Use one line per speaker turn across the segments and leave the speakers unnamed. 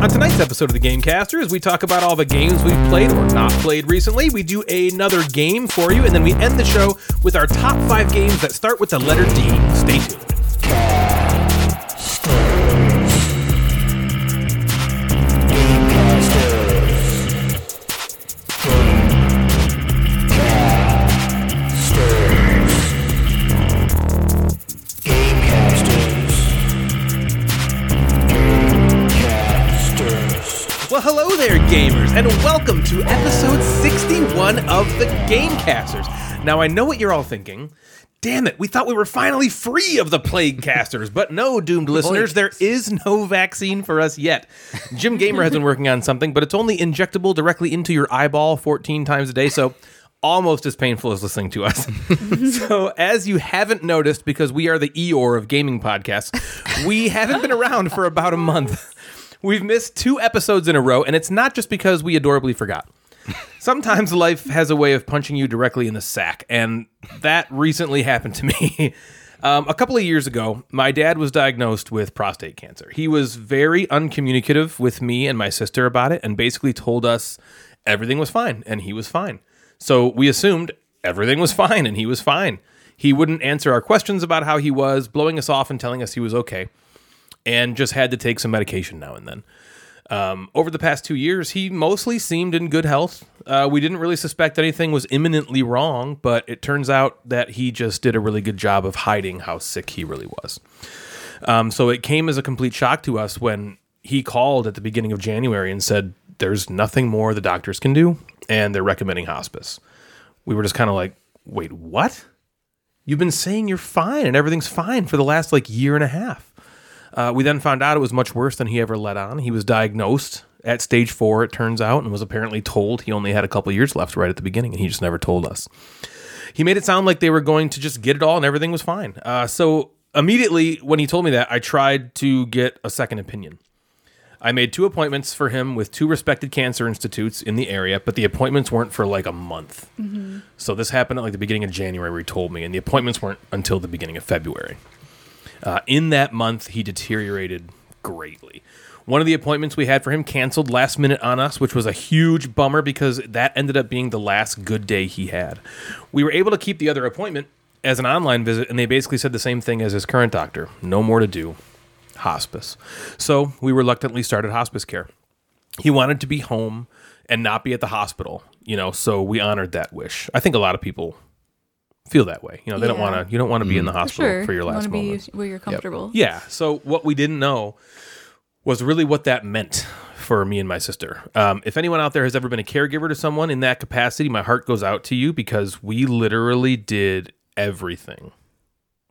On tonight's episode of the Gamecasters, we talk about all the games we've played or not played recently. We do another game for you, and then we end the show with our top five games that start with the letter D. Stay tuned. Well, hello there, gamers, and welcome to episode 61 of the Gamecasters. Now, I know what you're all thinking. Damn it, we thought we were finally free of the plague casters, but no, doomed listeners, there is no vaccine for us yet. Jim Gamer has been working on something, but it's only injectable directly into your eyeball 14 times a day, so almost as painful as listening to us. so, as you haven't noticed, because we are the Eeyore of gaming podcasts, we haven't been around for about a month. We've missed two episodes in a row, and it's not just because we adorably forgot. Sometimes life has a way of punching you directly in the sack, and that recently happened to me. Um, a couple of years ago, my dad was diagnosed with prostate cancer. He was very uncommunicative with me and my sister about it and basically told us everything was fine and he was fine. So we assumed everything was fine and he was fine. He wouldn't answer our questions about how he was, blowing us off and telling us he was okay and just had to take some medication now and then. Um, over the past two years, he mostly seemed in good health. Uh, we didn't really suspect anything was imminently wrong, but it turns out that he just did a really good job of hiding how sick he really was. Um, so it came as a complete shock to us when he called at the beginning of January and said, There's nothing more the doctors can do, and they're recommending hospice. We were just kind of like, Wait, what? You've been saying you're fine and everything's fine for the last like year and a half. Uh, we then found out it was much worse than he ever let on. He was diagnosed at stage four, it turns out, and was apparently told he only had a couple years left right at the beginning, and he just never told us. He made it sound like they were going to just get it all and everything was fine. Uh, so immediately when he told me that, I tried to get a second opinion. I made two appointments for him with two respected cancer institutes in the area, but the appointments weren't for like a month. So this happened at like the beginning of January, where he told me, and the appointments weren't until the beginning of February. Uh, in that month, he deteriorated greatly. One of the appointments we had for him canceled last minute on us, which was a huge bummer because that ended up being the last good day he had. We were able to keep the other appointment as an online visit, and they basically said the same thing as his current doctor no more to do, hospice. So we reluctantly started hospice care he wanted to be home and not be at the hospital you know so we honored that wish i think a lot of people feel that way you know they don't
Yeah.
want to you don't want to be in the hospital
sure.
for your
You
last
wanna be
moments
where you're comfortable.
yeah so what we didn't know was really what that meant for me and my sister um, if anyone out there has ever been a caregiver to someone in that capacity my heart goes out to you because we literally did everything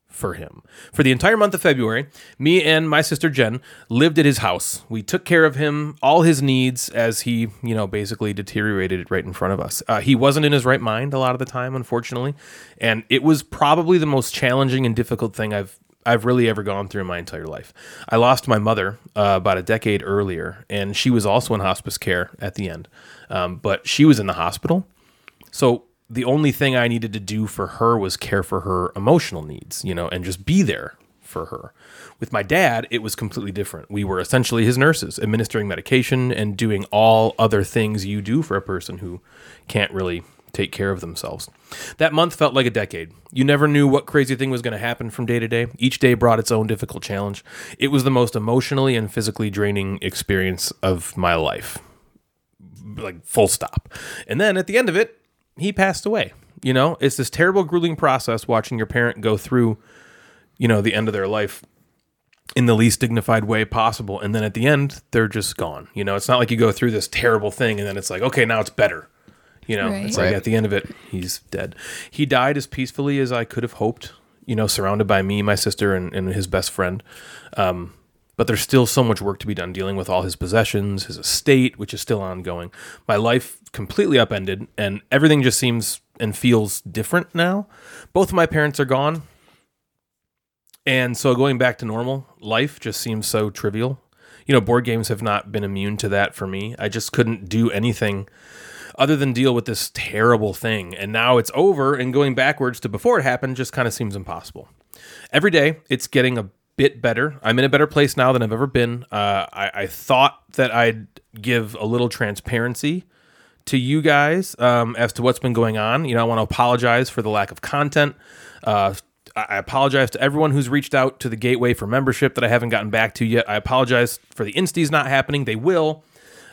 for him. For the entire month of February, me and my sister Jen lived at his house. We took care of him, all his needs, as he, you know, basically deteriorated right in front of us. Uh, he wasn't in his right mind a lot of the time, unfortunately, and it was probably the most challenging and difficult thing I've I've really ever gone through in my entire life. I lost my mother uh, about a decade earlier, and she was also in hospice care at the end, um, but she was in the hospital. So the only thing I needed to do for her was care for her emotional needs, you know, and just be there for her. With my dad, it was completely different. We were essentially his nurses, administering medication and doing all other things you do for a person who can't really take care of themselves. That month felt like a decade. You never knew what crazy thing was going to happen from day to day. Each day brought its own difficult challenge. It was the most emotionally and physically draining experience of my life like full stop. And then at the end of it, he passed away. You know, it's this terrible, grueling process watching your parent go through, you know, the end of their life in the least dignified way possible. And then at the end, they're just gone. You know, it's not like you go through this terrible thing and then it's like, okay, now it's better. You know,
Right.
it's like at the end of it, he's dead. He died as peacefully as I could have hoped, you know, surrounded by me, my sister, and, and his best friend Um, but there's still so much work to be done dealing with all his possessions, his estate, which is still ongoing. My life completely upended, and everything just seems and feels different now. Both of my parents are gone. And so going back to normal life just seems so trivial. You know, board games have not been immune to that for me. I just couldn't do anything other than deal with this terrible thing. And now it's over, and going backwards to before it happened just kind of seems impossible. Every day, it's getting a bit better. I'm in a better place now than I've ever been. Uh, I, I thought that I'd give a little transparency to you guys um, as to what's been going on. You know, I want to apologize for the lack of content. Uh, I I apologize to everyone who's reached out to the gateway for membership that I haven't gotten back to yet. I apologize for the insties not happening. They will.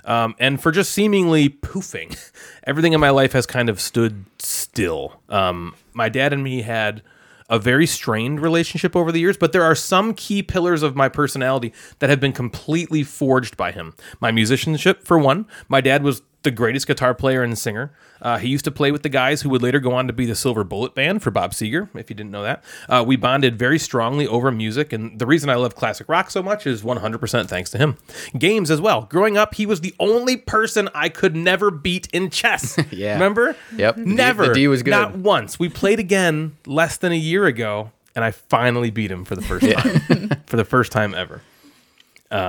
Um, and for just seemingly poofing. Everything in my life has kind of stood still. Um, my dad and me had a very strained relationship over the years, but there are some key pillars of my personality that have been completely forged by him. My musicianship, for one. My dad was the greatest guitar player and singer. Uh, he used to play with the guys who would later go on to be the Silver Bullet Band for Bob Seger, if you didn't know that. Uh, we bonded very strongly over music, and the reason I love classic rock so much is 100% thanks to him. Games as well. Growing up, he was the only person I could never beat in chess.
Yeah.
Remember?
Yep. The D- the
Never.
D was good.
Not once. We played again less than a year ago, and I finally beat him for the first time. for the first time ever. Um,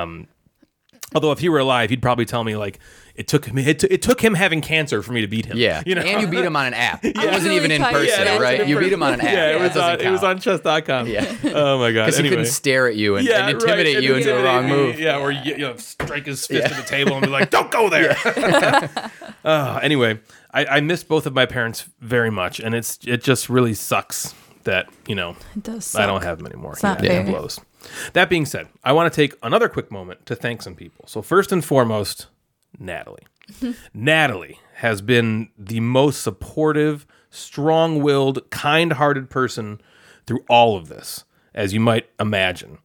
although if he were alive, he'd probably tell me like it took him it, t- it took him having cancer for me to beat him.
Yeah.
you know.
And you beat him on an app. It wasn't
really
even in
tired
person,
of that.
right? You beat him on an app.
Yeah, it was on,
doesn't
it was
count.
on chess.com.
Yeah.
Oh my god.
Because he
anyway.
couldn't stare at you and,
yeah,
and intimidate
right,
you into the
intimidate
wrong
me,
move.
Yeah, or you, you know, strike his fist to the table and be like, "Don't go there." Uh, anyway, I, I miss both of my parents very much, and it's it just really sucks that you know
It does.
I don't
suck.
have them anymore.
It's not
yeah,
fair.
It blows. That being said, I want to take another quick moment to thank some people. So first and foremost, Natalie. Natalie has been the most supportive, strong-willed, kind-hearted person through all of this, as you might imagine.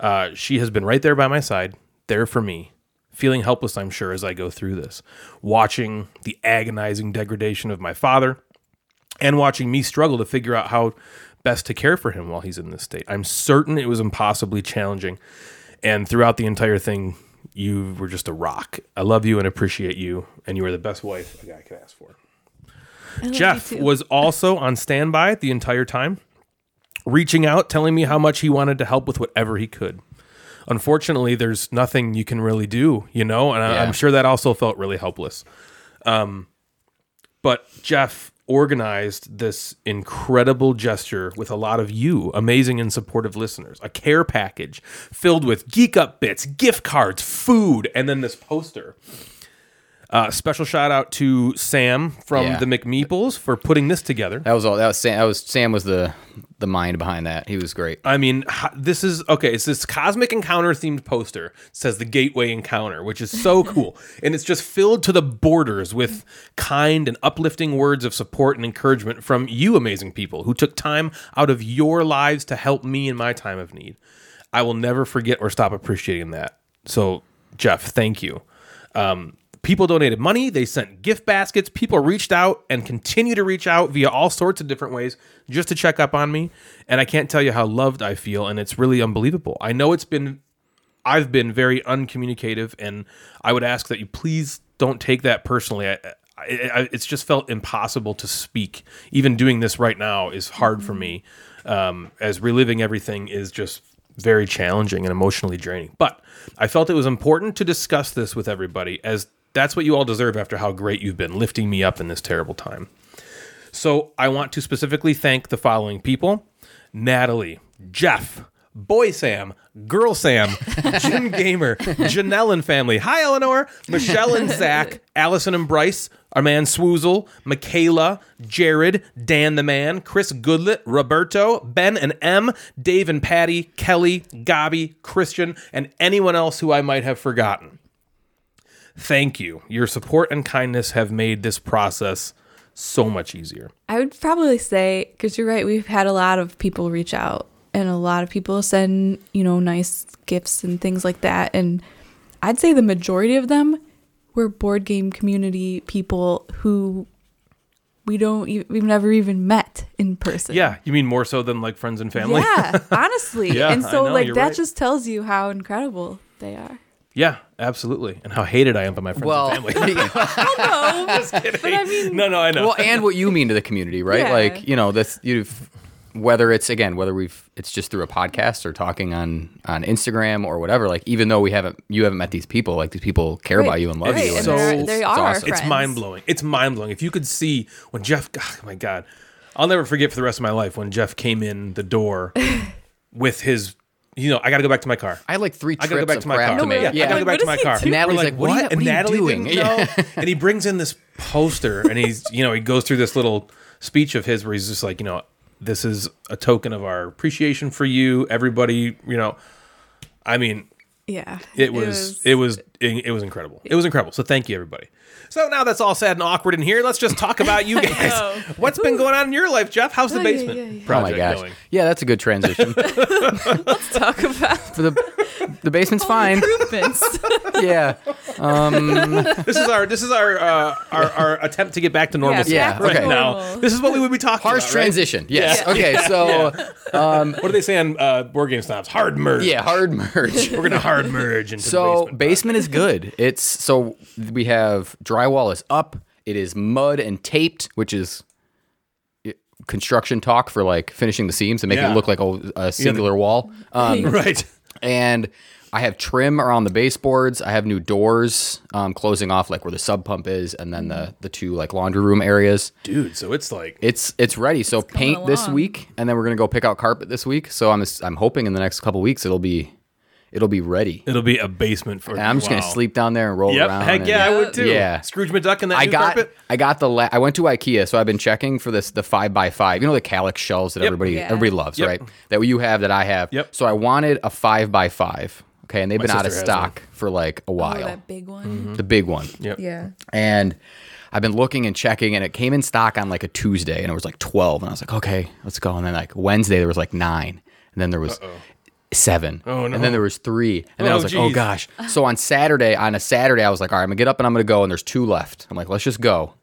Uh, she has been right there by my side, there for me, feeling helpless, I'm sure, as I go through this, watching the agonizing degradation of my father and watching me struggle to figure out how best to care for him while he's in this state. I'm certain it was impossibly challenging. And throughout the entire thing, you were just a rock. I love you and appreciate you, and you are the best wife a guy could ask for.
I love you
Jeff
too.
was also on standby the entire time, reaching out, telling me how much he wanted to help with whatever he could. Unfortunately, there's nothing you can really do, you know, and I,
Yeah.
I'm sure that also felt really helpless. Um, but Jeff organized this incredible gesture with a lot of you, amazing and supportive listeners, a care package filled with geek up bits, gift cards, food, and then this poster. Uh, special shout out to Sam from
Yeah.
the McMeeples for putting this together.
That was all. That was Sam. That was Sam was the the mind behind that. He was great.
I mean, h- this is okay. It's this cosmic encounter themed poster. It says the Gateway Encounter, which is so cool, and it's just filled to the borders with kind and uplifting words of support and encouragement from you, amazing people who took time out of your lives to help me in my time of need. I will never forget or stop appreciating that. So, Jeff, thank you. Um, people donated money, they sent gift baskets, people reached out and continue to reach out via all sorts of different ways just to check up on me. And I can't tell you how loved I feel, and it's really unbelievable. I know it's been, I've been very uncommunicative, and I would ask that you please don't take that personally. I, I, I, it's just felt impossible to speak. Even doing this right now is hard for me, um, as reliving everything is just very challenging and emotionally draining. But I felt it was important to discuss this with everybody, as that's what you all deserve after how great you've been lifting me up in this terrible time. So I want to specifically thank the following people Natalie, Jeff, Boy Sam, Girl Sam, Jim Gamer, Janelle and family. Hi, Eleanor, Michelle and Zach, Allison and Bryce, our man Swoozle, Michaela, Jared, Dan the Man, Chris Goodlett, Roberto, Ben and M, Dave and Patty, Kelly, Gabby, Christian, and anyone else who I might have forgotten thank you. Your support and kindness have made this process so much easier.
I would probably say because you're right. We've had a lot of people reach out, and a lot of people send you know nice gifts and things like that. And I'd say the majority of them were board game community people who we don't e- we've never even met in person.
Yeah, you mean more so than like friends and family?
Yeah, honestly.
Yeah,
and
I
so
know,
like
you're
that
right.
just tells you how incredible they are.
Yeah, absolutely. And how hated I am by my friends
Well,
and family.
No, but I mean,
no, no, I know.
well, and what you mean to the community, right?
Yeah.
Like you know, that's you've whether it's again whether we've it's just through a podcast or talking on on Instagram or whatever. Like even though we haven't you haven't met these people, like these people care about
Right.
you and love
Right,
you.
and
it's-
they're-
it's-
they
it's
are our
awesome.
friends.
it's mind blowing. It's mind blowing. If you could see when Jeff, oh my God, I'll never forget for the rest of my life when Jeff came in the door with his you know, I got to go back to my car.
I had like three
I
trips
gotta go back
of
to my
crap
car.
to make.
Yeah,
Yeah.
I gotta go
Like,
back to
what
my
does he
car.
do?
We're
Natalie's
like,
like, what are you-
And
what are you
Natalie
doing?
didn't
Yeah.
know. and he brings in this poster, and he's, you know, he goes through this little speech of his where he's just like, you know, this is a token of our appreciation for you, everybody. You know, I mean,
Yeah.
it was it was it, it was incredible. It was incredible. So thank you, everybody. So now that's all sad and awkward in here. Let's just talk about you guys.
know.
What's been going on in your life, Jeff? How's the
Oh, yeah,
basement
yeah, yeah.
Oh
project
my gosh.
going?
Yeah, that's a good transition. For
Let's talk about
the the basement's fine.
improvements.
Yeah. Um,
This is our this is our uh, our, our attempt to get back to normalcy
Yeah, back to
right
okay.
now.
normal.
This is what we would be talking
Harsh
about. right?
transition. Yes. Okay. So
What do they say on uh, board game snobs? Hard merge.
yeah, hard merge.
we're gonna hard merge into
So
the
basement,
basement.
is good. It's so we have drywall is up. It is mud and taped, which is eh, construction talk for like finishing the seams and making
Yeah.
it look like a, a singular wall. Um,
right.
and I have trim around the baseboards. I have new doors um, closing off like where the sub pump is, and then the the two like laundry room areas.
dude. So it's like
It's it's ready. So paint this
along.
week, and then we're gonna go pick out carpet this week. So I'm I'm hoping in the next couple weeks it'll be it'll be ready.
it'll be a basement for.
And I'm just
wow.
gonna sleep down there and roll
Yep.
around.
Heck
and-
yeah, I would too.
Yeah.
Scrooge McDuck in that
I
new
got
carpet.
I got the la- I went to IKEA, so I've been checking for this the five by five. You know the calyx shelves that everybody
Yeah.
everybody loves,
Yep.
right? That you have that I have.
Yep.
So I wanted a five by five. Okay, and they've been out of
sister has one.
stock for like a
Oh,
while.
that big one.
the big one.
Yep.
Yeah.
And I've been looking and checking, and it came in stock on like a Tuesday, and it was like twelve, and I was like, okay, let's go. And then like Wednesday, there was like nine, and then there was. Seven.
Oh, no.
And then there was three. And
Oh,
then I was like, oh
geez.
gosh. So on Saturday, on a Saturday, I was like, all right, I'm gonna get up and I'm gonna go. And there's two left. I'm like, let's just go.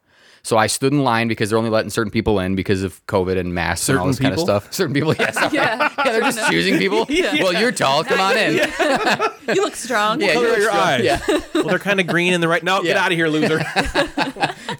So I stood in line because they're only letting certain people in because of COVID and masks and all
Certain
this kind of
people?
stuff. Certain people, yes. Yeah,
Yeah.
they're just choosing people. Well, you're tall. Come on in. Yeah,
You look strong.
Color
you're
your
strong.
eyes.
Yeah.
Well, they're kind of green in the right. No, get
Yeah.
out of here, loser.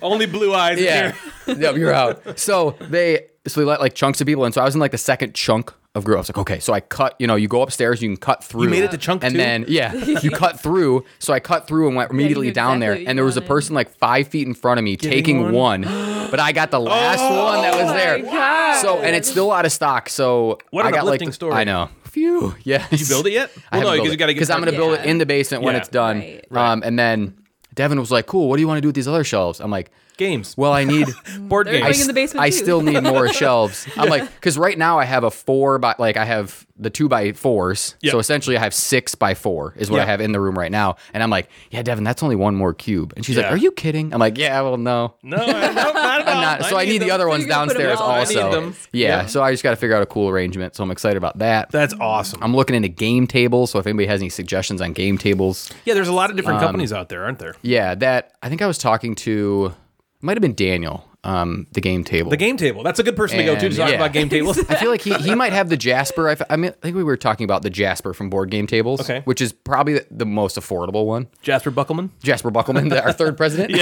Only blue eyes. in
Yeah.
here.
yep, you're out. So they so they let like chunks of people in. So I was in like the second chunk of group. I was like, okay, so I cut, you know, you go upstairs, you can cut through.
made it to chunk
And
two?
then yeah, you cut through. So I cut through and went immediately
knew
down
exactly
there.
what you
And there was a
wanted.
person like five feet in front of me taking one. but I got the last
Oh
one that was there.
Oh God.
So and it's still out of stock. So
What
I
an
got like
uplifting
the-
story.
I know. Phew. Yeah. Did
you build it yet? Well, no, 'cause you gotta get
because I'm gonna
started.
build it
Yeah.
in the basement when
Yeah.
it's done.
Right.
Um, and then Devin was like, "Cool. What do you want to do with these other shelves?" I'm like,
Games.
"Well, I need."
board
they're
games.
I,
Bring Mm. in the
s-
basement
I
too.
still need more shelves. I'm like, because right now I have a four by, like I have the two by fours.
Yep.
So essentially I have six by four is what
Yeah.
I have in the room right now. And I'm like, yeah, Devin, that's only one more cube. And she's
Yeah.
like, are you kidding? I'm like, yeah, well, no.
no, I, no, not at all.
I'm not. So I need
them.
the other ones
you're gonna put 'em
downstairs
all
in. I need
also.
them.
Yeah.
Yep.
So I just got to figure out a cool arrangement. So I'm excited about that.
That's awesome.
I'm looking into game tables. So if anybody has any suggestions on game tables,
yeah, there's a lot of different
Um,
companies out there, aren't there?
yeah, that I think I was talking to, it might have been Daniel, um, the game table.
The game table. That's a good person to go to to
And-
talk
yeah.
about game tables.
I feel like he, he might have the Jasper. I, f- I mean, I think we were talking about the Jasper from Board Game Tables,
Okay.
which is probably the, the most affordable one.
Jasper Buckleman.
Jasper Buckleman, the, our third president.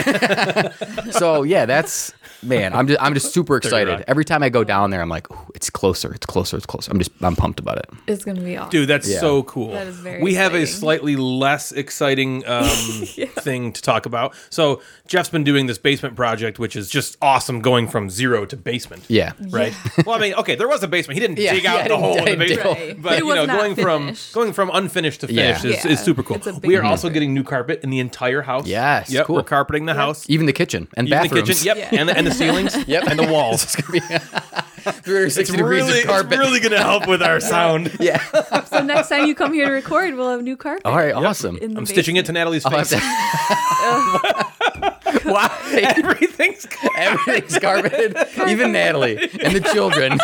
so yeah, that's man. I'm just I'm just super
Rock.
excited. Every time I go down there, I'm like, Ooh, it's closer, it's closer, it's closer. I'm just I'm pumped about it.
It's gonna be awesome.
Dude, that's
Yeah.
so cool.
That is very
we have a
exciting.
slightly less exciting um, thing to talk about. So Jeff's been doing this basement project, which is just awesome, going from zero to basement.
Yeah.
Right. well, I mean, okay, there was a basement. He didn't
Yeah,
dig
yeah,
out
I
the
didn't-
hole in
I
the
didn't-
basement,
Right.
but
It
you
was
know,
not
going
finished.
from going from unfinished to
Yeah.
finished is,
Yeah.
is super cool.
It's a big
We are also
project.
getting new carpet in the entire house.
Yes,
Yep.
cool.
We're carpeting the house.
Even the kitchen and
Even
bathrooms.
the kitchen. Yep.
Yeah.
And, the, and the ceilings.
Yep.
And the walls.
360 degrees
really,
of carpet.
It's really going to help with our sound.
yeah.
So next time you come here to record, we'll have new carpet.
All right. Awesome.
In the
I'm stitching it to Natalie's
I'll have
face.
to- Why?
Everything's
Everything's carpeted. Even Natalie and the children.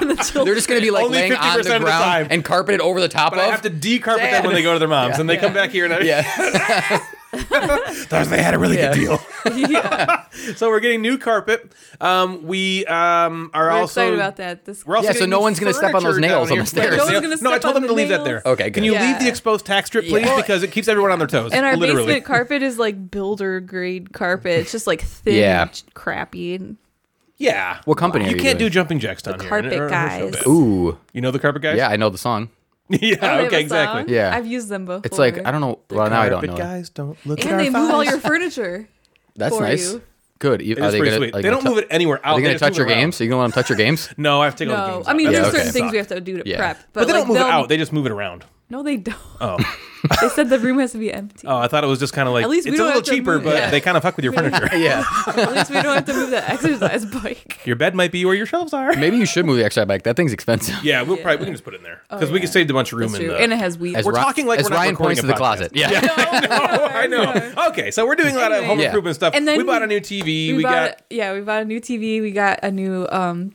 They're just going to be like
Only
laying on
50%
the
of the time.
ground and carpeted over the top
But
of.
I have to decarpet
Damn.
them when they go to their moms, and they come back here and I,
yeah.
they had a really
Yeah.
good deal. so we're getting new carpet. Um, we um, are
We're
also
excited about that. This
We're also
Yeah, so
getting
no
new
one's gonna step on those
furniture down
nails on
here.
the stairs.
No one's gonna
no, I
step
told them
on
to
the
leave that there.
nails.
Okay,
Can
good.
you
Yeah.
leave the exposed tax strip, please,
Yeah.
because it keeps everyone on their toes.
and our
literally.
basement carpet is like builder grade carpet. It's just like thin,
Yeah.
and crappy. And
Yeah.
What company
You
are you
can't do
doing?
jumping jacks down here.
carpet
Or- or- or
guys.
showbiz.
Ooh.
You know the carpet guys?
Yeah, I know the song.
yeah.
Oh, they have
okay.
a song?
Exactly.
Yeah.
I've used them before.
It's like I don't know. Well, now I don't
Carpet
know.
guys, don't look at
And
our
they move all
thighs.
your furniture
That's
for
nice.
you.
Good.
It is pretty sweet. they don't move it anywhere out.
Are they going to
just
touch
move
your
it around.
games? So you going to let them touch your games?
No, I have to take all the
No,
games.
I mean,
out.
there's
That
okay.
certain
would
things
suck.
we have to do to
Yeah.
prep, but,
But they
like,
don't move it
they'll-
out. They just move it around.
no, they don't.
Oh,
they said the room has to be empty.
oh! I thought it was just kind of like
At least we
it's a
don't
little
have to
cheaper,
move-
but
yeah.
they kind of fuck with your furniture.
Yeah.
At least we don't have to move the exercise bike.
Your bed might be where your shelves are.
Maybe you should move the extra back. That thing's expensive.
Yeah, we'll probably we can just put it in there because we
Oh, yeah.
can save a bunch of room
That's
in
true.
the.
And it has wheels.
As
We're
Ri-
talking like
as
we're not
Ryan
recording
points
a
to the
podcast.
closet. Yeah.
I know. Okay, so we're doing a lot of
Anyway.
home
Yeah.
improvement stuff.
And then
we bought
we-
a new TV.
we,
We,
bought
got.
yeah, we bought a new TV. We got a new um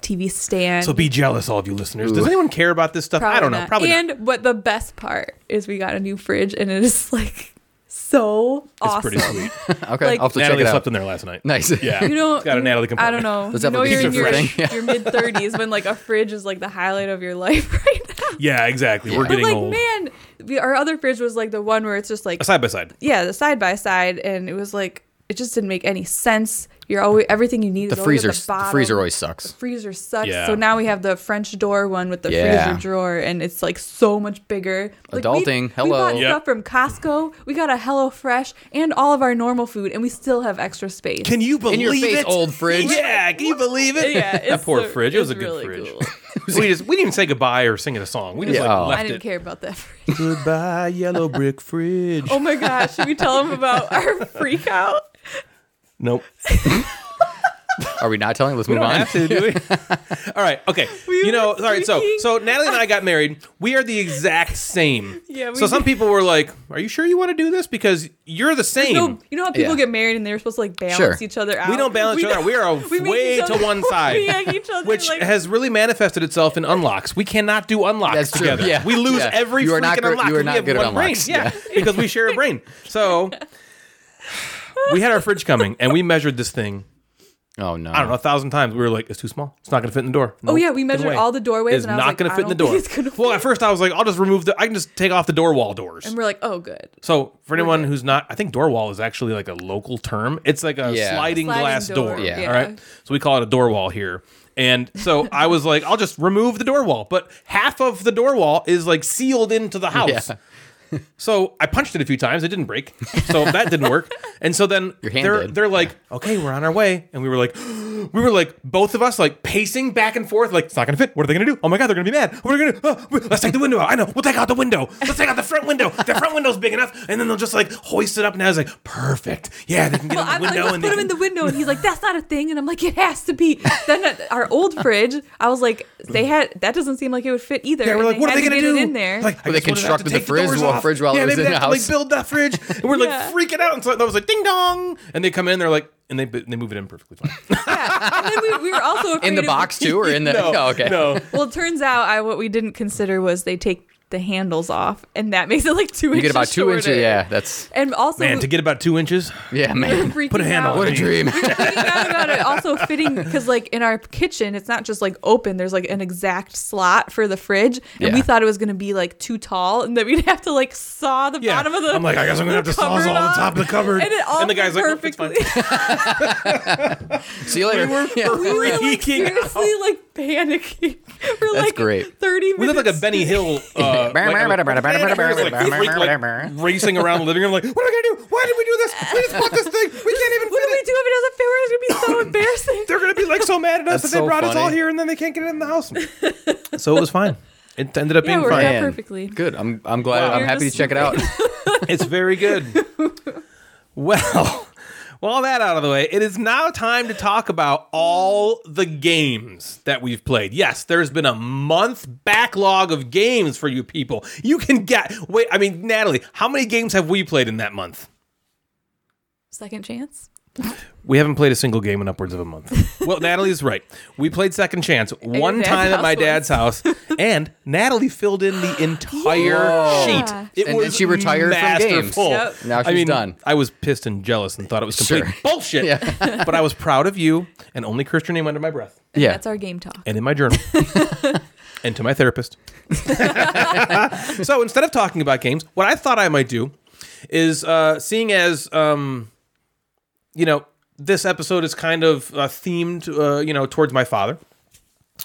TV stand.
So be jealous, all of you listeners. Does
Ooh.
anyone care about this stuff? I don't know.
not.
Probably
and but the best part is we got a new fridge, and it is like so
not.
awesome.
It's pretty sweet.
Okay.
Like-
I'll have to
Natalie
check it
slept
out.
in there last night.
Nice.
Yeah.
You don't.
It's got a Natalie
I
component.
don't know.
Does
you
that
know
have a
you're in
pizza
your,
fridge? Yeah.
your mid thirties when like a fridge is like the highlight of your life right now.
Yeah, exactly. We're
But,
getting
like
old.
man, the, our other fridge was like the one where it's just like
Side by side.
yeah, the side by side, and it was like it just didn't make any sense. You're always everything you need.
The
is always
freezer.
at the,
The
bottom.
freezer always sucks.
freezer sucks.
Yeah.
So now we have the French door one with the
Yeah.
freezer drawer, and it's like so much bigger. Like,
Adulting.
We,
Hello.
We bought
Yep.
stuff from Costco. We got a Hello Fresh and all of our normal food, and we still have extra space.
Can you believe
your face,
it?
old fridge.
Yeah, can you believe it?
Yeah,
that
it's
poor
so-
fridge. It was a
it's
good
really
fridge.
cool.
we just we didn't even say goodbye or sing it a song. We just
Yeah.
like
Oh.
left
I didn't
it.
care about that fridge.
Goodbye, yellow brick fridge.
Oh my gosh! Should we tell them about our freak out?
Nope.
Are we not telling? Let's move
We don't
on.
have to, do we? All right. Okay.
We
you know.
were
All right. So
freaking-
so Natalie and I got married. We are the exact same.
Yeah, we
so some
did.
people were like, "Are you sure you want to do this? Because you're the same.
No, you know how people
Yeah.
get married and they're supposed to like balance
Sure.
each other out.
we don't balance each other. out. We are
we make
way
each
to
other-
one side."
we make each other,
Which
like-
has really manifested itself in unlocks. We cannot do unlocks
That's true,
together.
yeah.
We lose
Yeah.
every
You are
freaking
not gr-
unlock.
you are
'cause
not
we have
good at
one
unlocks,
Brain. Yeah, because we share a brain. So we had our fridge coming, and we measured this thing.
Oh no.
I don't know, a thousand times. We were like, it's too small. It's not going to fit in the door.
Oh, yeah, we measured all the doorways,
It's
and I was
not
like,
going to
I
fit in the
don't
door.
think it's gonna
Well, at
fit.
first I was like, I'll just remove the. I can just take off the door wall doors.
And we're like, oh, good.
So for anyone who's not, I think door wall is actually like a local term. It's like a
Yeah.
sliding,
Sliding
glass door.
door, Yeah. yeah.
All right. So we call it a door wall here. And so I was like, I'll just remove the door wall. But half of the door wall is like sealed into the house.
Yeah.
So I punched it a few times. It didn't break. So that didn't work. And so then
Your hand
they're
did.
they're like, okay, we're on our way. And we were like, we were like both of us like pacing back and forth, like it's not gonna fit. What are they gonna do? Oh my god, they're gonna be mad. What are they gonna do? Oh, we- let's take the window out. I know. We'll take out the window. Let's take out the front window. The front window's big enough. And then they'll just like hoist it up. And I was like, perfect. Yeah, they can get
Well,
in
I'm
the
like,
window.
let's
and
put
they
him in the
can-
window, and he's like, that's not a thing. And I'm like, it has to be. Then at our old fridge, I was like, they had that doesn't seem like it would fit either.
Yeah, we're
and
like, what are
had
they
to
gonna
get
do?
It in there.
Like, I
Well, they
guess we'll just have to
constructed the
take
fridge
doors
while-
off.
fridge while
yeah,
it was
maybe
in
they
the
have
house.
To, like build that fridge, and we're like
Yeah.
freaking out. And so I was like, ding dong, and they come in, they're like, and they they move it in perfectly fine.
yeah. And then we, we were also afraid
In the
of-
box too, or in the?
no,
oh, okay.
no.
Well, it turns out I what we didn't consider was they take the handles off, and that makes it like two
You
inches.
get about two inches.
shorter.
Yeah. That's.
And also,
Man,
we-
to get about two inches,
Yeah,
we were
man.
freaking
put a hand
out.
on
What a
Jeez.
dream.
freaking out about it also fitting because like in our kitchen it's not just like open there's like an exact slot for the fridge and we
Yeah.
thought it was going to be like too tall and that we'd have to like saw the
Yeah.
bottom of the
I'm like, I guess I'm gonna have to
the
sawzall
cupboard
the
off.
top of the cupboard.
and it all
And the
the
guy's
guy's
like, "Oh, it's
perfectly
See you later. Yeah.
we were like
Freaking out.
seriously like panicking for
That's
like
great.
30 minutes
we look like a Benny Hill. Uh, like, like, racing around the living room, like, what are we gonna do? Why did we do this? We just bought this thing. We can't even
what do
fit
we
it.
do if it doesn't fit we're going to be so embarrassing
They're gonna be like so mad at us that
That's
they
so
brought us all
funny.
here and then they can't get it in the house. So it was fine. It ended up
Yeah,
being
we're
fine.
good.
Man,
perfectly.
Good. I'm. I'm glad.
Wow.
I'm
You're
happy
just-
to check it out.
It's very good. well, with all that out of the way, it is now time to talk about all the games that we've played. Yes, there's been a month backlog of games for you people. You can get wait. I mean, Natalie, how many games have we played in that month?
second chance
We haven't played a single game in upwards of a month. Well, Natalie's right. We played Second Chance one
dad's
time at my
house
dad's house, and Natalie filled in the entire
Whoa.
sheet. It
And then
was
she retired from games.
masterful.
Yep.
Now
I
she's
mean,
done.
I was pissed and jealous and thought it was complete
Sure.
bullshit. but I was proud of you and only cursed your name under my breath
Yeah.
that's our game talk
and in my journal and to my therapist. so instead of talking about games, what I thought I might do is uh, seeing as um, you know this episode is kind of uh, themed uh, you know towards my father.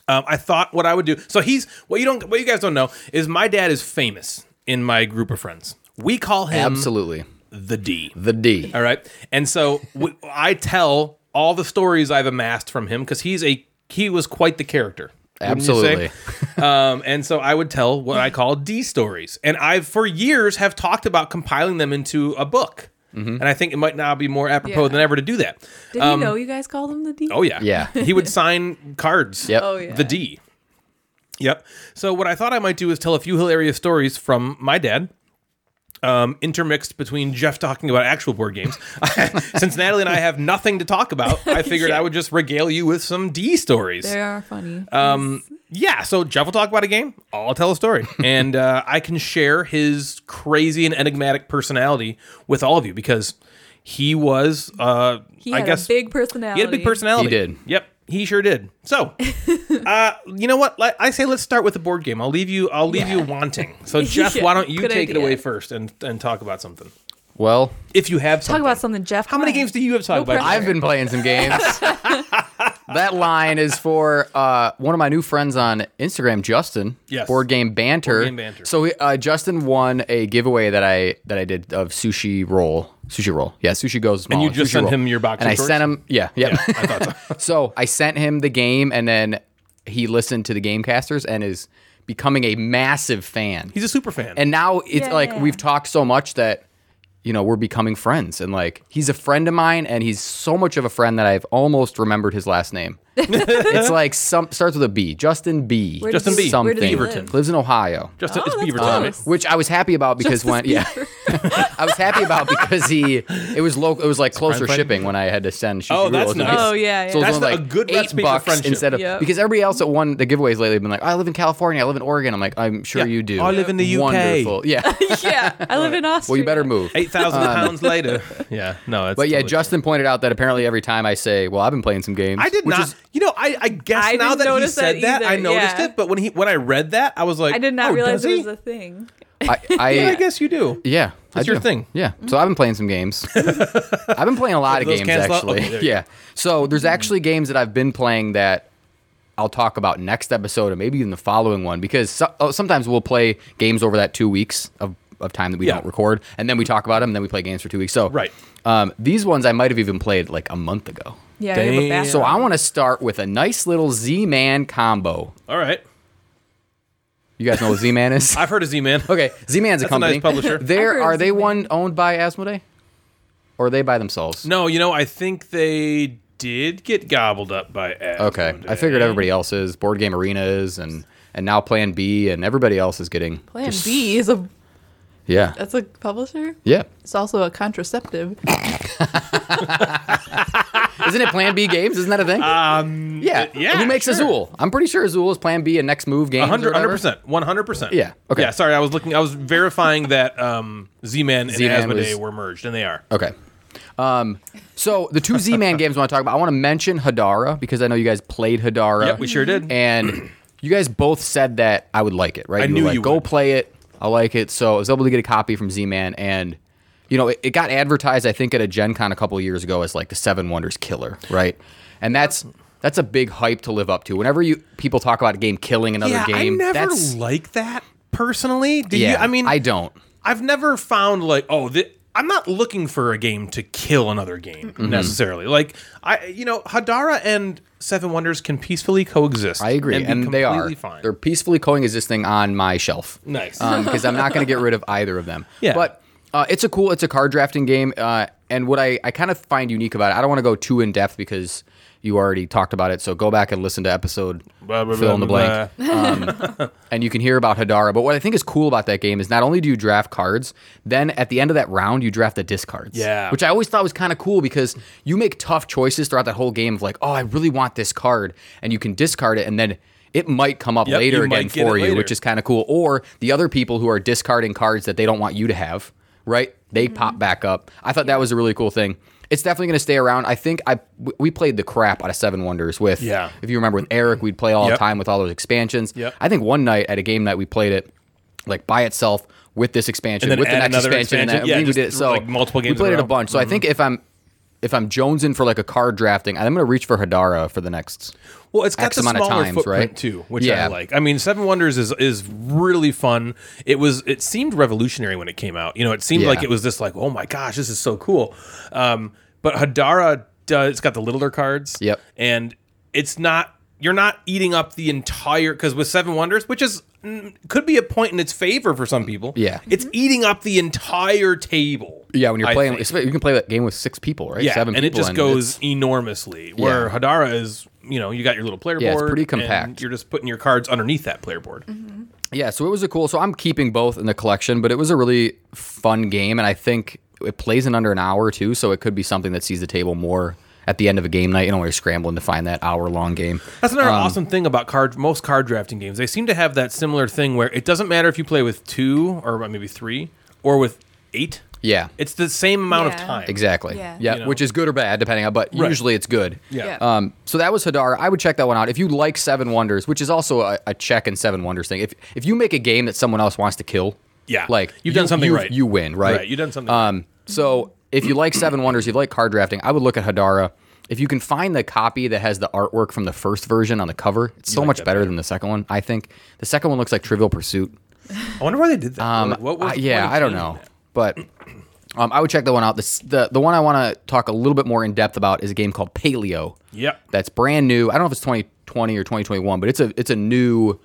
Um, I thought what I would do. So he's what you don't what you guys don't know is my dad is famous in my group of friends. We call him
Absolutely.
the D.
The D.
All right. And so w- I tell all the stories I've amassed from him because he's a he was quite the character. wouldn't you say? um, and so I would tell what I call D stories, and I've for years have talked about compiling them into a book.
Mm-hmm.
And I think it might now be more apropos
Yeah.
than ever to do that.
Did he know you guys called him the D?
um, Oh yeah,
Yeah.
he would sign cards.
Yep.
Oh, yeah.
The D. Yep. So what I thought I might do is tell a few hilarious stories from my dad. Um, intermixed between Jeff talking about actual board games. Since Natalie and I have nothing to talk about, I figured I would just regale you with some D stories.
They are funny.
Um, yeah, so Jeff will talk about a game. I'll tell a story, and uh, I can share his crazy and enigmatic personality with all of you because he was, uh,
he
I
had
guess,
a big personality.
he had a big personality.
He did.
Yep, he sure did. So, uh, you know what? Let- I say let's start with the board game. I'll leave you. I'll leave you wanting. So, Jeff,
Yeah,
why don't you
good
take it
idea.
away first and and talk about something
Well,
if you have
Talk
something.
about something, Jeff.
How many games do you have talked
No
about?
pressure.
I've been playing some games. that line is for uh, one of my new friends on Instagram, Justin.
Yes.
Board game banter.
Board Game Banter.
So he- uh, Justin won a giveaway that I that I did of sushi roll. Sushi roll. Yeah, sushi goes small.
you just
Sushi
sent
roll.
him your box
And
of
I
shorts?
sent him. Yeah. Yep.
Yeah, I thought so.
So I sent him the game, and then he listened to the Gamecasters and is becoming a massive fan.
He's a super fan.
Oh,
and now it's like
Yeah.
we've talked so much that you know we're becoming friends, and like he's a friend of mine, and he's so much of a friend that I've almost remembered his last name. it's like some starts with a B, Justin B.
Where does
Justin he- B.
Something.
where does he live?
Lives in Ohio.
Justin,
Oh,
it's
that's
Beaver time.
close.
Um, Which I was happy about because when yeah, I was happy about because he it was local it was like closer
friend?
shipping when I had to send. Sushi
Oh,
Roll.
that's
It was
nice.
Oh, yeah, yeah.
So it was
That's
only
the- a
like
good
eight
recipe for
bucks
friendship.
instead of
Yep.
because everybody else that won the giveaways lately have been like, I live in California, I live in Oregon. I'm like, I'm sure
Yeah.
you do.
I live in the UK.
Wonderful. Yeah.
yeah, I live in Austria.
Well, you better move.
Eight thousand pounds later. Yeah, no. That's
Um, But yeah,
totally-
Justin pointed out that apparently every time I say, "Well, I've been playing some games,"
I did
which
not.
is-
you know, I, I guess
I
now
didn't
that he
notice that
said that, I
either,
noticed
yeah.
it. But when he when I read that, I was like,
I did not
oh,
realize
does
it
he?
was a thing.
I, I,
Yeah, I guess you do.
Yeah, I
It's your
do.
thing. Mm-hmm.
Yeah. So I've been playing some games. I've been playing a lot of
Those
games
cancel out?
actually.
Okay, there you
yeah. So there's actually games that I've been playing that I'll talk about next episode or maybe even the following one because so, oh, sometimes we'll play games over that two weeks of, of time that we
Yeah.
don't record and then we talk about them and then we play games for two weeks. So
Right.
um, these ones I might have even played like a month ago.
Yeah, we have a
Damn.
basket.
So I want to start with a nice little Z-Man combo.
All right,
You guys know what Z-Man is?
I've heard of Z Man.
Okay, Z Man's a
That's a nice
company.
publisher.
I've heard
There
of
are they
Z-Man.
one owned by Asmodee, or are they by themselves?
No, you know, I think they did get gobbled up by Asmodee.
Okay, I figured everybody else is. Board Game Arena is, and and now Plan B, and everybody else is getting.
Plan B is a
Yeah,
that's a publisher.
yeah.
It's also a contraceptive.
Isn't it Plan B Games? Isn't that a thing? Um, yeah,
yeah,
Who makes
sure.
Azul? I'm pretty sure Azul is Plan B and Next Move Games. or
100
whatever.
percent, one hundred percent.
Yeah, okay.
Yeah. Sorry, I was looking. I was verifying that um, Z Man and
Z-Man
Asmodee
was-
were merged, and they are.
Okay. Um, so the two Z Man games I want to talk about. I want to mention Hadara because I know you guys played Hadara.
Yep, we sure did.
And you guys both said that I would like it, right?
I
you
knew
were like,
you
go
would.
play it. I like it. So I was able to get a copy from Z Man, and you know, it, it got advertised I think at a Gen Con a couple of years ago as like the Seven Wonders killer, right? And that's that's a big hype to live up to. Whenever you people talk about a game killing another
Yeah,
game,
I never
that's
like that personally. Do
yeah.
you? I mean,
I don't.
I've never found like oh th- I'm not looking for a game to kill another game
Mm-hmm.
necessarily. Like I you know Hadara and Seven Wonders can peacefully coexist.
I agree, and,
be
they are.
completely fine.
They're Um, peacefully coexisting on my shelf.
Nice.
because I'm not going to get rid of either of them.
Yeah.
but uh, it's a cool, it's a card drafting game, uh, and what I I kind of find unique about it, I don't want to go too in depth because you already talked about it. So go back and listen to episode
Blah, blah,
fill in the
blah, blah,
blank Um, and you can hear about Hadara. But what I think is cool about that game is not only do you draft cards, then at the end of that round you draft the discards.
Yeah.
Which I always thought was kind of cool because you make tough choices throughout that whole game of like, oh, I really want this card, and you can discard it, and then it might come up
Yep, you
later again
might get it
for you,
later.
which is kind of cool. Or the other people who are discarding cards that they don't want you to have, right? They pop back up. I thought that was a really cool thing. It's definitely going to stay around. I think I w- we played the crap out of Seven Wonders with
Yeah.
if you remember with Eric, we'd play all
Yep.
the time with all those expansions.
Yep.
I think one night at a game night we played it like by itself with this expansion,
And then
with the
add
next
another
expansion, and
expansion.
that-
Yeah,
we- we
just
did it. So
like multiple
we
games in a
played it a
row. Mm-hmm.
bunch. So I think if I'm if I'm jonesing for like a card drafting, I'm gonna reach for Hadara for the next
Well, it's got
X
the
amount
smaller
of times,
footprint
right?
too, which I
Yeah.
like. I mean, Seven Wonders is is really fun. It was it seemed revolutionary when it came out. You know, it seemed
Yeah.
like it was this like, oh my gosh, this is so cool. Um, but Hadara does it's got the littler cards.
Yep.
and it's not you're not eating up the entire because with Seven Wonders, which is mm, could be a point in its favor for some people.
Yeah.
it's eating up the entire table.
Yeah, when you're
I
playing,
think.
you can play that game with six people, right?
Yeah,
Seven
and it
people,
just
it's-
goes enormously. Where Hadara is, you know, you got your little player
Yeah, it's
board.
pretty
and
compact.
you're just putting your cards underneath that player board.
Yeah, so it was a cool. So I'm keeping both in the collection, but it was a really fun game, and I think it plays in under an hour too. So it could be something that sees the table more at the end of a game night. You know, when you're scrambling to find that hour long game.
That's another
Um,
awesome thing about card most card drafting games. They seem to have that similar thing where it doesn't matter if you play with two or maybe three or with eight.
Yeah.
It's the same amount of
Yeah.
time.
Exactly.
Yeah.
Yeah,
You know.
which is good or bad depending on, but
Right.
usually it's good.
Yeah.
Yeah.
Um, so that was Hadara. I would check that one out. If you like Seven Wonders, which is also a, a check and Seven Wonders thing, if if you make a game that someone else wants to kill,
Yeah.
like
You've done something right.
you win, right?
Right, you've done something
Um, so if you like Seven Wonders, you like card drafting, I would look at Hadara. If you can find the copy that has the artwork from the first version on the cover, it's so
like
much
that
better than the second one. I think the second one looks like Trivial Pursuit.
I wonder why they did that.
Um,
Like, what was
I-
the
yeah,
point of
I don't
changing
know,
that?
but um, I would check that one out. The s- the, the one I want to talk a little bit more in depth about is a game called Paleo.
Yep.
that's brand new. I don't know if it's 2020 or 2021, but it's a it's a new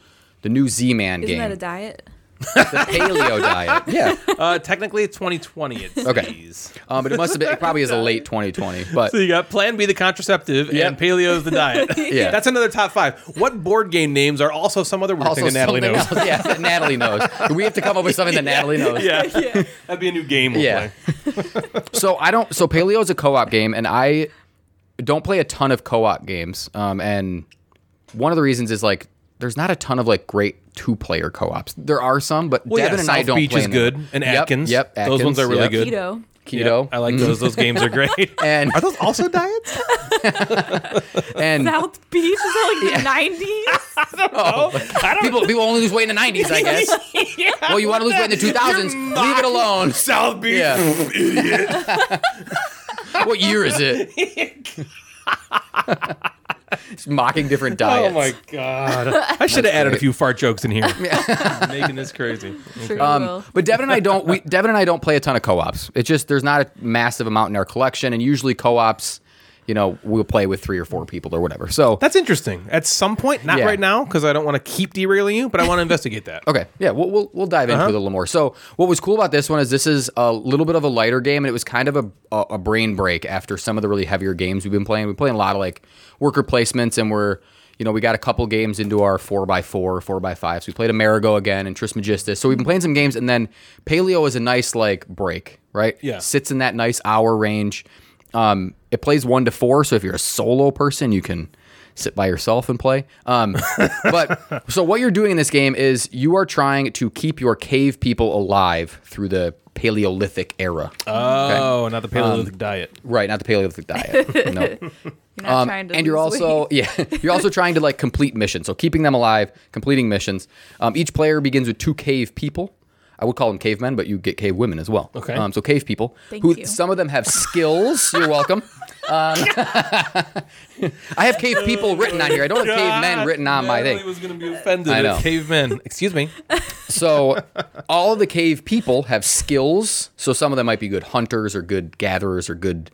the new Z Man
Isn't
game.
that a diet?
the Paleo diet. Yeah,
Uh, technically, it's 2020. It's
Okay. um, but it must have been. It probably is a late 2020, but
So you got Plan B, the contraceptive,
Yep.
and Paleo is the diet.
Yeah.
that's another top five. What board game names are also some other weird
also
thing that Natalie
something
knows?
else. Yeah, that Natalie knows. We have to come up with something that Natalie knows.
Yeah. that'd be a new game. We'll
Yeah.
play.
so I don't. So Paleo is a co-op game, and I don't play a ton of co-op games. Um, and one of the reasons is like there's not a ton of like great two-player co-ops. There are some, but
Well, yeah,
Devin and I
South
don't
Beach
play
is
in them.
good, and
Yep,
Atkins.
Yep,
Those ones are really
yep.
good.
Keto.
Keto. Mm.
I like those. Those games are great.
And
are those also diets?
and
South Beach is that like the 90s?
people people only lose weight in the 90s, I guess. Well, you want to lose weight in the 2000s? Leave it alone.
South Beach.
Yeah. what year is it? Just mocking different
Oh
diets.
my god! I should have added a
great.
few fart jokes in here. Making this crazy. Okay.
Sure
Um,
you will.
But Devin and I don't. We Devin and I don't play a ton of co-ops. It's just there's not a massive amount in our collection, and usually co-ops, you know, we'll play with three or four people or whatever. So
That's interesting. At some point, not
Yeah.
right now, because I don't want to keep derailing you, but I want to investigate that.
Okay. Yeah, we'll we'll, we'll dive into it a little more. So, what was cool about this one is this is a little bit of a lighter game, and it was kind of a a, a brain break after some of the really heavier games we've been playing. We're playing a lot of like worker placements, and we're you know we got a couple games into our four x four, four x five. So we played Amerigo again and Trismegistus. So we've been playing some games, and then Paleo is a nice like break, right?
Yeah.
Sits in that nice hour range. Um, it plays one to four, so if you're a solo person, you can sit by yourself and play. Um, but so what you're doing in this game is you are trying to keep your cave people alive through the Paleolithic era.
Oh, not the
Um,
Paleolithic diet.
right, not the Paleolithic diet. No.
You're not
Um,
trying to
and you're
lose
also
weight.
yeah you're also trying to like complete missions so keeping them alive completing missions um, each player begins with two cave people i would call them cavemen but you get cave women as well
Okay.
um, so cave people
Thank
who
you.
some of them have skills you're welcome um, i have cave people written on here i don't have cavemen written on my thing
was going to be offended.
I
at
know.
Cavemen. Excuse me.
so all of the cave people have skills. So some of them might be good hunters or good gatherers or good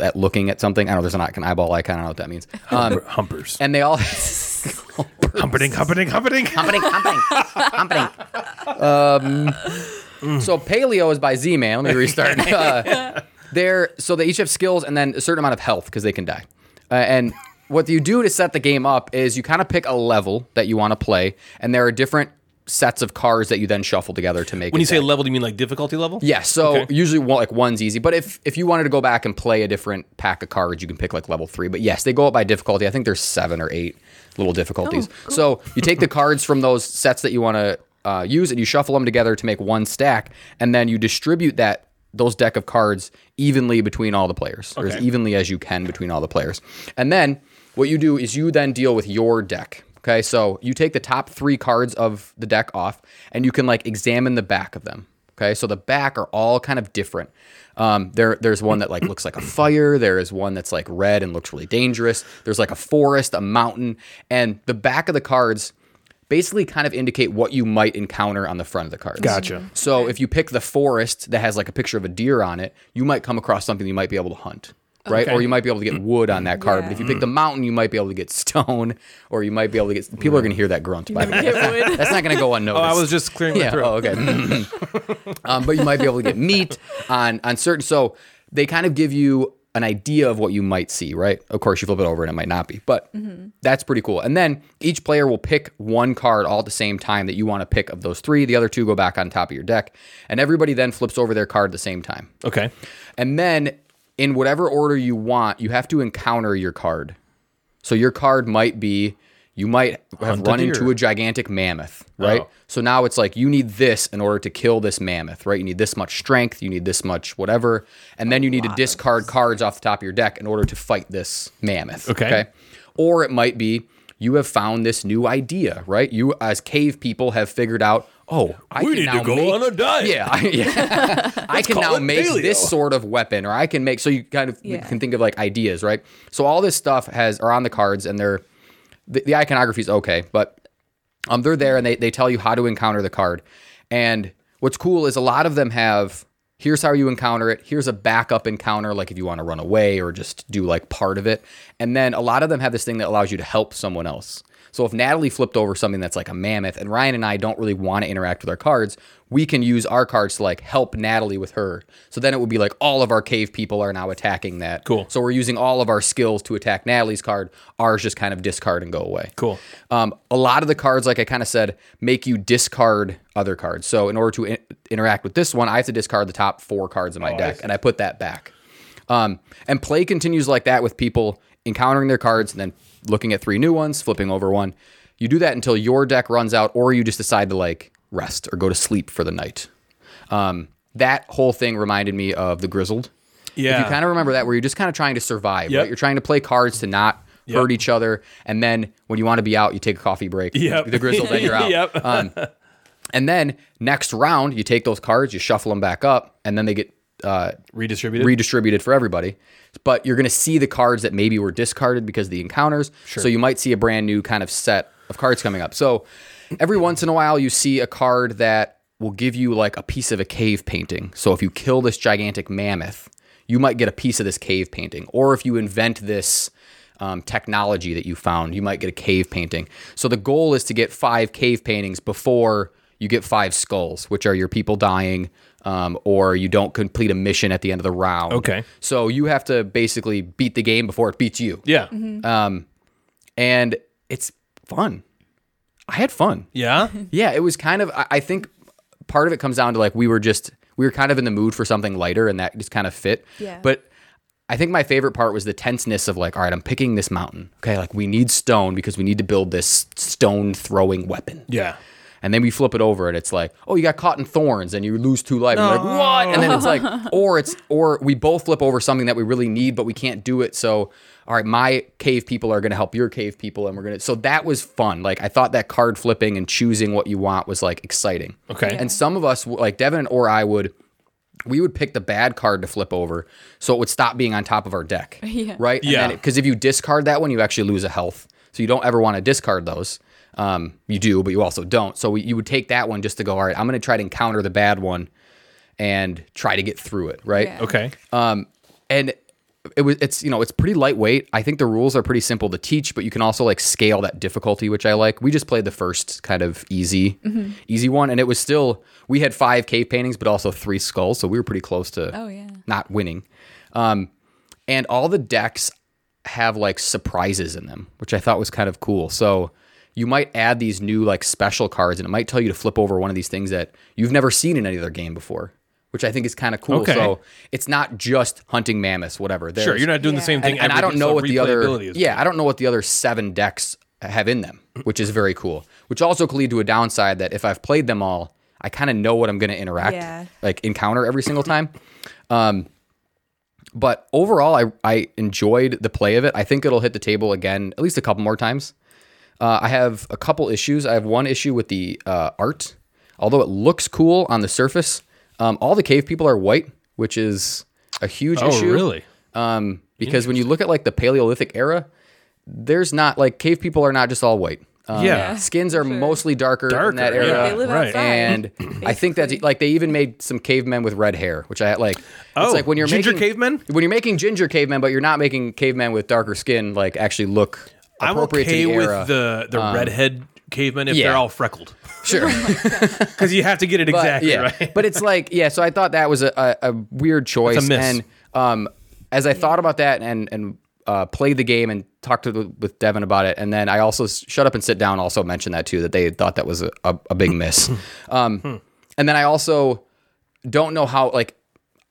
at looking at something. I don't know. There's an eye- an eyeball icon. I don't know what that means. Um,
Humpers.
and they all.
Humperding, humperding, humperding.
Humping, humping, humping. Um, so paleo is by Z Man. Let me restart. Uh, they're so they each have skills and then a certain amount of health because they can die. Uh, and what you do to set the game up is you kind of pick a level that you want to play, and there are different sets of cars that you then shuffle together to make.
When
it
you say
deck.
level, do you mean like difficulty level?
Yeah, so
Okay.
usually one, like one's easy, but if if you wanted to go back and play a different pack of cards, you can pick like level three. But yes, they go up by difficulty. I think there's seven or eight little difficulties. So you take the cards from those sets that you want to uh, use, and you shuffle them together to make one stack, and then you distribute that those deck of cards evenly between all the players, or as
Okay.
evenly as you can between all the players. And then what you do is you then deal with your deck. Okay, so you take the top three cards of the deck off, and you can like examine the back of them. Okay, so the back are all kind of different. Um, there, there's one that like looks like a fire. There is one that's like red and looks really dangerous. There's like a forest, a mountain, and the back of the cards basically kind of indicate what you might encounter on the front of the cards.
Gotcha.
So if you pick the forest that has like a picture of a deer on it, you might come across something you might be able to hunt, right? Or you might be able to get wood on that card. But if you pick the mountain, you might be able to get stone, or you might be able to get. People are going to hear that grunt. By the way,
It would.
that's not going to go unnoticed.
Oh, I was just clearing my
yeah.
throat.
Oh, okay. um, but you might be able to get meat on on certain. So they kind of give you an idea of what you might see, right? Of course, you flip it over and it might not be, but that's pretty cool. And then each player will pick one card all at the same time that you want to pick of those three. The other two go back on top of your deck, and everybody then flips over their card at the same time.
Okay.
And then, in whatever order you want, you have to encounter your card. So your card might be you might have
Hunt a
run
deer.
into a gigantic mammoth, right?
Oh.
So now it's like you need this in order to kill this mammoth, right? You need this much strength, you need this much whatever, and then you need to discard cards off the top of your deck in order to fight this mammoth.
Okay.
Or it might be you have found this new idea, right? You as cave people have figured out, oh, I
We
can
need
now
to go
make-
on a diet.
Yeah, I, yeah. I can
call
now
it
make
paleo.
this sort of weapon, or I can make. So you kind of
Yeah.
can think of like ideas, right? So all this stuff has are on the cards, and they're the, the iconography is okay, but um, they're there and they they tell you how to encounter the card. And what's cool is a lot of them have here's how you encounter it. Here's a backup encounter, like if you want to run away or just do like part of it. And then a lot of them have this thing that allows you to help someone else. So if Natalie flipped over something that's like a mammoth, and Ryan and I don't really want to interact with our cards, we can use our cards to like help Natalie with her. So then it would be like all of our cave people are now attacking that.
Cool.
So we're using all of our skills to attack Natalie's card. Ours just kind of discard and go away.
Cool.
Um, a lot of the cards, like I kind of said, make you discard other cards. So in order to in- interact with this one, I have to discard the top four cards in my deck, and I put that back. Um, and play continues like that with people encountering their cards and then looking at three new ones, flipping over one. You do that until your deck runs out, or you just decide to like rest or go to sleep for the night. Um, that whole thing reminded me of the Grizzled.
Yeah.
If you kind of remember that, where you're just kind of trying to survive,
Yep.
right? You're trying to play cards to not
Yep.
hurt each other. And then when you want to be out, you take a coffee break.
Yep.
The grizzle, then you're out.
Yep.
Um, and then next round, you take those cards, you shuffle them back up, and then they get uh,
Redistributed.
redistributed for everybody. But you're going to see the cards that maybe were discarded because of the encounters. So you might see a brand new kind of set of cards coming up. So every once in a while, you see a card that will give you like a piece of a cave painting. So if you kill this gigantic mammoth, you might get a piece of this cave painting. Or if you invent this um, technology that you found, you might get a cave painting. So the goal is to get five cave paintings before you get five skulls, which are your people dying, um, or you don't complete a mission at the end of the round.
Okay.
So you have to basically beat the game before it beats you.
yeah.
And it's fun. I had fun.
Yeah.
Yeah, it was kind of. I, I think part of it comes down to like we were just we were kind of in the mood for something lighter, and that just kind of fit.
Yeah.
But I think my favorite part was the tenseness of like, all right, I'm picking this mountain. Okay, like we need stone because we need to build this stone throwing weapon.
Yeah.
And then we flip it over and it's like, oh, you got caught in thorns and you lose two life. And you're like, what? And then it's like, or it's or we both flip over something that we really need, but we can't do it. So all right, my cave people are gonna help your cave people and we're gonna so that was fun. Like I thought that card flipping and choosing what you want was like exciting.
Okay.
And some of us like Devin or I would we would pick the bad card to flip over so it would stop being on top of our deck.
Yeah.
Right?
Yeah.
Because if you discard that one, you actually lose a health. So you don't ever want to discard those. Um, you do, but you also don't. So we, you would take that one just to go, all right, I'm going to try to encounter the bad one and try to get through it. Right.
Yeah.
Okay.
Um, and it was it's you know it's pretty lightweight. I think the rules are pretty simple to teach, but you can also like scale that difficulty, which I like. We just played the first kind of easy,
Mm-hmm.
easy one, and it was still we had five cave paintings, but also three skulls, so we were pretty close to
Oh, yeah.
not winning. Um, and all the decks have like surprises in them, which I thought was kind of cool. So you might add these new like special cards, and it might tell you to flip over one of these things that you've never seen in any other game before, which I think is kind of cool.
Okay.
So it's not just hunting mammoths, whatever. There's,
Sure. You're not doing the
Yeah.
same thing.
and, and I
every-
don't know
so
what the other
replayability is. Mm-hmm.
yeah I don't know what the other seven decks have in them, which is very cool. Which also could lead to a downside that if I've played them all, I kind of know what I'm going to interact
Yeah.
like encounter every single time. Um, but overall, I I enjoyed the play of it. I think it'll hit the table again at least a couple more times. Uh, I have a couple issues. I have one issue with the uh, art. Although it looks cool on the surface, um, all the cave people are white, which is a huge
Oh,
issue.
really?
Um, because when you look at like the Paleolithic era, there's not like cave people are not just all white. Um,
Yeah.
skins are
Sure.
mostly darker, in that
Darker,
era.
yeah.
they live
right.
outside.
and I think that's
Basically.
like they even made some cavemen with red hair, which I like.
Oh,
it's like when you're
ginger
making,
cavemen?
When you're making ginger cavemen, but you're not making cavemen with darker skin, like actually look
I'm
appropriate
okay
to the
with
era. Um,
the the redhead cavemen if
yeah.
they're all freckled,
sure,
because you have to get it
but
exactly
yeah,
right.
but it's like yeah. So I thought that was a, a, a weird choice,
It's a miss.
and um, as I thought about that and and uh, played the game and talked to the, with Devin about it, and then I also s- shut up and sit down. Also mentioned that too that they thought that was a, a, a big miss, um, and then I also don't know how like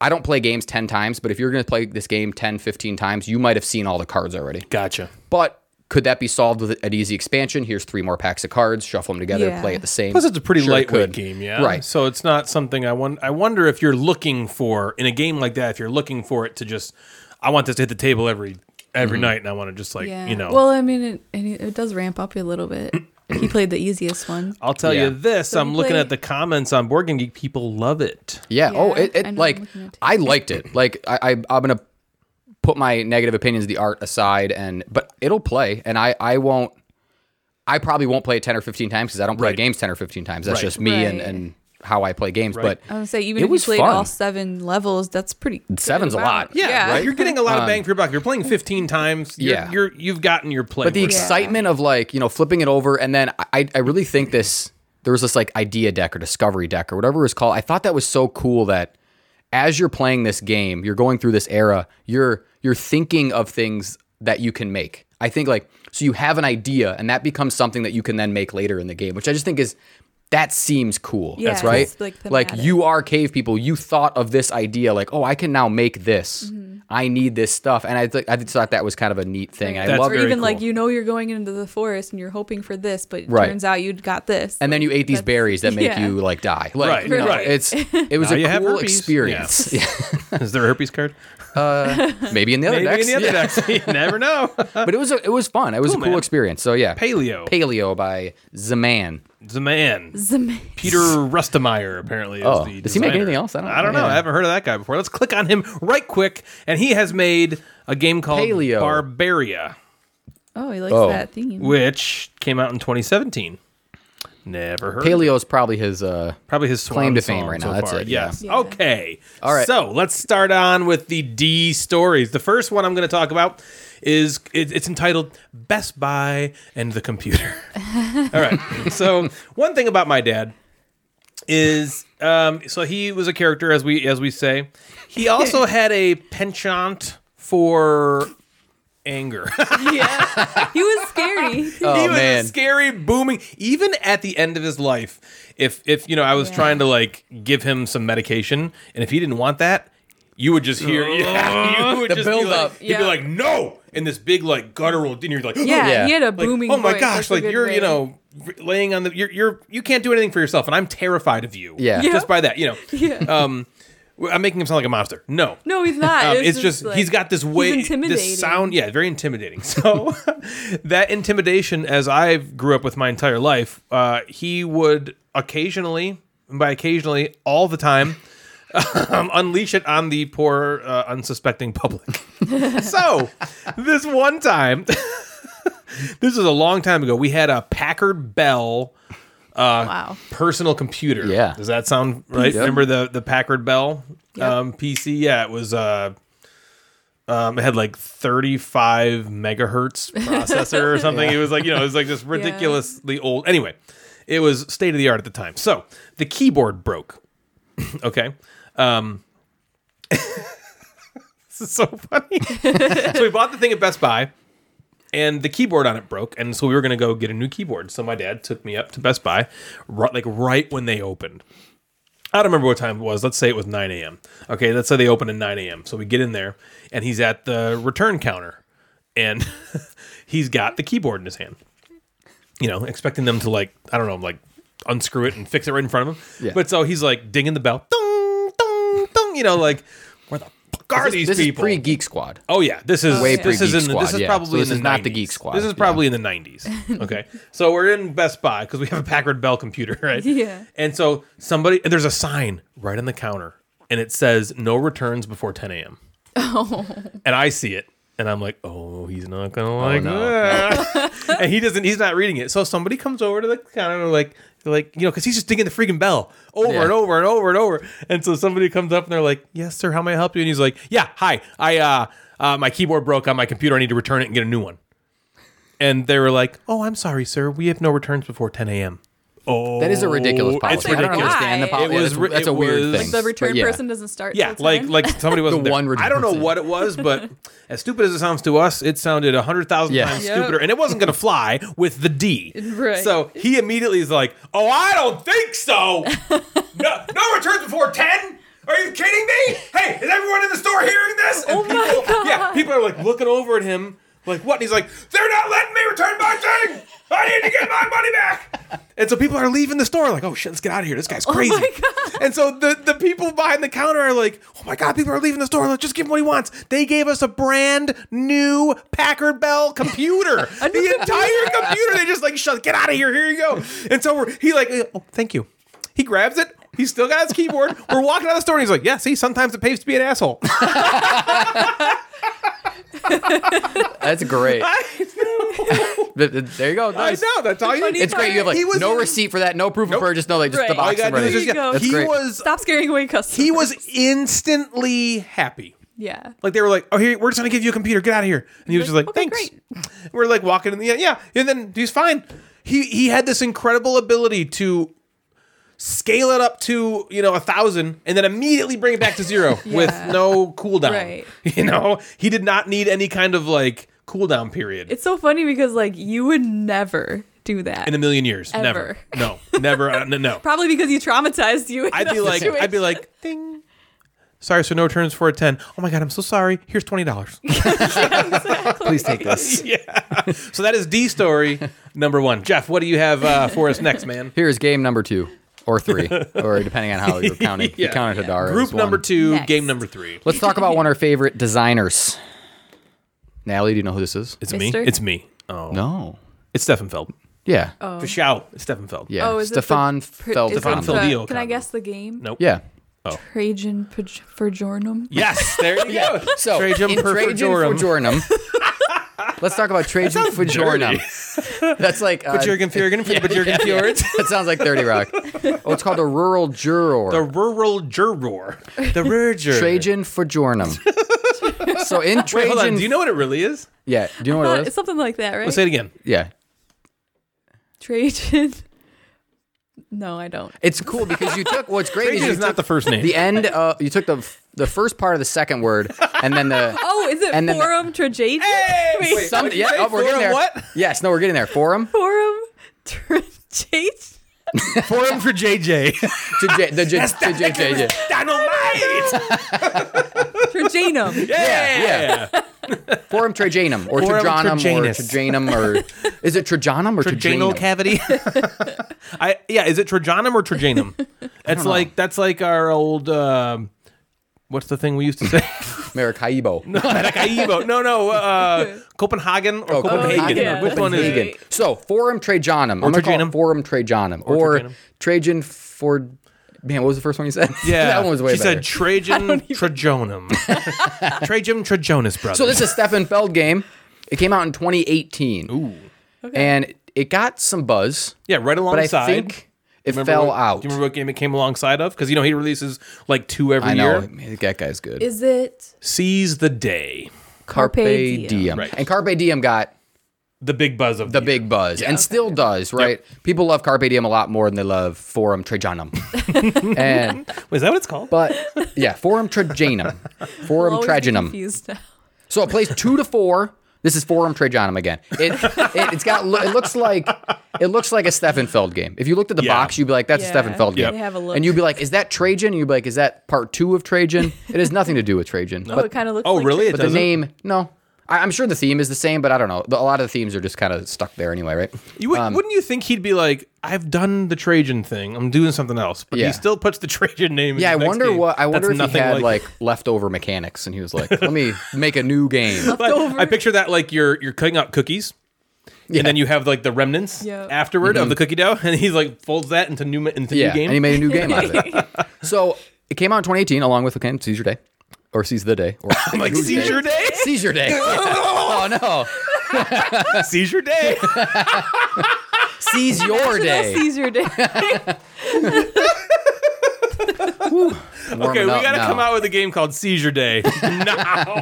I don't play games 10 times, but if you're going to play this game 10, 15 times, you might have seen all the cards already.
Gotcha.
But could that be solved with an easy expansion? Here's three more packs of cards, shuffle them together,
Yeah.
play it the same.
Plus, it's a pretty
Sure it
lightweight
could.
game, yeah.
Right.
So it's not something I want. I wonder if you're looking for in a game like that. If you're looking for it to just, I want this to hit the table every
Mm-hmm.
every night, and I want to just like you know.
Well, I mean, it, and it, it does ramp up a little bit. he played the easiest one.
I'll tell
Yeah.
you this:
So
I'm
you
looking
play-
at the comments on Board Game Geek. People love it.
Yeah.
Yeah,
oh, it,
I
it
know,
like
I'm looking at it.
I liked it. Like I, I I'm gonna put my negative opinions of the art aside, and but it'll play, and I I won't. I probably won't play it ten or fifteen times because I don't play
Right.
games ten or fifteen times. That's
Right.
just me and,
Right.
and how I play games.
Right.
I
But
would say even
It
if
was
you played
fun.
all seven levels, that's pretty. good
Seven's a
amount.
lot.
Yeah,
right? Um,
you're getting a lot of bang for your buck. You're playing 15 times. You're,
Yeah.
you're you've gotten your play.
but the
worth.
excitement of like you know flipping it over and then I I really think this there was this like idea deck or discovery deck or whatever it was called. I thought that was so cool that as you're playing this game, you're going through this era, you're you're thinking of things that you can make. I think like so you have an idea and that becomes something that you can then make later in the game, which I just think is that seems cool.
Yeah,
That's right.
it's, like,
like
thematic.
you you are cave people. You thought of this idea, like, oh, I can now make this.
Mm-hmm.
I need this stuff, and I, th- I just thought that was kind of a neat thing. I
That's
love
Or
very
even like
cool.
you know you're going into the forest and you're hoping for this, but it
Right.
turns out you'd got this.
and then you ate these berries that make
yeah.
you like die. Like,
Right,
you know,
right.
It's it was
Now you
a
have
cool
herpes.
experience.
is there a herpes card?
Yeah. Maybe in the other
Maybe
decks,
in the other
Oh, Yeah.
decks. You never know.
but it was a, it was fun. It was
Cool,
a cool
man.
experience. So yeah,
Paleo.
Paleo by Zaman.
the man.
Zam-
Peter Rustemeyer apparently is
Oh,
the
does he make
designer.
anything else? I don't
know.
know. Yeah.
I haven't heard of that guy before. Let's click on him right quick, and he has made a game called
Paleo.
Barbaria,
oh, he likes
Oh.
that theme.
which came out in 2017. Never heard. of it.
Paleo is probably his. uh
Probably his swan
Claim to
song
fame right
so
now. That's
far.
it, yeah.
Yes.
Yeah.
Okay.
All right.
So let's start on with the D stories. The first one I'm going to talk about is it, it's entitled "Best Buy and the Computer." All right. So one thing about my dad is um, so he was a character as we as we say. He also had a penchant for anger.
yeah, he was scary.
Oh
he was
man,
scary, booming. Even at the end of his life, if if you know, I was
Yeah.
trying to like give him some medication, and if he didn't want that, you would just hear yeah, you would
The
just be
build
like-
up.
He'd be
Yeah.
like, "No!" in this big like guttural, and you're like,
yeah,
Yeah.
he had a
like,
booming.
oh my
voice.
gosh
That's a
like
good
you're
way.
you know r- laying on the you're you're you can't do anything for yourself and i'm terrified of you
Yeah. Yeah.
just by that you know
Yeah.
um w- i'm making him sound like a monster no
No, he's not.
um,
It's
it's just,
just, like,
he's got this
he's
way
intimidating.
this sound yeah very intimidating so that intimidation as i grew up with my entire life uh he would occasionally and by occasionally all the time um, unleash it on the poor uh, unsuspecting public so this one time this was a long time ago we had a packard bell
Uh,
wow.
personal computer
Yeah.
does that sound right remember the the packard bell
Yep.
um pc yeah it was uh um, it had like 35 megahertz processor or something. It was like, you know, it was like this ridiculously old. Anyway, it was state of the art at the time. So the keyboard broke. okay. Um, this is so funny. so we bought the thing at Best Buy and the keyboard on it broke and so we were going to go get a new keyboard so my dad took me up to best buy right, like right when they opened i don't remember what time it was let's say it was 9 a.m okay let's say they open at 9 a.m so we get in there and he's at the return counter and he's got the keyboard in his hand you know expecting them to like i don't know like unscrew it and fix it right in front of him
Yeah.
but so he's like dinging the bell dong, dong, dong, you know like where the fuck are these
this
people
is pre Geek Squad.
Oh yeah, this is
Way
this is
pre-Geek
in the, this
Squad,
is
yeah.
probably
So this
in the
is not the
90s.
Geek Squad,
This is
yeah.
probably in the nineties. Okay, so we're in Best Buy because we have a Packard Bell computer, right?
Yeah.
And so somebody and there's a sign right on the counter and it says no returns before 10 a.m. Oh. And I see it and I'm like, oh, he's not gonna like
no.
that. and he doesn't. He's not reading it. So somebody comes over to the counter, like, like you know, because he's just dinging the freaking bell over
Yeah.
and over and over and over. And so somebody comes up and they're like, yes, sir, how may I help you? And he's like, yeah, hi, I uh, uh my keyboard broke on my computer. I need to return it and get a new one. And they were like, oh, I'm sorry, sir, we have no returns before 10 a.m. Oh,
That is a ridiculous
it's
policy. I don't
ridiculous.
understand the
Why?
policy.
It was
that's,
ri-
that's a
it
weird
was-
thing.
Like
The
But
return
yeah.
person doesn't start.
Yeah,
till
like
10.
like somebody wasn't there.
one
I don't know
redundancy.
what it was, but as stupid as it sounds to us, it sounded a hundred thousand
Yeah.
times
Yep.
stupider, and it wasn't going to fly with the D.
Right.
So he immediately is like, "Oh, I don't think so. no, no returns before ten. Are you kidding me? Hey, is everyone in the store hearing this?" And
Oh my God.
Yeah, people are like looking over at him, like, "What?" And he's like, "They're not letting me return my thing. I need to get my money back." And so people are leaving the store, like, "Oh shit, let's get out of here. This guy's crazy."
my God.
And so the, the people behind the counter are like, oh my God, people are leaving the store. Let's just give him what he wants. They gave us a brand new Packard Bell computer. the entire computer. They just like, shut, get out of here. Here you go. And so we're, he like, oh, thank you. He grabs it. He's still got his keyboard. We're walking out of the store and he's like, yeah, see, sometimes it pays to be an asshole.
That's great. Th- th- there you go.
I
Nice.
know. That's all you need.
It's great. You have
He
like
was
no
in-
receipt for that, no proof
Nope.
of purchase, no like just
Right.
the
All you
box.
got
and
to do is
ready.
just,
There you
yeah,
go.
That's
he
great.
was,
stop scaring away customers.
he was instantly happy.
yeah.
Like they were like, "Oh, here, we're just gonna give you a computer. Get out of here." And he was
Like,
just like,
"Okay,
"Thanks." We're like walking in the yeah, yeah, and then he's fine. He he had this incredible ability to scale it up to you know a thousand, and then immediately bring it back to zero with
Yeah.
no cooldown.
Right.
You know, he did not need any kind of like cooldown period
It's so funny because like you would never do that.
in a million years.
Ever.
Never. No. Never. uh, no. no.
Probably because he traumatized you. in
I'd
that
be like, I'd be
situation.
like, ding. Sorry, so no returns for a ten. Oh my god, I'm so sorry. Here's twenty dollars.
Please take this.
yeah. So that is D story number one. Jeff, what do you have uh, for us next, man?
Here is game number two or three, or depending on how you're counting. You
Yeah.
counted Hadara. as
Group
one.
number two,
Next.
game number three.
Let's talk about one of our favorite designers. Natalie, do you know who this is?
It's
Mister?
me. It's me. Oh,
No.
it's Steffenfeld.
Yeah.
For shout, it's Steffenfeld.
Yeah.
Oh, is it the
Stefan
pr-
Feld.
is it
Stefan
the-
Feldio
Can I
combo.
guess the game?
Nope.
Yeah.
Trajan Paj- Fajornum.
Yes. There you go.
So
Trajan
in
per
Trajan
Fajorum.
Fajorum- let's talk about Trajan Fajornum. That's like uh,
Bajurgen Fjurgen for the Bajurgen Fjords.
that sounds like Thirty Rock. Oh, it's called a rural juror.
The rural juror. The rural juror.
Trajan Fajornum. so in Trajan,
Wait, hold on. Do you know what it really is?
yeah, do you know what
Uh,
it
it's
is?
something like that, right?
Let's say it again.
Yeah,
Trajan. No, I don't.
it's cool because you took what's great
Trajan
is you
is not
took
the first name.
the end. Uh, you took the the first part of the second word and then the
Oh, is it
And then the-
Forum Trajan?
Hey!
Wait,
Wait.
some,
What did you
yeah.
say?
Oh, we're getting
Forum
there.
what?
Yes, no, we're getting there. Forum
Forum Trajan?
Forum for JJ.
to J, the J, to J, J, J.
Dynamite.
Trajanum.
Yeah. Yeah.
Forum Trajanum or
Forum
Trajanum or
Trajanus.
Trajanum or is it Trajanum or
Trajanal
Trajanum?
cavity. I yeah, is it Trajanum or Trajanum? It's like that's like our old um, what's the thing we used to say?
Maracaibo.
Maracaibo. No, no, uh, Copenhagen
Oh,
or Copenhagen.
Copenhagen. Yeah,
Which one is
that's
it?
right.
So Forum Trajanum. I'm gonna call
Trajanum.
it Forum Trajanum or,
Trajanum.
Trajan for. Man, what was the first one you said?
Yeah,
that one was way
She
better.
said Trajan Trajanum. Trajan Trajanus brother.
So this is Stefan Feld game. It came out in 2018. Ooh. And it got some buzz.
yeah, right
But I
alongside.
think it
Remember
fell
what-
out.
Do you remember what game it came alongside of? Because you know he releases like two every
I know.
year.
Man, that guy's good.
Is it
Seize the day.
Carpe
Diem.
Diem.
Right.
And Carpe Diem got
The big buzz of
the big buzz and still does, right? People love Carpe Diem a lot more than they love Forum Trajanum. and
Wait, is that what it's called?
but yeah, Forum Trajanum. Forum
always
Trajanum.
confused now.
So it plays two to four. This is Forum Trajanum again. It, it it's got it looks like it looks like a Steffenfeld game. If you looked at the
Yeah.
box, you'd be like, "That's
Yeah.
a
Yep.
Steffenfeld game,"
They
have a look.
and you'd be like, "Is that Trajan?" And you'd be like, "Is that part two of Trajan?" It has nothing to do with Trajan,
Oh,
but,
it kind of looks
oh,
like
really? It
but the
doesn't?
name no. I, I'm sure the theme is the same, but I don't know. The- a lot of the themes are just kind of stuck there anyway, right?
You would, wouldn't you think he'd be like, I've done the Trajan thing. I'm doing something else, but
Yeah.
he still puts the Trajan name. in
Yeah, I
his next
wonder
game.
what I wonder
That's
if he
nothing
had like, leftover mechanics, and he was like, "Let me make a new game."
But I picture that like you're you're cutting out cookies, and then you have like the remnants
Yep.
afterward of the cookie dough, and he's like folds that into new into
Mm-hmm. yeah,
new game.
and he made a new game out of it. So It came out in 2018 along with okay, Seize Your Day. Or Seize the Day. Or
I'm like seizure day,
Seizure Day. oh no.
seizure day.
Seize your day.
Caesar Day.
Warming
Okay, we
up
gotta
now.
come out with a game called Seizure Day. nah,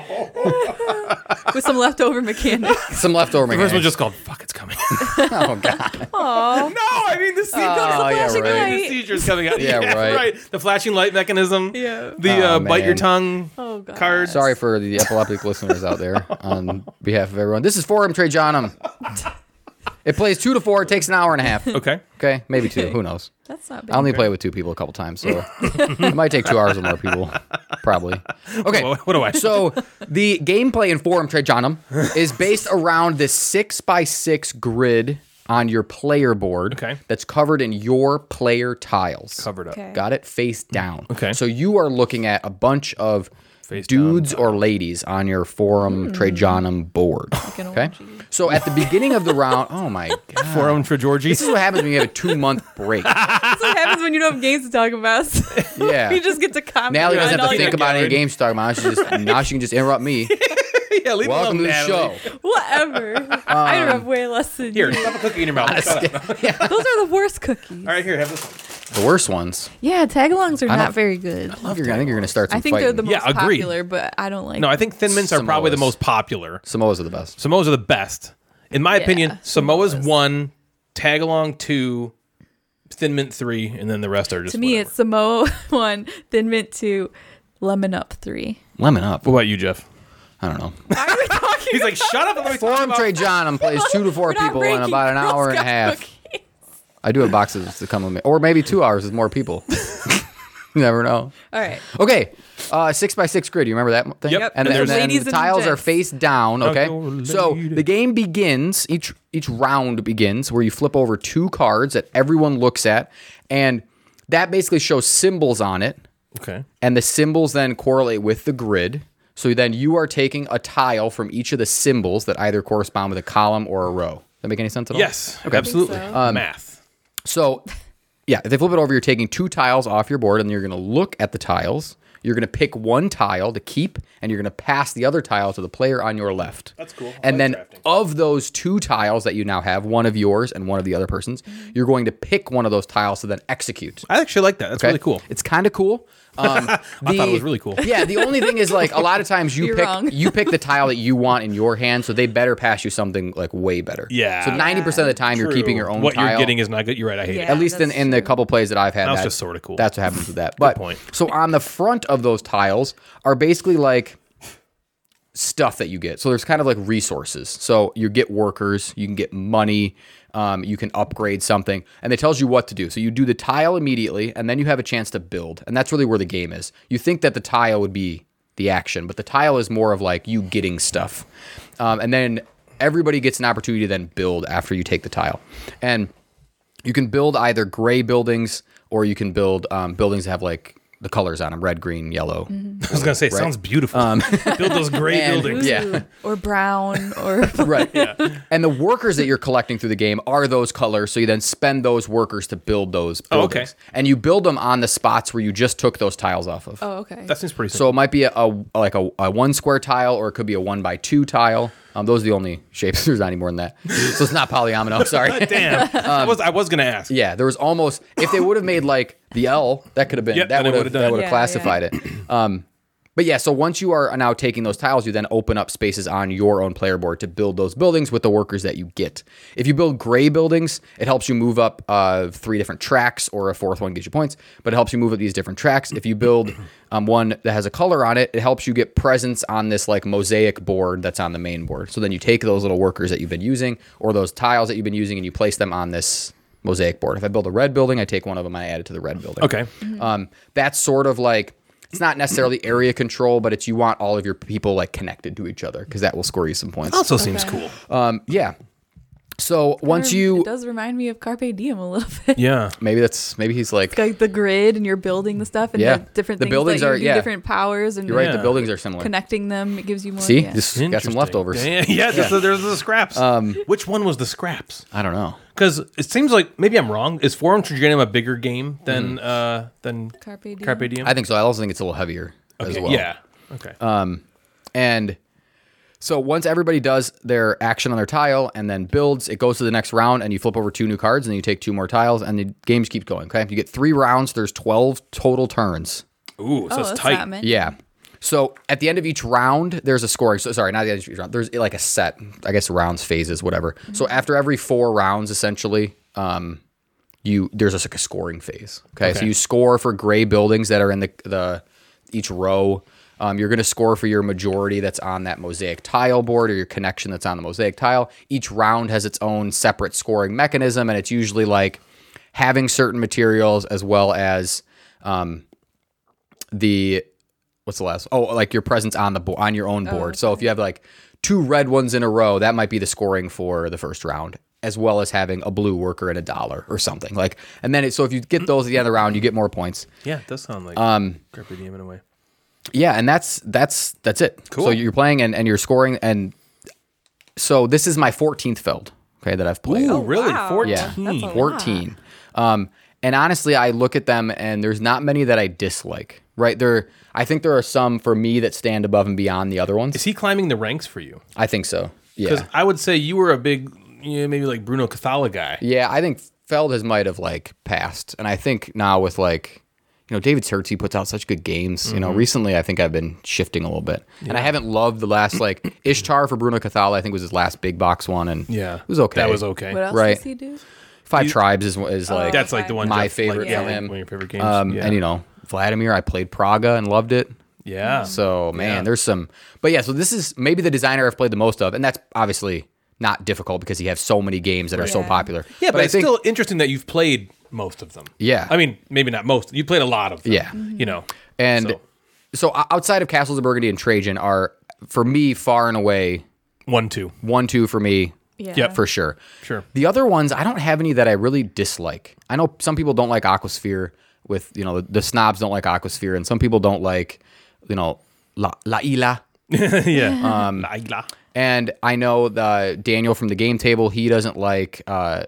with some leftover mechanics.
Some leftover
the first one
mechanics.
just called "Fuck It's Coming." no,
Oh god.
Oh,
I mean the seizure.
Oh yeah,
flashing
right.
light.
the seizure's coming out.
Yeah, right.
The flashing light mechanism.
Yeah.
The uh,
Oh,
bite your
man.
tongue
Oh, God.
card.
Sorry for the epileptic listeners out there on behalf of everyone. This is Forum Trey Johnum. It plays two to four. It takes an hour and a half.
Okay.
Okay, maybe two. Who knows?
that's not
I
bad.
only play with two people a couple times, so it might take two hours or more people, probably. Okay,
Wha- what do I-
So the gameplay in Forum Trajanum is based around this six by six grid on your player board.
Okay.
that's covered in your player tiles.
Covered up.
Okay.
Got it face down.
Okay.
So you are looking at a bunch of
Face
dudes or ladies on your Forum Trajanum board.
an
Okay.
orgy.
So at the beginning of the round, oh my god.
Forum for Georgie.
This is what happens when you have a two month break.
That's what happens when you don't have games to talk about.
Yeah.
you just get to comment.
Natalie doesn't
on
have
all
to think
your-
about any
yard.
games she's talking about. She just now she can just interrupt me.
yeah, leave
Welcome to
alone,
the show.
Natalie.
Whatever.
Um,
I don't have way less than
Here,
you.
stuff a cookie in your mouth. Shut up.
Those are the worst cookies.
All right, here, have this. one.
The worst ones.
Yeah, tagalongs are
I don't-
not very good.
I, think you're gonna- I think you're going to start some
I think
fighting.
they're the most
Yeah, agreed.
popular, but I don't like.
No, I think Thin Mints are probably the
Samoas.
most popular.
Samoas are the best.
Samoa's are the best. In my opinion, Samoa's,
Samoas.
one, Tagalong two, Thin Mint three, and then the rest are just.
to me,
whatever.
it's Samoa one, Thin Mint two, Lemon Up three.
Lemon up.
What about you, Jeff?
I don't know.
Why are we talking?
He's like, shut up. Let me talk
Forum
about-
Trade Johnum plays two to four
We're not
people in
ranking
about an
Girl
hour and a
Scout
half.
cookies.
I do have boxes to come with me, or maybe two hours with more people. you never know.
All right.
Okay, uh, six by six grid. You remember that thing?
Yep. And
And, then,
there's-
then
Ladies
the
and
tiles are
gents.
face down. Okay.
go
So
lady.
the game begins. Each each round begins where you flip over two cards that everyone looks at, and that basically shows symbols on it,
Okay.
and the symbols then correlate with the grid. So then you are taking a tile from each of the symbols that either correspond with a column or a row. Does that make any sense at all?
Yes. Absolutely.
so. Um,
Math.
So, yeah, if they flip it over, you're taking two tiles off your board, and you're going to look at the tiles. You're going to pick one tile to keep, and you're going to pass the other tile to the player on your left. That's
cool. I
and
like
then,
drafting.
of those two tiles that you now have, one of yours and one of the other person's, you're going to pick one of those tiles to then execute.
I actually like that. That's
Okay?
really cool.
It's kind of cool. Um,
I thought it
the-
was really cool.
Yeah, the only thing is like a lot of times you
You're
pick
wrong.
you pick the tile that you want in your hand, so they better pass you something like way better.
Yeah.
So ninety percent of the time you're keeping your own.
What
tile
you're getting is not good. You're right. I hate
Yeah.
it.
at least in,
that's
in the couple plays that I've had.
That's
that-
just sorta cool.
That's what happens with that. But
point.
so on the front of those tiles are basically like stuff that you get. So there's kind of like resources. So you get workers, you can get money, um, you can upgrade something, and it tells you what to do. So you do the tile immediately, and then you have a chance to build, and that's really where the game is. You think that the tile would be the action, but the tile is more of like you getting stuff, um, and then everybody gets an opportunity to then build after you take the tile, and you can build either gray buildings or you can build um, buildings that have like the colors on them red green yellow
Mm-hmm.
I was gonna say, it sounds beautiful. Build those gray
and-
buildings.
Um, Yeah.
Ooh, Or brown, or
right and the workers that you're collecting through the game are those colors so you then spend those workers to build those
Oh,
buildings
okay.
and you build them on the spots where you just took those tiles off of
oh, okay.
That seems pretty.
so it might be a, a- like a, a one square tile or it could be a one by two tile um, those are the only shapes there's not any more than that so it's not polyomino sorry
Damn. I was I was gonna ask.
um, Yeah, there was almost if they would have made like the L, that could have been
Yep,
that
then it
would have
would've done
that
it.
would
Yeah,
have classified it. Um, but yeah, so once you are now taking those tiles, you then open up spaces on your own player board to build those buildings with the workers that you get. If you build gray buildings, it helps you move up uh, three different tracks, or a fourth one gets you points, but it helps you move up these different tracks. If you build um, one that has a color on it, it helps you get presence on this like mosaic board that's on the main board. So then you take those little workers that you've been using or those tiles that you've been using and you place them on this mosaic board. If I build a red building, I take one of them and I add it to the red building.
Okay.
Um, that's sort of like it's not necessarily area control, but it's you want all of your people like connected to each other because that will score you some points.
Also seems cool.
Um, yeah. So once you
it does remind me of Carpe Diem a little bit.
Yeah.
maybe that's maybe he's like
Like the grid, and you're building the stuff, and
Yeah.
the different
The
things
buildings
that you
are-
do,
yeah.
different powers, and
you're right.
Yeah.
The buildings are similar.
connecting them. It gives you more.
See,
yeah.
this got some
Interesting.
leftovers. Um,
Yeah, yeah, just the- there's the scraps. Which one was the scraps?
I don't know.
Because it seems like maybe I'm wrong. Is Forum Trigenium a bigger game than uh than
Carpe Diem?
Carpe Diem?
Mm. I think so. I also think it's a little heavier as
Okay,
well. Um,
Yeah. Okay.
And so once everybody does their action on their tile and then builds, it goes to the next round and you flip over two new cards and then you take two more tiles and the games keep going. Okay. You get three rounds. There's 12 total turns.
Ooh, so
oh,
it's
that's
tight.
not meant.
Yeah. So at the end of each round, there's a scoring. So sorry, not the end of each round. There's like a set, I guess rounds, phases, whatever. So after every four rounds, essentially, um, you there's just like a scoring phase. Okay? So
Okay.
you score for gray buildings that are in the the each row. Um, you're going to score for your majority that's on that mosaic tile board or your connection that's on the mosaic tile. Each round has its own separate scoring mechanism, and it's usually like having certain materials as well as um, the what's the last? Oh, like your presence on the bo- on your
Oh,
own board. So if you have like two red ones in a row, that might be the scoring for the first round, as well as having a blue worker and a dollar or something like. And then it, so if you get those at the end of the round, you get more points.
Yeah, it does sound like um, Carpe Diem in a way.
Yeah, and that's that's that's it.
Cool.
So you're playing and and you're scoring and so this is my 14th filled. Okay, that I've played.
Ooh, really?
Oh, wow.
Yeah.
Fourteen.
That's a lot.
14. Um, and honestly, I look at them and there's not many that I dislike, right? There, I think there are some for me that stand above and beyond the other ones.
Is he climbing the ranks for you?
I think so.
Because
Yeah.
I would say you were a big, you know, maybe like Bruno Cathala guy.
Yeah. I think Feld has might have like passed. And I think now with like, you know, David Sertzi puts out such good games. You know,
Mm-hmm.
recently I think I've been shifting a little bit. And I haven't loved the last like Ishtar for Bruno Cathala, I think was his last big box one. And
Yeah,
it was okay.
That was okay.
What else
Right.
does he do?
Five Tribes is, is like,
That's like the one
my
Jeff-
favorite
Like, yeah,
from
like
him.
One of your favorite games.
um,
yeah.
and you know, Vladimir, I played Praga and loved it.
yeah.
So man,
Um, Yeah.
there's some. But yeah, so this is maybe the designer I've played the most of, and that's obviously not difficult because he has so many games that are so
Yeah.
popular.
yeah, but, it's still interesting that you've played most of them.
Yeah.
I mean, maybe not most. You played a lot of them.
Yeah.
You know.
and so.
so,
o- outside of Castles of Burgundy and Trajan are for me far and away
one, two.
one two for me.
Yeah.
Yep.
for sure.
Sure.
The other ones, I don't have any that I really dislike. I know some people don't like Aquasphere. With you know the, the snobs don't like Aquasphere, and some people don't like you know La La Ila.
yeah. Um, Laila.
And I know the Daniel from the game table, he doesn't like uh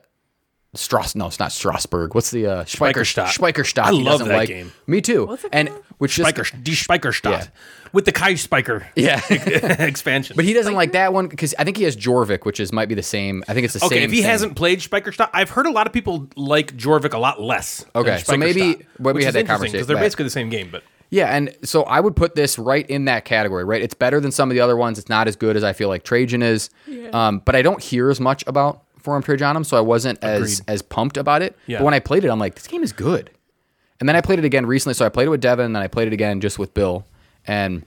Strass no, it's not Strasbourg. What's the uh
Speicherstadt.
Spikerstadt.
I
he
love
doesn't
that
like.
game.
Me too.
it
and
called?
which just
Spiker, die Spikerstadt
Yeah.
with the Kai Spiker
yeah.
expansion.
but he doesn't like that one because I think he has Jorvik, which is might be the same. I think it's the
okay,
same.
if he
thing.
hasn't played Spikerstadt, I've heard a lot of people like Jorvik a lot less. than
Okay, so maybe-
Spikerstadt,
well, we
which
had
is
that
interesting,
conversation,
they're
but-
basically the same game, but
Yeah, and so I would put this right in that category, right? It's better than some of the other ones. It's not as good as I feel like Trajan is. Um, but I don't hear as much about Forum Trajanum, so I wasn't as as pumped about it.
Yeah.
But when I played it, I'm like, this game is good. And then I played it again recently. So I played it with Devin, and then I played it again just with Bill. And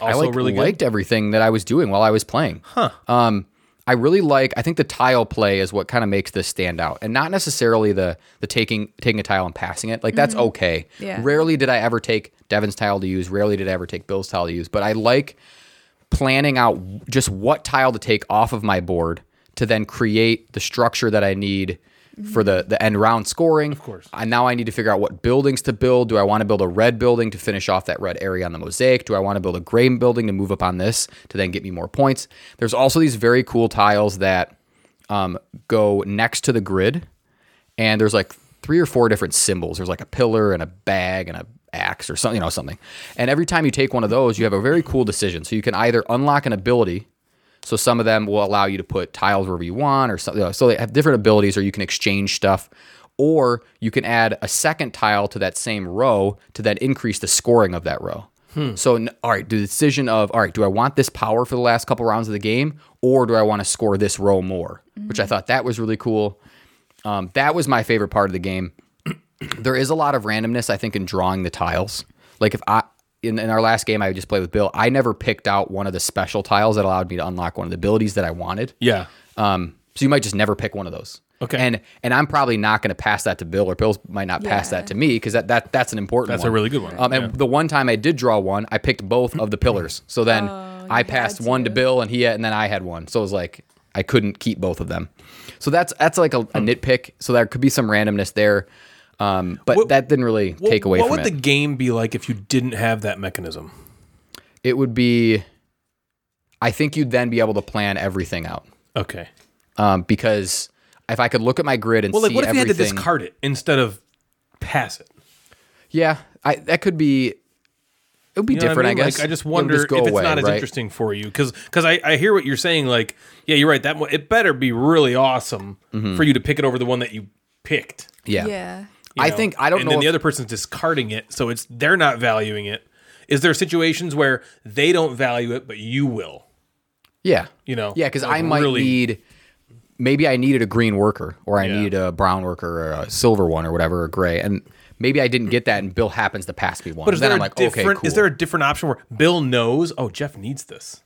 also
I like,
really good.
liked everything that I was doing while I was playing. Huh. Um, I really like. I think the tile play is what kind of makes this stand out, and not necessarily the the taking taking a tile and passing it. Like that's okay.
Yeah.
Rarely did I ever take Devin's tile to use. Rarely did I ever take Bill's tile to use. But I like planning out just what tile to take off of my board to then create the structure that I need for the the end round scoring. Of
course.
And now I need to figure out what buildings to build. Do I want to build a red building to finish off that red area on the mosaic? Do I want to build a gray building to move up on this to then get me more points? There's also these very cool tiles that um, go next to the grid, and there's like three or four different symbols. There's like a pillar and a bag and a axe or something, you know, something. And every time you take one of those, you have a very cool decision. So you can either unlock an ability. So some of them will allow you to put tiles wherever you want, or something. so they have different abilities, or you can exchange stuff, or you can add a second tile to that same row to then increase the scoring of that row. So n- all right, the decision of all right, do I want this power for the last couple rounds of the game, or do I want to score this row more? Which I thought that was really cool. Um, that was my favorite part of the game. there is a lot of randomness, I think, in drawing the tiles. Like if I in, in our last game, I just played with Bill. I never picked out one of the special tiles that allowed me to unlock one of the abilities that I wanted.
yeah.
Um, so you might just never pick one of those.
Okay.
And and I'm probably not going to pass that to Bill, or Bill might not pass
Yeah.
that to me because that, that that's an important.
That's
one.
a really good one.
Um, and the one time I did draw one, I picked both of the pillars. So then I
Oh, you
passed
had
one to
to.
Bill, and he had, and then I had one. So it was like I couldn't keep both of them. So that's that's like a, a
Hmm.
nitpick. So there could be some randomness there, um, but
What-
that didn't really
What-
take away
What
from
would
it.
the game be like if you didn't have that mechanism?
it would be. I think you'd then be able to plan everything out
Okay.
um, because if I could look at my grid and
Well, like,
see
what if you had to
everything,
discard it instead of pass it?
yeah, I, that could be. It would be
You know what
different, I,
mean?
guess.
Like, I just
It would
wonder
go
if it's
away,
not as
right?
interesting for you because I, I hear what you're saying. Like, yeah, you're right. That one, it better be really awesome
Mm-hmm.
for you to pick it over the one that you picked.
Yeah.
yeah.
you
I think I don't
and
know
Then the
if-
other person's discarding it, so it's they're not valuing it. Is there situations where they don't value it, but you will?
Yeah.
You know,
Yeah, because
like,
I might
really-
need maybe I needed a green worker or I
Yeah.
need a brown worker or a silver one or whatever or gray, and maybe I didn't get that, and Bill happens to pass me one.
But is
then
there
I'm
a
like,
different?
okay, cool.
Is there a different option where Bill knows? Oh, Jeff needs this.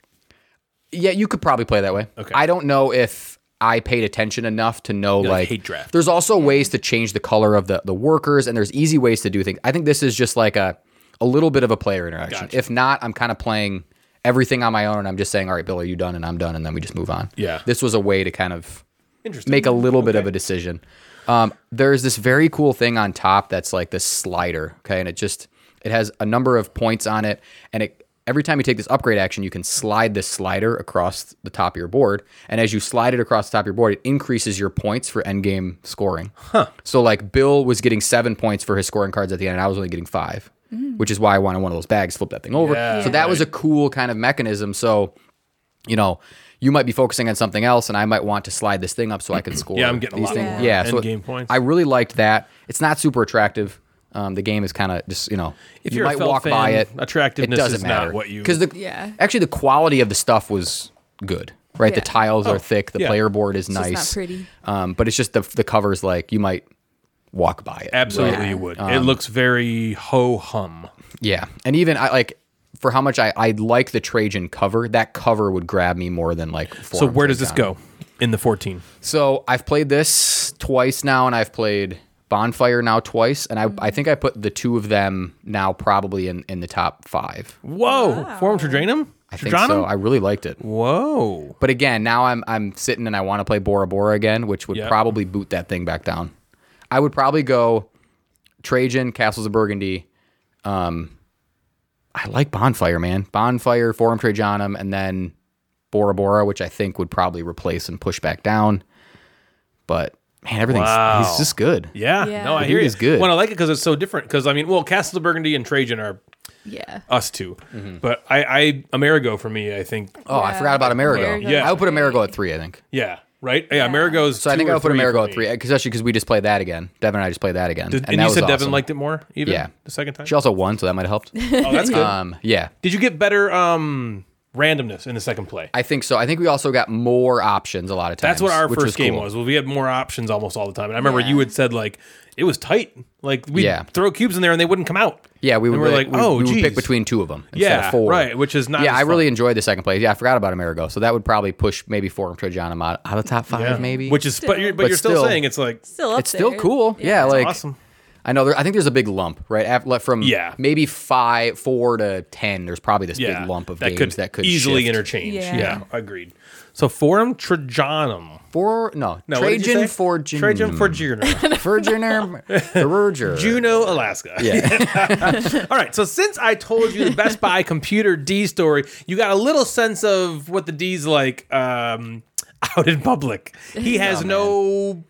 yeah, you could probably play that way.
Okay.
I don't know if I paid attention enough to know
like,
like
hate draft.
There's also ways to change the color of the the workers, and there's easy ways to do things. I think this is just like a a little bit of a player interaction.
Gotcha.
If not, I'm kind of playing everything on my own, and I'm just saying, all right, Bill, are you done? And I'm done, and then we just move on.
Yeah.
this was a way to kind of
Interesting.
make a little bit of a decision. Um, there's this very cool thing on top that's like this slider, okay, and it just it has a number of points on it, and it every time you take this upgrade action, you can slide this slider across the top of your board, and as you slide it across the top of your board, it increases your points for end game scoring. Huh. So like Bill was getting seven points for his scoring cards at the end, and I was only getting five. Which is why I wanted one of those bags, flip that thing over.
Mm. Yeah.
so that was a cool kind of mechanism. So you know, you might be focusing on something else, and I might want to slide this thing up so I can score.
Yeah, I'm getting a lot
more
yeah, so
end game points.
I really liked that. It's not super attractive. Um, the game is kind of just you know,
If
you
you're a
might
Feld
walk by
fan,
it.
attractiveness
it doesn't
is not
matter.
what you-
because the
Yeah.
actually the quality of the stuff was good. Right, the
Yeah.
tiles are thick. The
Oh, yeah.
player board is
just
nice.
not pretty.
Um, but it's just the the covers like you might walk by it.
Absolutely, you would.
Um,
it looks very ho hum.
Yeah, and even I like for how much I I like the Trajan cover. That cover would grab me more than like.
So where does this go in the 14?
So I've played this twice now, and I've played Bonfire now twice, and I, I think I put the two of them now probably in, in the top five.
Whoa, form Tridranum?
I think so. I really liked it.
Whoa.
But again, now I'm I'm sitting and I want to play Bora Bora again, which would
Yep.
probably boot that thing back down. I would probably go Trajan, Castles of Burgundy. Um, I like Bonfire, man. Bonfire, Forum Trajanum, and then Bora Bora, which I think would probably replace and push back down. But man, everything's
Wow.
he's just good.
Yeah,
Yeah.
no, I
The
hear
dude
you.
is good.
Well, I like it because it's so different. Because I mean, well, Castles of Burgundy and Trajan are
Yeah.
us 2
Mm-hmm.
but I, I Amerigo for me, I think.
Oh, I
Yeah.
forgot about Amerigo.
Amerigo's
Yeah.
I would put Amerigo at three. I think.
Yeah, right. Yeah, Amerigo's.
So I think I would put Amerigo at three,
And,
especially because we just played that again. Devin and I just played that again,
and
that
you
was
said Devin
awesome.
liked it more, even
Yeah.
the second time.
She also won, so that might have helped.
Oh, that's good.
um, yeah.
Did you get better um randomness in the second play?
I think so. I think we also got more options a lot of times.
That's what our
which
first game
cool.
was. Well, we had more options almost all the time, and I remember
Yeah.
you had said like it was tight. Like we
Yeah.
would throw cubes in there and they wouldn't come out.
Yeah, we would
And we're like,
like, we,
oh,
we would
geez.
pick between two of them instead
Yeah,
of four.
right, which is not.
yeah,
as
I really
fun.
enjoyed the second place. Yeah, I forgot about Amerigo, so that would probably push maybe Forum Trajanum out, out of the top five,
Yeah.
maybe.
Which is, but you're, but
But
you're still,
still-
saying it's like
Still up
it's still
there.
cool. Yeah, like
awesome.
I know. There, I think there's a big lump right after like, from
Yeah.
maybe five, four to ten. There's probably this
yeah,
big lump of
that
games
could
that could
easily
shift.
interchange. Yeah.
Yeah.
agreed. So Forum Trajanum.
Four no,
No, what did you
Trajan
say?
for
Trajan for Junior.
Virginer.
Juneau, Alaska.
Yeah,
All right. So since I told you the Best Buy computer D story, you got a little sense of what the D's like um, out in public. He has no.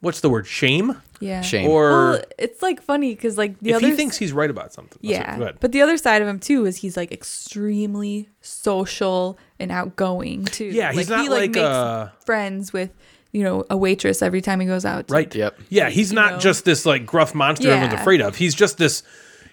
What's the word? Shame?
Yeah.
shame.
Or
Well, it's like funny because like the
if
other
he thinks he's right about something. That's
yeah,
It. Go ahead.
but the other side of him too is he's like extremely social and outgoing too.
Yeah, he's not
he,
like,
makes
uh,
friends with you know a waitress every time he goes out. to-
right.
Yep.
Yeah. He's not
know?
just this like gruff monster everyone's
Yeah.
afraid of. He's just this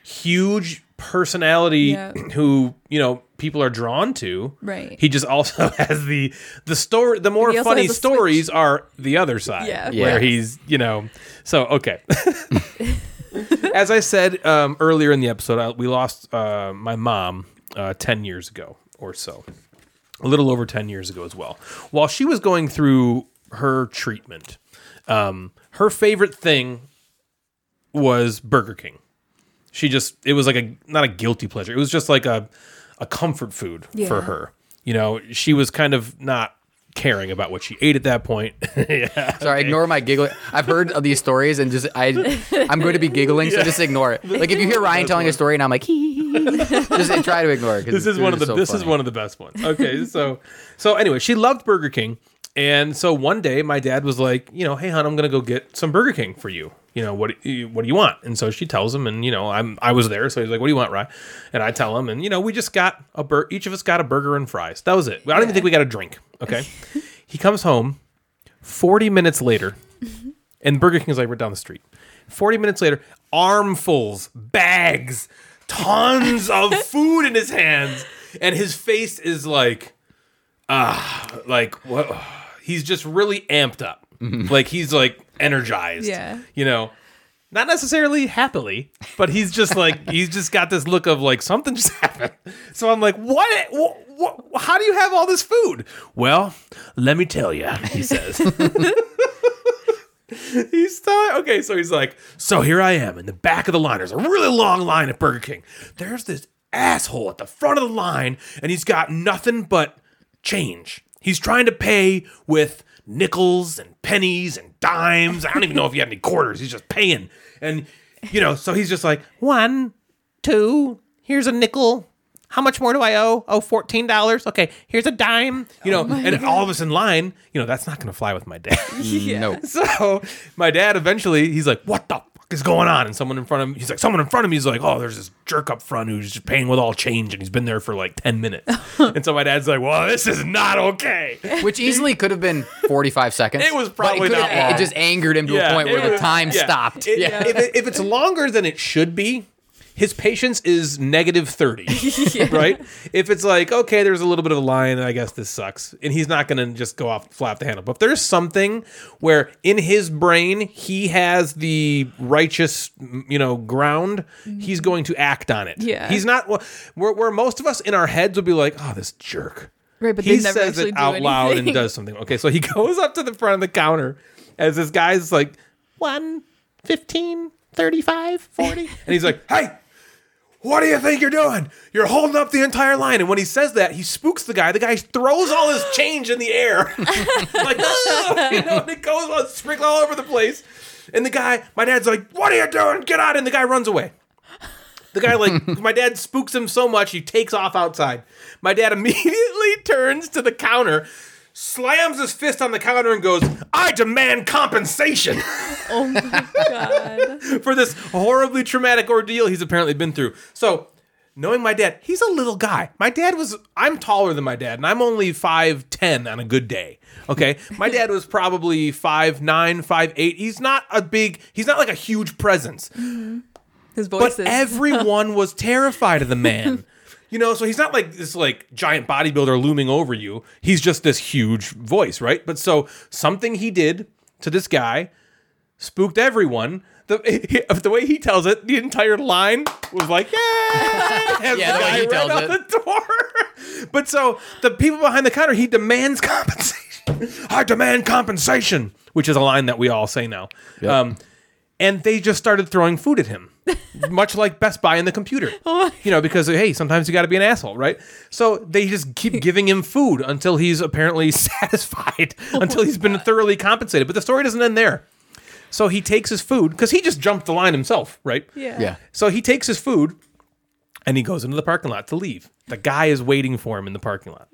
huge personality
Yeah.
who, you know, people are drawn to.
Right.
He just also has the the story the more
He also
funny
has a
stories are the other side.
Yeah.
Yeah.
Where he's, you know, so okay. As I said um, earlier in the episode, I, we lost uh, my mom uh, 10 years ago or so. a little over 10 years ago as well. While she was going through her treatment, um, her favorite thing was Burger King. She just, it was like a, not a guilty pleasure. It was just like a, a comfort food
Yeah.
for her. You know, she was kind of not caring about what she ate at that point. yeah.
Sorry, ignore my giggling. I've heard of these stories and just I, I'm going to be giggling, so just ignore it. Like if you hear Ryan telling a story and I'm like, just try to ignore it. 'cause
This is
it's
one of the
so
this is
funny.
one of the best ones. Okay, so so anyway, she loved Burger King, and so one day my dad was like, you know, hey hon, I'm gonna go get some Burger King for you. You know what? do you- What do you want? And so she tells him, and you know, I'm I was there, so he's like, what do you want, Rye? And I tell him, and you know, we just got a bur- each of us got a burger and fries. That was it. I don't even think we got a drink. Okay, he comes home. Forty minutes later, And Burger King's like, we're down the street. 40 minutes later, armfuls, bags, tons of food in his hands. And his face is like, ah, like, what? He's just really amped up. Like, he's like energized.
Yeah.
You know, not necessarily happily, but he's just like, he's just got this look of like, something just happened. So I'm like, what? what, what how do you have all this food? Well, let me tell you, he says. He's telling. Okay, so he's like, so here I am in the back of the line. There's a really long line at Burger King. There's this asshole at the front of the line, and he's got nothing but change. He's trying to pay with nickels and pennies and dimes. I don't even know if he had any quarters. He's just paying, and you know, so he's just like one, two. Here's a nickel. How much more do I owe? Oh, $14. Okay, here's a dime. You know, and all of us in line, you know, that's not going to fly with my dad.
No,
So my dad eventually he's like, "What the fuck is going on?" And someone in front of him, he's like, "Someone in front of me." He's like, "Oh, there's this jerk up front who's just paying with all change, and he's been there for like ten minutes." and so my dad's like, "Well, this is not okay."
which easily could have been 45 seconds.
It was
but
probably
could have-
not long.
It just angered him to
Yeah,
a point
it
where the
was-
time
yeah.
stopped.
It-
yeah.
If, it- if it's longer than it should be, his patience is negative 30, right? If it's like, okay, there's a little bit of a line, I guess this sucks. And he's not going to just go off, fly off the handle. But if there's something where in his brain, he has the righteous, m- you know, ground,
Mm-hmm.
he's going to act on it.
Yeah.
He's not, wh- where, where most of us in our heads would be like, oh, this jerk.
Right, but
he
they never
says
actually
it
do
out loud and
anything.
does something. Okay, so he goes up to the front of the counter as this guy's like, 1, 15, 35, 40. And he's like, hey, what do you think you're doing? You're holding up the entire line. And when he says that, he spooks the guy. The guy throws all his change in the air. like, "Ugh," you know, and it goes on sprinkle all over the place. And the guy, my dad's like, what are you doing? Get out. And the guy runs away. The guy, like, my dad spooks him so much, he takes off outside. My dad immediately turns to the counter, slams his fist on the counter, and goes, I demand compensation
Oh my god.
for this horribly traumatic ordeal he's apparently been through. So, knowing my dad, he's a little guy. My dad was I'm taller than my dad, and I'm only 5'10 on a good day. Okay. My dad was probably 5'9, 5'8. He's not a big, he's not like a huge presence.
His
But
voice is
everyone was terrified of the man. You know, so he's not like this like giant bodybuilder looming over you. He's just this huge voice, right? But so something he did to this guy spooked everyone. The, the way he tells it, the entire line was like, "Yeah!" As
Yeah, the way he
ran
tells
out
it.
the door. But so the people behind the counter, he demands compensation. I demand compensation, which is a line that we all say now. Um, and they just started throwing food at him, much like Best Buy in the computer. you know, because hey, sometimes you got to be an asshole, right? So they just keep giving him food until he's apparently satisfied, until he's been thoroughly compensated. But the story doesn't end there. So he takes his food because he just jumped the line himself, right?
yeah.
yeah.
So he takes his food and he goes into the parking lot to leave. The guy is waiting for him in the parking lot.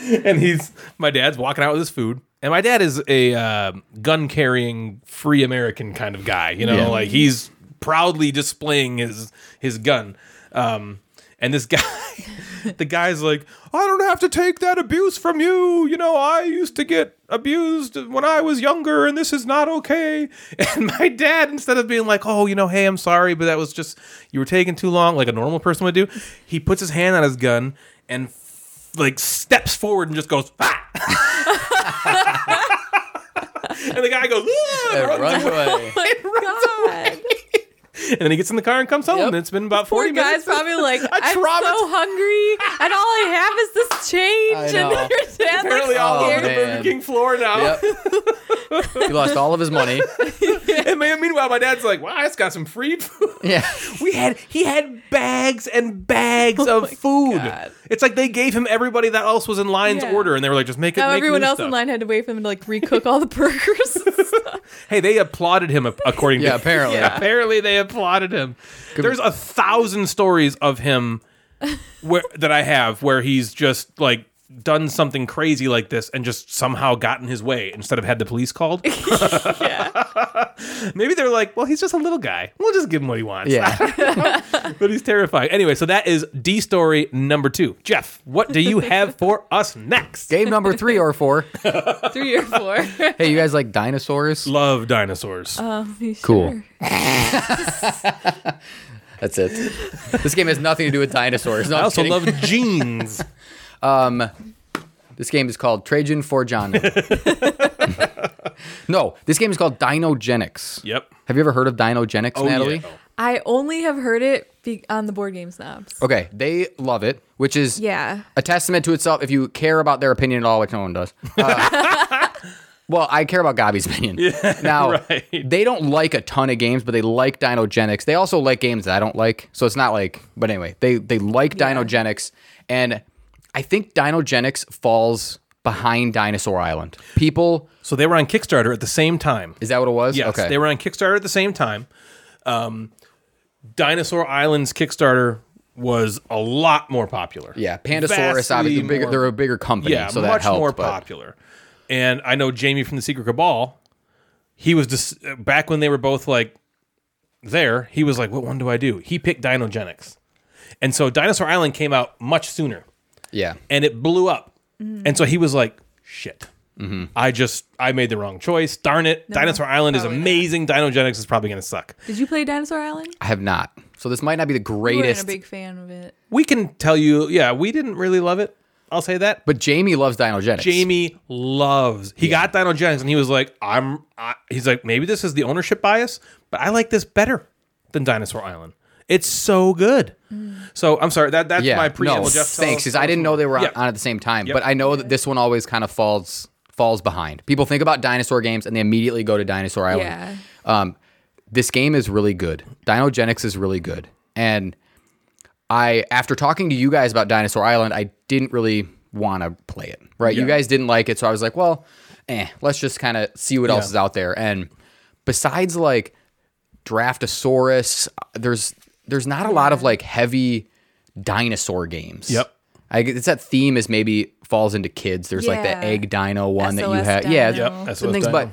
and he's my dad's walking out with his food. And my dad is a uh, gun carrying free American kind of guy, you know,
Yeah.
like he's proudly displaying his his gun. Um, and this guy, the guy's like, I don't have to take that abuse from you. You know, I used to get abused when I was younger, and this is not okay. And my dad, instead of being like, oh, you know, hey, I'm sorry, but that was just, you were taking too long, like a normal person would do, he puts his hand on his gun and f- like steps forward and just goes, ah! and the guy goes, "Ah," and
It
runs
runs
away.
away.
God.
And then he gets in the car and comes home,
Yep.
and it's been about
Poor
40 minutes.
guy's probably like,
A
I'm
traumat-
so hungry. and all I have is this
I
change.
know.
And there's Dad
Apparently,
looks
all
Oh,
over the
scared.
Burger
man.
King floor now.
Yep. he lost all of his money.
And man, meanwhile, my dad's like, "Wow, it's got some free food."
Yeah.
We had he had bags and bags of food.
God.
It's like they gave him everybody that else was in line's
Yeah.
order, and they were like, "Just make it."
Now
make
everyone
new
else
stuff."
in line had to wait for him to like recook all the burgers. and stuff.
Hey, they applauded him ap- according
Yeah,
to
apparently.
Yeah, apparently they applauded him. There's a thousand stories of him where that I have where he's just like done something crazy like this and just somehow gotten his way instead of had the police called.
yeah.
Maybe they're like, well, he's just a little guy. We'll just give him what he wants.
Yeah.
but he's terrifying. Anyway, so that is D story number two. Jeff, what do you have for us next?
Game number three or four.
Three or four.
Hey, you guys like dinosaurs?
Love dinosaurs.
Um,
Cool.
sure.
That's it. This game has nothing to do with dinosaurs. No,
I
I'm
also
kidding.
love jeans.
This game is called Trajan Forgiano. no, this game is called Dinogenics.
Yep.
Have you ever heard of Dinogenics, Natalie?
Oh, yeah.
I only have heard it be- on the board game snobs.
Okay, they love it, which is
Yeah.
a testament to itself. If you care about their opinion at all, which no one does. Uh, well, I care about Gabi's opinion. now
right.
they don't like a ton of games, but they like Dinogenics. They also like games that I don't like, so it's not like. But anyway, they they like
Yeah.
Dinogenics, and I think Dinogenics falls behind Dinosaur Island. People,
So they were on Kickstarter at the same time.
is that what it was?
Yes, they were on Kickstarter at the same time. Um, Dinosaur Island's Kickstarter was a lot more popular.
Yeah, Pandasaurus.
Vastly
Obviously, bigger,
more-
they're a bigger company,
yeah,
so
much
that helped.
more
but-
popular. And I know Jamie from the Secret Cabal. He was just back when they were both like there. He was like, "What one do I do?" He picked Dinogenics, and so Dinosaur Island came out much sooner,
yeah,
and it blew up.
Mm-hmm.
And so he was like, "Shit."
Mm-hmm.
I just I made the wrong choice. Darn it! Dinosaur Island is
probably not.
amazing. Dinogenics is probably going to suck.
Did you play Dinosaur Island?
I have not. So this might not be the
You weren't
greatest,
a big fan of it.
We can tell you, yeah, we didn't really love it. I'll say that. But
but Jamie loves Dinogenics.
Jamie loves. He got Dino Jennings, and he was like, "I'm." I, he's like, maybe this is the ownership bias, but I like this better than Dinosaur Island. It's so good. So I'm sorry that that's
yeah,
my preamble.
no,
Jeff, tell
thanks.
us-
'cause
tell
I
us
didn't know they were on,
Yeah.
on at the same time,
Yep.
but I know that this one always kind of falls falls behind. People think about dinosaur games and they immediately go to Dinosaur Island.
Yeah.
Um, this game is really good. Dinogenics is really good, and I after talking to you guys about Dinosaur Island, I didn't really want to play it. Right, you
Yeah.
guys didn't like it, so I was like, well, eh, let's just kind of see what else
Yeah.
is out there. And besides like Draftosaurus, there's there's not a lot of like heavy dinosaur games.
Yep.
I guess it's that theme is maybe falls into kids. There's like the
Yeah.
egg dino one that you
SOS
had.
dino.
Yeah,
Yep,
some
that's what
things,
dino.
but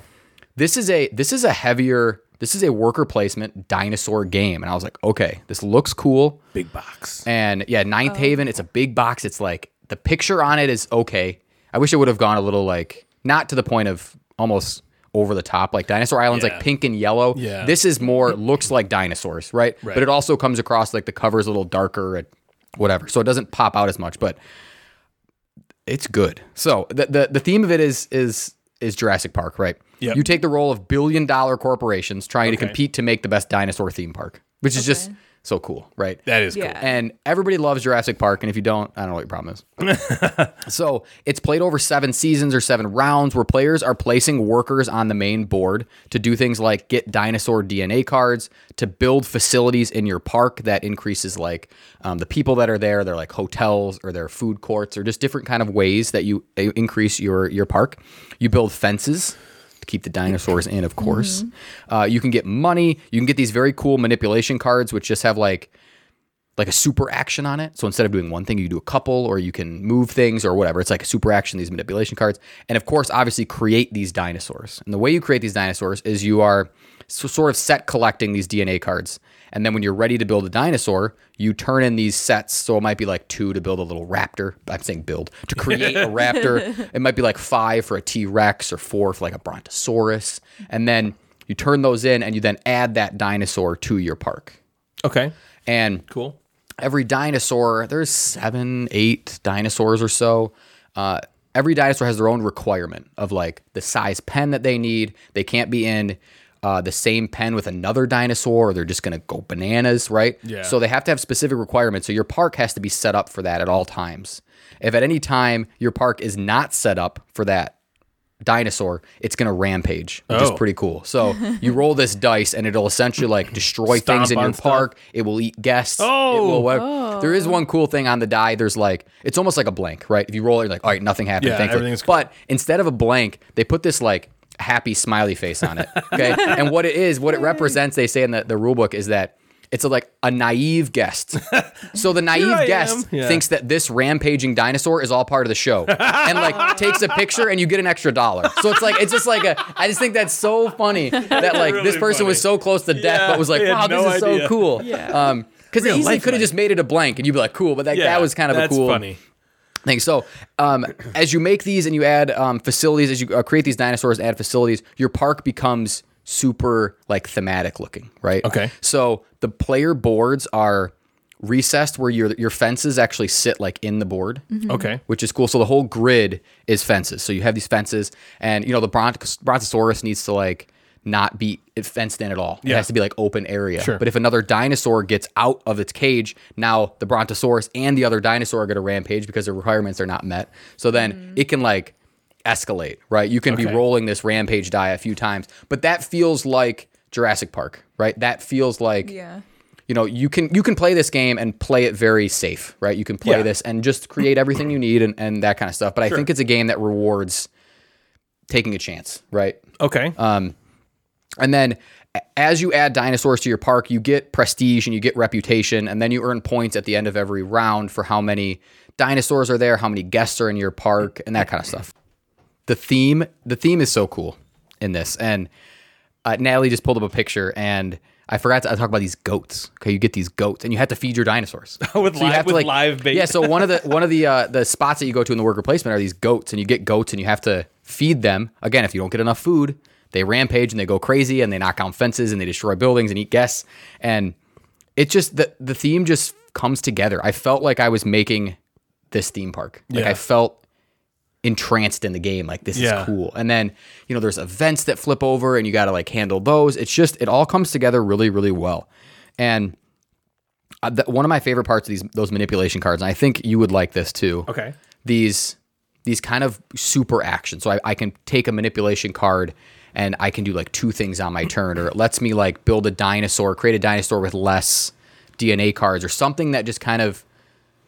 this is a this is a heavier this is a worker placement dinosaur game. And I was like, okay, this looks cool.
big box.
And yeah, Ninth Haven, it's a big box. It's like the picture on it is okay. I wish it would have gone a little like not to the point of almost over the top. Like Dinosaur Island's
Yeah.
like pink and yellow.
Yeah.
This is more looks like dinosaurs, right?
Right.
But it also comes across like the cover's a little darker and whatever. So it doesn't pop out as much, but it's good. So the the, the theme of it is is is Jurassic Park, right?
Yep.
You take the role of billion dollar corporations trying to
Okay.
compete to make the best dinosaur theme park, which is just so cool, right?
That is
Yeah.
cool.
and everybody loves Jurassic Park. And if you don't, I don't know what your problem is. so it's played over seven seasons or seven rounds where players are placing workers on the main board to do things like get dinosaur DNA cards, to build facilities in your park that increases like um, the people that are there, they're like hotels or their food courts or just different kind of ways that you uh, increase your, your park. You build fences to keep the dinosaurs in, of course. Uh, you can get money. You can get these very cool manipulation cards, which just have like like a super action on it. So instead of doing one thing, you do a couple, or you can move things or whatever. It's like a super action, these manipulation cards. And of course, obviously, create these dinosaurs. And the way you create these dinosaurs is you are so sort of set collecting these DNA cards. And then when you're ready to build a dinosaur, you turn in these sets. So it might be like two to build a little raptor. I'm saying build to create a raptor. It might be like five for a T Rex or four for like a Brontosaurus. And then you turn those in and you then add that dinosaur to your park.
Okay,
And
cool.
every dinosaur there's seven eight dinosaurs or so uh, every dinosaur has their own requirement of like the size pen that they need they can't be in uh, the same pen with another dinosaur, or they're just going to go bananas, right?
Yeah.
So they have to have specific requirements. So your park has to be set up for that at all times. If at any time your park is not set up for that dinosaur, it's going to rampage, which is
Oh.
pretty cool. So you roll this dice, and it'll essentially like destroy
Stomp
things in
on
your
stuff.
park. It will eat guests. it
Oh.
will whatever. There is one cool thing on the die. There's like it's almost like a blank, right? If you roll it, you're like, all right, nothing happened.
Yeah,
thankfully.
everything's cool.
But instead of a blank, they put this like happy smiley face on it. Okay. and what it is, what it represents, they say in the, the rule book is that it's a, like a naive guest. So the
Here I
naive guest
am. Yeah.
thinks that this rampaging dinosaur is all part of the show and like takes a picture and you get an extra dollar. So it's like, it's just like a, I just think that's so funny that like this
Really
person was
funny.
so close to death,
Yeah,
but was like,
they had
wow,
no
this is
idea.
so cool.
Yeah.
Um, because they
Real
easily
life
could have
like-
just made it a blank and you'd be like, cool, but that,
Yeah,
that was kind of
that's
a cool
funny.
thing. So, um, as you make these and you add um, facilities, as you uh, create these dinosaurs and add facilities, your park becomes super like thematic looking, right?
Okay.
So the player boards are recessed where your your fences actually sit like in the board
Okay.
which is cool. So the whole grid is fences. So you have these fences, and you know the brontos- brontosaurus needs to like not be fenced in at all. It
Yeah.
has to be like open area.
Sure.
But if another dinosaur gets out of its cage, now the brontosaurus and the other dinosaur are going to rampage because the requirements are not met. So then it can like escalate, right? You can
Okay.
be rolling this rampage die a few times, but that feels like Jurassic Park, right? That feels like
Yeah.
you know you can you can play this game and play it very safe right you can play
Yeah.
this and just create everything you need and, and that kind of stuff but i think it's a game that rewards taking a chance right
Okay.
Uh, and then a- as you add dinosaurs to your park you get prestige and you get reputation and then you earn points at the end of every round for how many dinosaurs are there how many guests are in your park and that kind of stuff the theme the theme is so cool in this and uh, natalie just pulled up a picture and i forgot to I talk about these goats okay you get these goats and you have to feed your dinosaurs
With
you
live-
have to,
with live bait.
yeah so one of the one of the uh, the spots that you go to in the worker placement are these goats and you get goats and you have to feed them again if you don't get enough food they rampage and they go crazy and they knock down fences and they destroy buildings and eat guests and it just the the theme just comes together i felt like i was making this theme park like
Yeah.
i felt entranced in the game like this
Yeah.
is cool and then you know there's events that flip over and you got to like handle those it's just it all comes together really really well and uh, th- one of my favorite parts of these those manipulation cards, and I think you would like this too.
okay.
These these kind of super actions. So I, I can take a manipulation card and I can do like two things on my turn, or it lets me like build a dinosaur, create a dinosaur with less DNA cards, or something that just kind of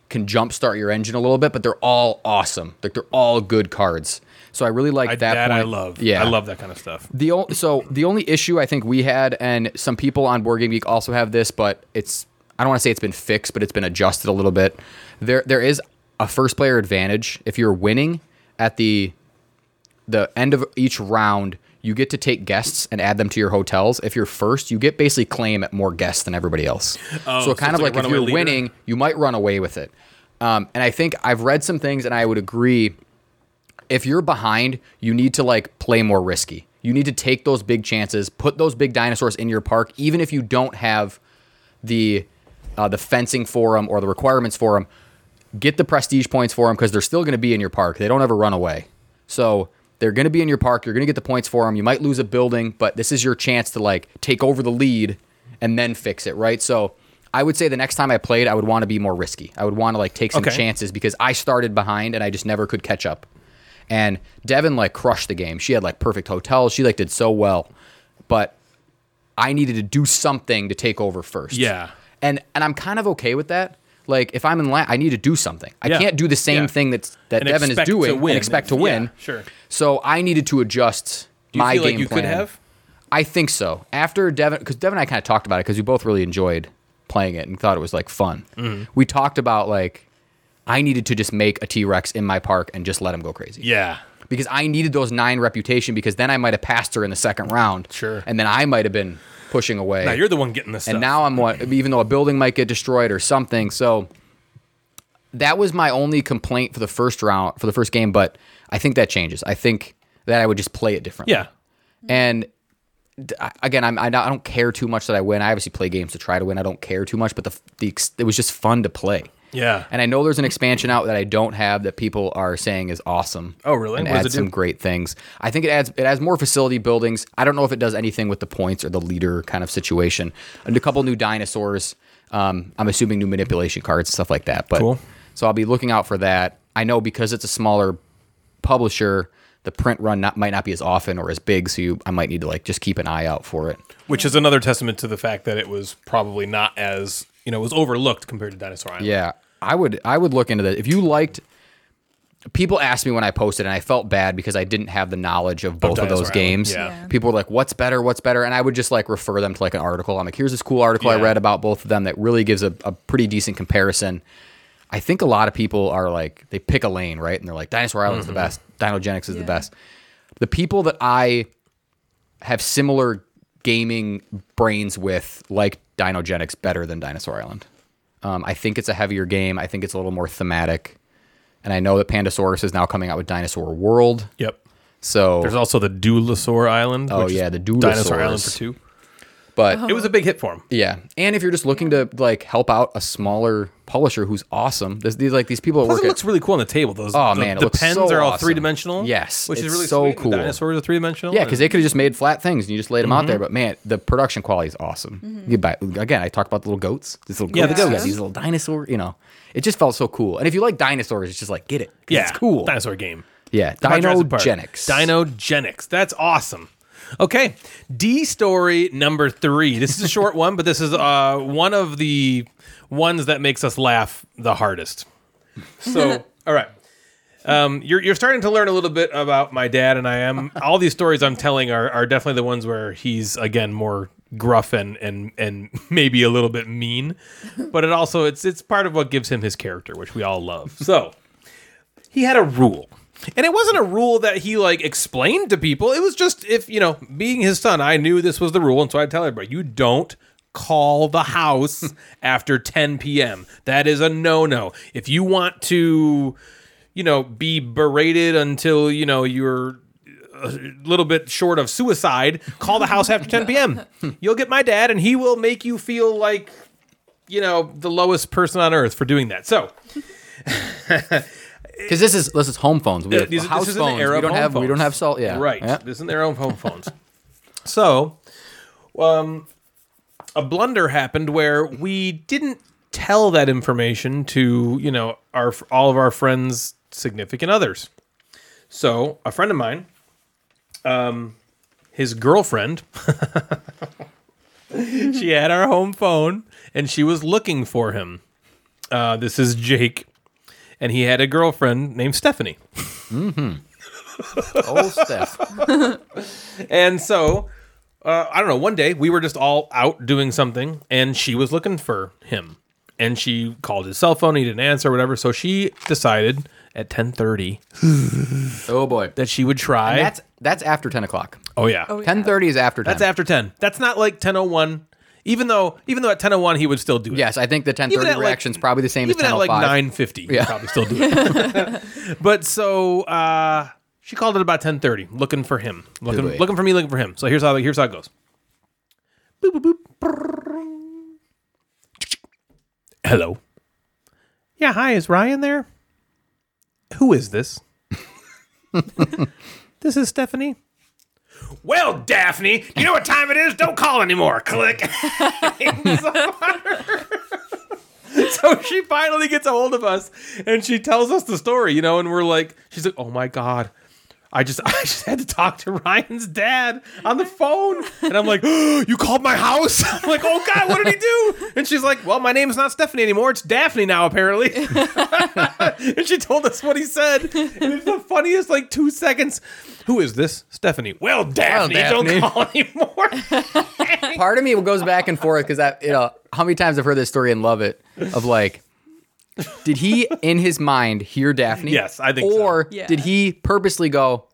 can jumpstart your engine a little bit. But they're all awesome. Like they're all good cards. So I really like
I,
that.
that I
point.
love.
Yeah,
I love that kind of stuff.
the o- so the only issue I think we had, and some people on Board Game Geek also have this, but it's I don't want to say it's been fixed, but it's been adjusted a little bit. There there is a first player advantage if you're winning at the the end of each round. You get to take guests and add them to your hotels. If you're first, you get basically claim at more guests than everybody else.
Oh,
so
so
kind
it's
of
like a
like, if
runaway
you're
leader.
winning, you might run away with it. Um, and I think I've read some things, and I would agree if you're behind, you need to like play more risky. You need to take those big chances, put those big dinosaurs in your park, even if you don't have the uh, the fencing for them or the requirements for them. Get the prestige points for them because they're still going to be in your park. They don't ever run away, so they're going to be in your park. You're going to get the points for them. You might lose a building, but this is your chance to like take over the lead and then fix it, right? So. I would say the next time I played, I would want to be more risky. I would want to like take some
Okay.
chances because I started behind and I just never could catch up. And Devin like crushed the game. She had like perfect hotels. She like did so well. But I needed to do something to take over first.
Yeah.
And and I'm kind of okay with that. Like if I'm in line, I need to do something. I
Yeah.
can't do the same
Yeah.
thing that's that
And
Devin is
expect to
doing
win.
and expect to
Yeah,
win.
sure.
So I needed to adjust
Do you
my
feel
game
like you
plan.
could have?
I think so. After Devin, because Devin and I kind of talked about it because we both really enjoyed playing it and thought it was like fun.
Mm-hmm.
We talked about like I needed to just make a T Rex in my park and just let him go crazy
Yeah.
because I needed those nine reputation because then I might have passed her in the second round.
Sure.
And then I might have been pushing away.
Now you're the one getting this
and
stuff.
now I'm what, even though a building might get destroyed or something. So that was my only complaint for the first round, for the first game. But I think that changes. I think that I would just play it differently.
Yeah.
And d- I- again, I'm, I don't I don't care too much that I win. I obviously play games to try to win. I don't care too much, but the, f- the ex- it was just fun to play.
Yeah.
And I know there's an expansion out that I don't have that people are saying is awesome.
Oh, really?
And
What does
adds
it do?
some great things. I think it adds it adds more facility buildings. I don't know if it does anything with the points or the leader kind of situation. And a couple new dinosaurs. Um, I'm assuming new manipulation cards stuff like that. But
Cool.
so I'll be looking out for that. I know because it's a smaller publisher, the print run not, might not be as often or as big, so you, I might need to like just keep an eye out for it.
Which is another testament to the fact that it was probably not as you know it was overlooked compared to Dinosaur Island.
Yeah, I would I would look into that. If you liked, people asked me when I posted, and I felt bad because I didn't have the knowledge of both of
Dinosaur
those
Island,
games.
yeah. Yeah.
people were like, "What's better? What's better?" And I would just like refer them to like an article. I'm like, "Here's this cool article I
Yeah.
read about both of them that really gives a, a pretty decent comparison." I think a lot of people are like they pick a lane, right? And they're like, "Dinosaur Island's the
Mm-hmm.
best. Dinogenics is the
Yeah.
best." The people that I have similar gaming brains with like Dinogenics better than Dinosaur Island. Um, I think it's a heavier game. I think it's a little more thematic. And I know that Pandasaurus is now coming out with Dinosaur World.
Yep.
So,
There's also the Dulosaur Island.
Oh,
which is
yeah, the
Dinosaur Island
Dulosaurs.
for two.
but
It was a big hit for him.
yeah. And if you're just looking to like help out a smaller publisher who's awesome, this, these like these people at
Plus,
work
it
at-
looks really cool on the table. Those
Oh,
the,
man, it
the
looks
pens
so
are all
awesome.
three dimensional.
Yes,
which is
it's
really
so
sweet. The
cool.
dinosaurs are three dimensional.
Yeah, because they could have just made flat things and you just laid them out
Mm-hmm.
there. But man, the production quality is awesome. You buy, again, I talked about the little goats. These little
Yeah,
yeah,
the
goats. you got
goats.
These little dinosaur. You know, it just felt so cool. And if you like dinosaurs, it's just like get it. 'cause
yeah,
it's cool.
dinosaur game.
yeah,
How about Jurassic Park?
dinogenics.
Dinogenics. That's awesome. Okay, D story number three. This is a short one, but this is uh, one of the ones that makes us laugh the hardest. So, all right. Um, you're, you're starting to learn a little bit about my dad, and I am. All these stories I'm telling are, are definitely the ones where he's again more gruff and and and maybe a little bit mean, but it also it's it's part of what gives him his character, which we all love. So he had a rule. And it wasn't a rule that he like explained to people. It was just if, you know, being his son, I knew this was the rule, and so I'd tell everybody, you don't call the house after 10 p.m. That is a no-no. If you want to, you know, be berated until, you know, you're little bit short of suicide, call the house after 10 p.m. You'll get my dad, and he will make you feel like, you know, the lowest person on earth for doing that. So,
Because this is this is home phones. We
Yeah,
have
these- this
house
is an
phones.
era
we
of
don't
home
have we don't
phones.
have salt. Yeah,
Right.
Yeah.
This is their own home phones. so, um, a blunder happened where we didn't tell that information to you know our all of our friends, significant others. So a friend of mine, um, his girlfriend, she had our home phone and she was looking for him. Uh, this is Jake, and he had a girlfriend named Stephanie.
Old stuff.
And so, uh, I don't know. One day we were just all out doing something, and she was looking for him. And she called his cell phone. He didn't answer, whatever. So she decided at ten thirty
Oh boy.
that she would try.
That's that's after ten o'clock.
oh yeah,
Oh, yeah.
Ten thirty is after ten.
that's after ten. That's not like ten oh one. Even though, even though at ten oh one he would still do it.
yes, I think the ten
Even
thirty
at, like-
reaction's probably the same as
even
ten
at
o
like
five.
nine fifty, yeah. probably still do it. but so uh, she called it about ten thirty, looking for him, looking
Hooray.
looking for me, looking for him. So here's how here's how it goes. Boop boop boop. Brrrr. Hello. Yeah, hi. Is Ryan there? Who is this? this is Stephanie. Well, Daphne, you know what time it is. Don't call anymore. Click. so she finally gets a hold of us and she tells us the story, you know, and we're like, she's like, oh my God. I just I just had to talk to Ryan's dad on the phone. And I'm like, "Oh, you called my house? I'm like, oh God, what did he do? And she's like, Well, my name's not Stephanie anymore. It's Daphne now, apparently. and she told us what he said. And it's the funniest like two seconds. Who is this? Stephanie. Well, Daphne,
Daphne.
don't call anymore.
part of me goes back and forth because I, you know, how many times I've heard this story and love it of like, did he in his mind hear Daphne?
Yes, I think so.
Or
Yeah.
did he purposely go,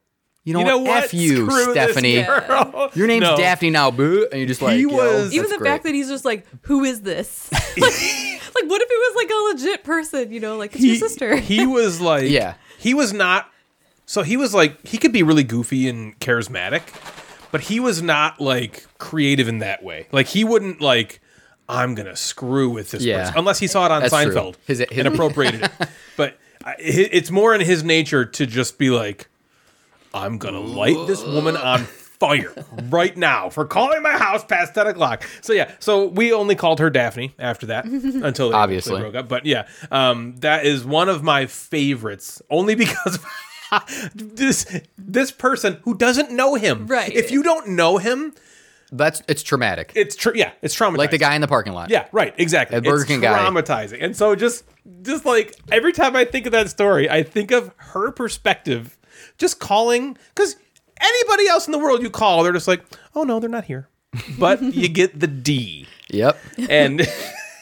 you know,
you know
what?
what?
F you,
Screw this
Stephanie.
girl."
Your name's
No.
Daphne now, boo. And you just like,
He
yo,
was-
Even
that's
the
great.
fact that he's just like, who is this? like, like, what if it was like a legit person? You know, like it's your sister.
he was like,
Yeah.
he was not. So he was like, he could be really goofy and charismatic, but he was not like creative in that way. Like he wouldn't like. I'm gonna screw with this
Yeah.
person, unless he saw it on
That's true.
Seinfeld
His- his-
and appropriated it. But I, it- it's more in his nature to just be like, I'm gonna light this woman on fire right now for calling my house past ten o'clock. So yeah, so we only called her Daphne after that until they
Obviously.
broke up. But yeah, um, that is one of my favorites, only because. this this person who doesn't know him
Right.
if you don't know him
That's it's traumatic.
it's tr- yeah it's traumatized
like the guy in the parking lot.
yeah, right, exactly.
That Burger
it's
King guy.
traumatizing. And so just just like every time I think of that story, I think of her perspective. Just calling cuz anybody else in the world you call, they're just like, "Oh no, they're not here." But you get the D.
Yep.
And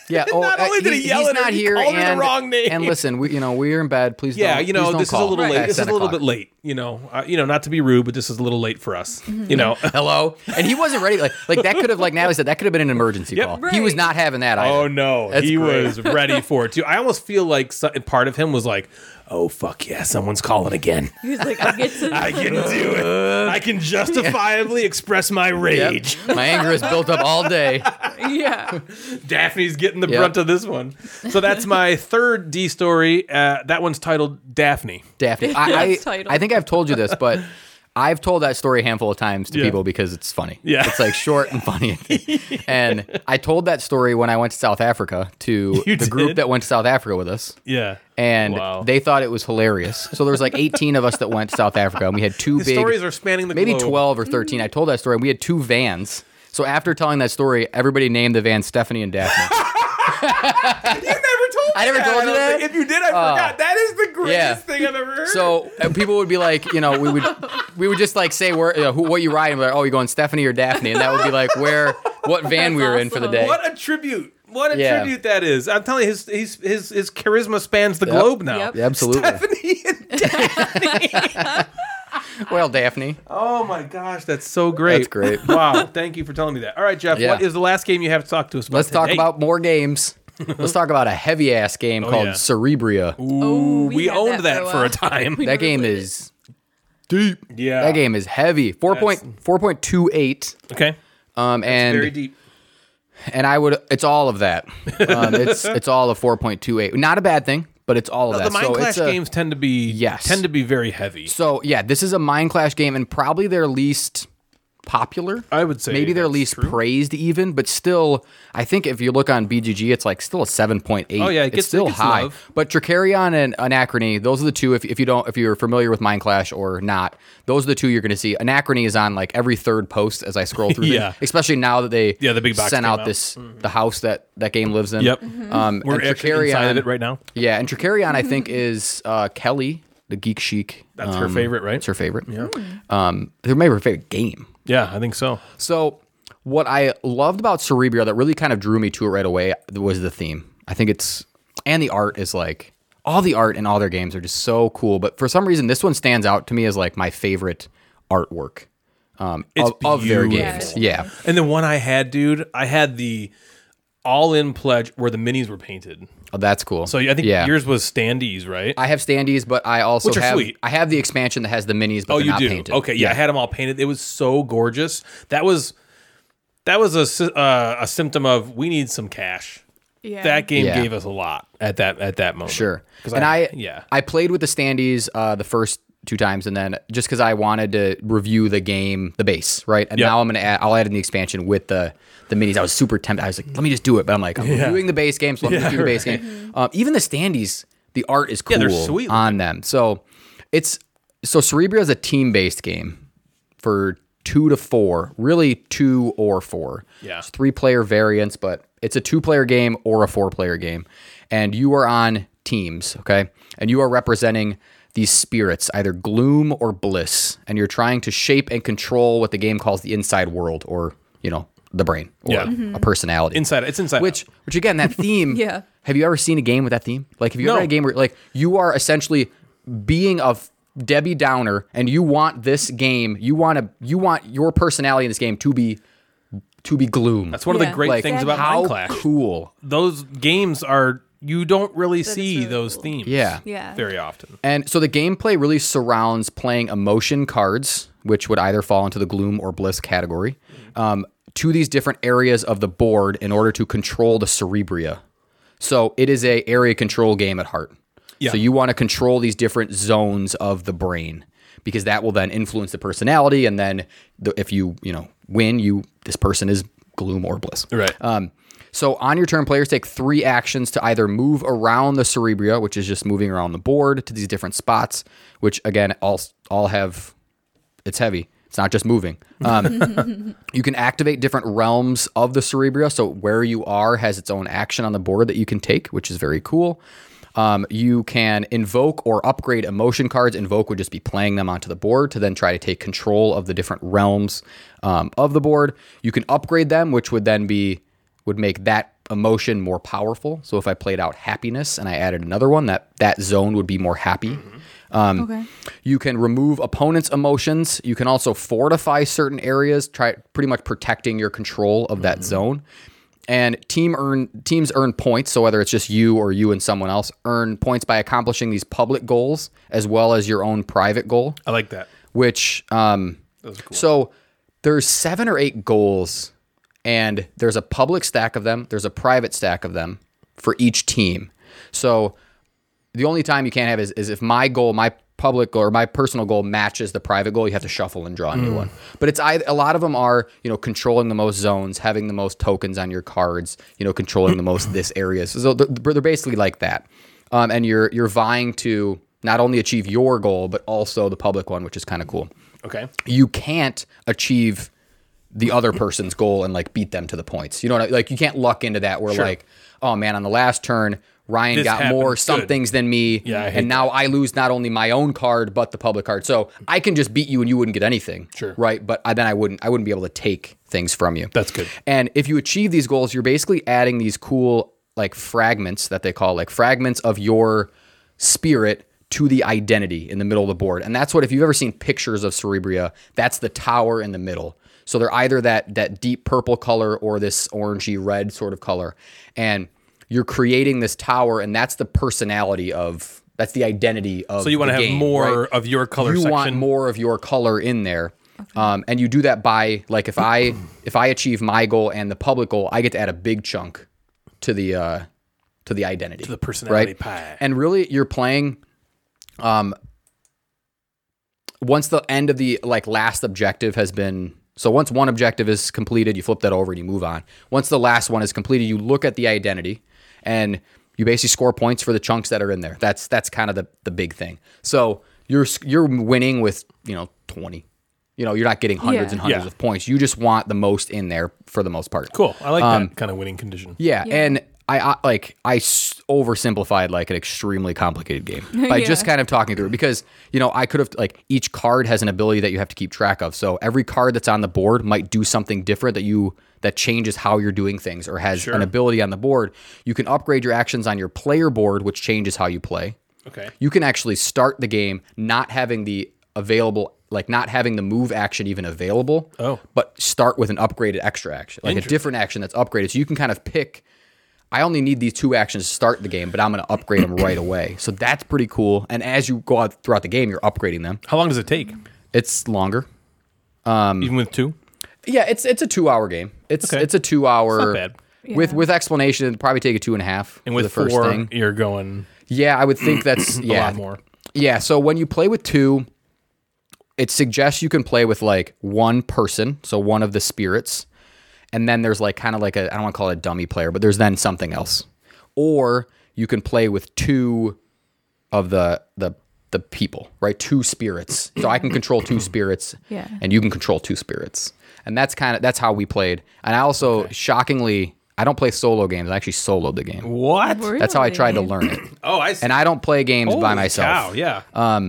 Yeah. Oh,
Not only
uh,
did he yell
he's
at her,
not
he
here.
called her
and,
the wrong name.
And listen, we you know we're in bed. Please.
yeah,
don't,
you
please
know,
don't
this is a
call.
little late.
Past
This is a
10
little
o'clock.
bit late, you know. Uh, you know, not to be rude, but this is a little late for us, you know.
Hello. And he wasn't ready. Like like that could have like Natalie said that could have been an emergency
Yep.
call. He was
Right.
not having that. Either.
Oh no,
That's
he
great.
was ready for it too. I almost feel like so- part of him was like, "Oh fuck yeah, someone's calling again."
He's like, I get to.
I can do it. I can justifiably express my
Yep.
rage.
My anger is built up all day.
yeah.
Daphne's getting the
Yep.
brunt of this one. So that's my third D story. Uh, that one's titled Daphne.
Daphne. I,
Yes,
I,
title.
I think I've told you this, but I've told that story a handful of times to
Yeah.
people because it's funny.
Yeah.
It's like short and funny. I think. and I told that story when I went to South Africa to
You
the
did?
group that went to South Africa with us.
Yeah.
And
Wow.
they thought it was hilarious. So there was like 18 of us that went to South Africa, and we had two
The
big
stories are spanning the
maybe
globe.
12 or 13. I told that story, and we had two vans. So after telling that story, everybody named the van Stephanie and Daphne.
You never told me
I never
that,
told
I don't
you that? Oh.
think. If you did, I forgot. That is the greatest
yeah.
thing I've ever heard.
So and people would be like, you know, we would we would just like say where you know, who, what you riding, like, oh, you going Stephanie or Daphne, and that would be like where what van we were in for the
awesome.
day.
what a tribute. What a
Yeah.
tribute that is. I'm telling you, his his his, his charisma spans the
Yep.
globe now.
Yep.
Yeah, absolutely.
Stephanie and Daphne.
Well, Daphne,
Oh my gosh, that's so great.
That's great.
Wow, thank you for telling me that. All right, Jeff,
Yeah.
what is the last game you have to talk to us about?
let's talk
today? Oh,
about more games. Let's talk about a heavy ass game called
yeah.
Cerebria.
Ooh,
we
we,
had
owned that,
that for a
for, a
while.
time.
that
never
game
played
is deep.
Yeah.
That game is heavy. Four point four point two eight.
okay.
Um, and
Very deep.
and I would. It's all of that. Um, it's it's all of four point two eight. Not a bad thing, but it's all of
The
that.
Mind
So
Clash
it's a-
games tend to be
Yes.
tend to be very heavy.
So yeah, this is a mind clash game and probably their least popular.
I would say
maybe their
that's
least
true.
praised even, but still, I think if you look on BGG, it's like still a seven point eight.
Oh, yeah, it gets-
it's still
it gets
high.
love.
But Tricarion and Anachrony, those are the two. If, if you don't, if you're familiar with Mind Clash or not, those are the two you're going to see. Anachrony is on like every third post as I scroll through.
Yeah.
them, especially now that they
Yeah, the big box
sent
came
out
out.
this the house that that game lives in.
Yep.
Um,
We're
and
actually inside of
Tricarion-
it right now.
yeah, and Tricarion, I think, is uh, Kelly, the geek chic. um,
That's her favorite, right?
It's her favorite. Yeah. Um, they're maybe her favorite game.
Yeah, I think so.
So, what I loved about Cerebria that really kind of drew me to it right away was the theme. I think it's, and the art is like, all the art in all their games are just so cool. But for some reason, this one stands out to me as like my favorite artwork um,
It's
of, of their
beautiful.
games.
Yeah,
Yeah.
And the one I had, dude, I had the all in pledge where the minis were painted.
Oh, that's cool.
So I think
yeah.
yours was standees, right?
I have standees, but I also
Which are
have
sweet.
I have the expansion that has the minis, but
Oh,
they're
you
not
do.
painted.
Okay, yeah, I had them all painted. It was so gorgeous. That was that was a sy- uh, a symptom of we need some cash.
Yeah.
That game
Yeah.
gave us a lot at that at that moment.
Sure.
'Cause
And I,
yeah.
I played with the standees uh, the first two times, and then just because I wanted to review the game, the base, right? And
Yep.
now I'm gonna add, I'll add in the expansion with the the minis. I was super tempted. I was like, let me just do it, but I'm like, I'm reviewing the base game, so let me just do the base game. Um, even the standees, the art is cool
they're sweet
on them. So it's so Cerebria is a team based game for two to four, really two or four.
Yeah.
It's three player variants, but it's a two player game or a four player game. And you are on teams, okay? And you are representing these spirits, either gloom or bliss, and you're trying to shape and control what the game calls the inside world or, you know, the brain or
Yeah.
a personality.
Inside it's inside.
Which, which again, that theme.
Yeah.
Have you ever seen a game with that theme? Like, have you ever
No.
had a game where, like, you are essentially being a f- Debbie Downer, and you want this game, you want to, you want your personality in this game to be, to be gloom.
That's one of
Yeah.
the great
like
things about
how
Mind Clash.
cool.
Those games are you don't really see
really
those
cool.
themes.
Yeah.
Yeah.
Very often.
And so the gameplay really surrounds playing emotion cards, which would either fall into the gloom or bliss category, um, to these different areas of the board in order to control the cerebria. So it is a area control game at heart.
Yeah.
So you want to control these different zones of the brain because that will then influence the personality and then the, if you, you know, win, you this person is gloom or bliss.
Right.
Um, so on your turn, players take three actions to either move around the cerebria, which is just moving around the board to these different spots, which again all all have it's heavy. It's not just moving. Um, you can activate different realms of the cerebria. So where you are has its own action on the board that you can take, which is very cool. Um, you can invoke or upgrade emotion cards. Invoke would just be playing them onto the board to then try to take control of the different realms um, of the board. You can upgrade them, which would then be would make that emotion more powerful. So if I played out happiness and I added another one, that that zone would be more happy. Um,
Okay.
You can remove opponents' emotions. You can also fortify certain areas, try pretty much protecting your control of that zone. And team earn teams earn points. So whether it's just you or you and someone else earn points by accomplishing these public goals as well as your own private goal
I like that.
which um so there's seven or eight goals and there's a public stack of them there's a private stack of them for each team so the only time you can't have is, is if my goal my public goal or my personal goal matches the private goal you have to shuffle and draw a new one but it's either, a lot of them are you know controlling the most zones having the most tokens on your cards you know controlling the most this area so they're, they're basically like that um, and you're you're vying to not only achieve your goal but also the public one which is kind of cool
Okay.
you can't achieve the other person's goal and like beat them to the points. You know what I Like you can't luck into that where like, oh man, on the last turn, Ryan
This
got
happened.
more
Good.
somethings than me.
Yeah, I hate
and now I lose not only my own card but the public card. So I can just beat you and you wouldn't get anything.
Sure.
Right. But I, then I wouldn't I wouldn't be able to take things from you.
That's good.
And if you achieve these goals, you're basically adding these cool like fragments that they call like fragments of your spirit to the identity in the middle of the board. And that's what if you've ever seen pictures of Cerebria, that's the tower in the middle. So they're either that that deep purple color or this orangey red sort of color. And you're creating this tower and that's the personality of that's the identity of
So you want to
the
have
game,
more
right?
of your color
you
section.
want more of your color in there um, and you do that by like if i if i achieve my goal and the public goal i get to add a big chunk to the uh to the identity to
the personality pie.
and really you're playing um once the end of the like last objective has been so once one objective is completed you flip that over and you move on once the last one is completed you look at the identity and you basically score points for the chunks that are in there that's that's kind of the the big thing so you're s- you're winning with you know 20 you know you're not getting
Yeah.
hundreds and hundreds
Yeah.
of points you just want the most in there for the most part
Cool. I like that kind of winning condition.
Um, yeah,
Yeah.
and I, I like I s- oversimplified like an extremely complicated game by
Yeah.
just kind of talking through it because you know I could have like each card has an ability that you have to keep track of. So every card that's on the board might do something different that you that changes how you're doing things or has an ability on the board. You can upgrade your actions on your player board, which changes how you play.
Okay.
You can actually start the game not having the available like not having the move action even available.
Oh.
But start with an upgraded extra action. Like a different action that's upgraded. So you can kind of pick I only need these two actions to start the game, but I'm going to upgrade them right away. So that's pretty cool. And as you go out throughout the game, you're upgrading them.
How long does it take?
It's longer. Um,
Even with two?
Yeah, it's it's a two hour game. It's
Okay.
it's a two hour.
not bad.
With
Yeah.
with explanation, it'd probably take a two and a half.
And
for
with
the first
four,
thing.
you're going
Yeah, I would think that's yeah
a lot more.
Yeah, so when you play with two, it suggests you can play with like one person, so one of the spirits, and then there's like kind of like a I don't want to call it a dummy player, but there's then something else. Or you can play with two of the the the people, right? Two spirits. So I can control two spirits
Yeah.
and you can control two spirits. And that's kind of that's how we played. And I also shockingly I don't play solo games. I actually soloed the game.
What?
That's how I tried to learn it.
Oh, I see.
And I don't play games by myself. Uh,
Wow. Yeah.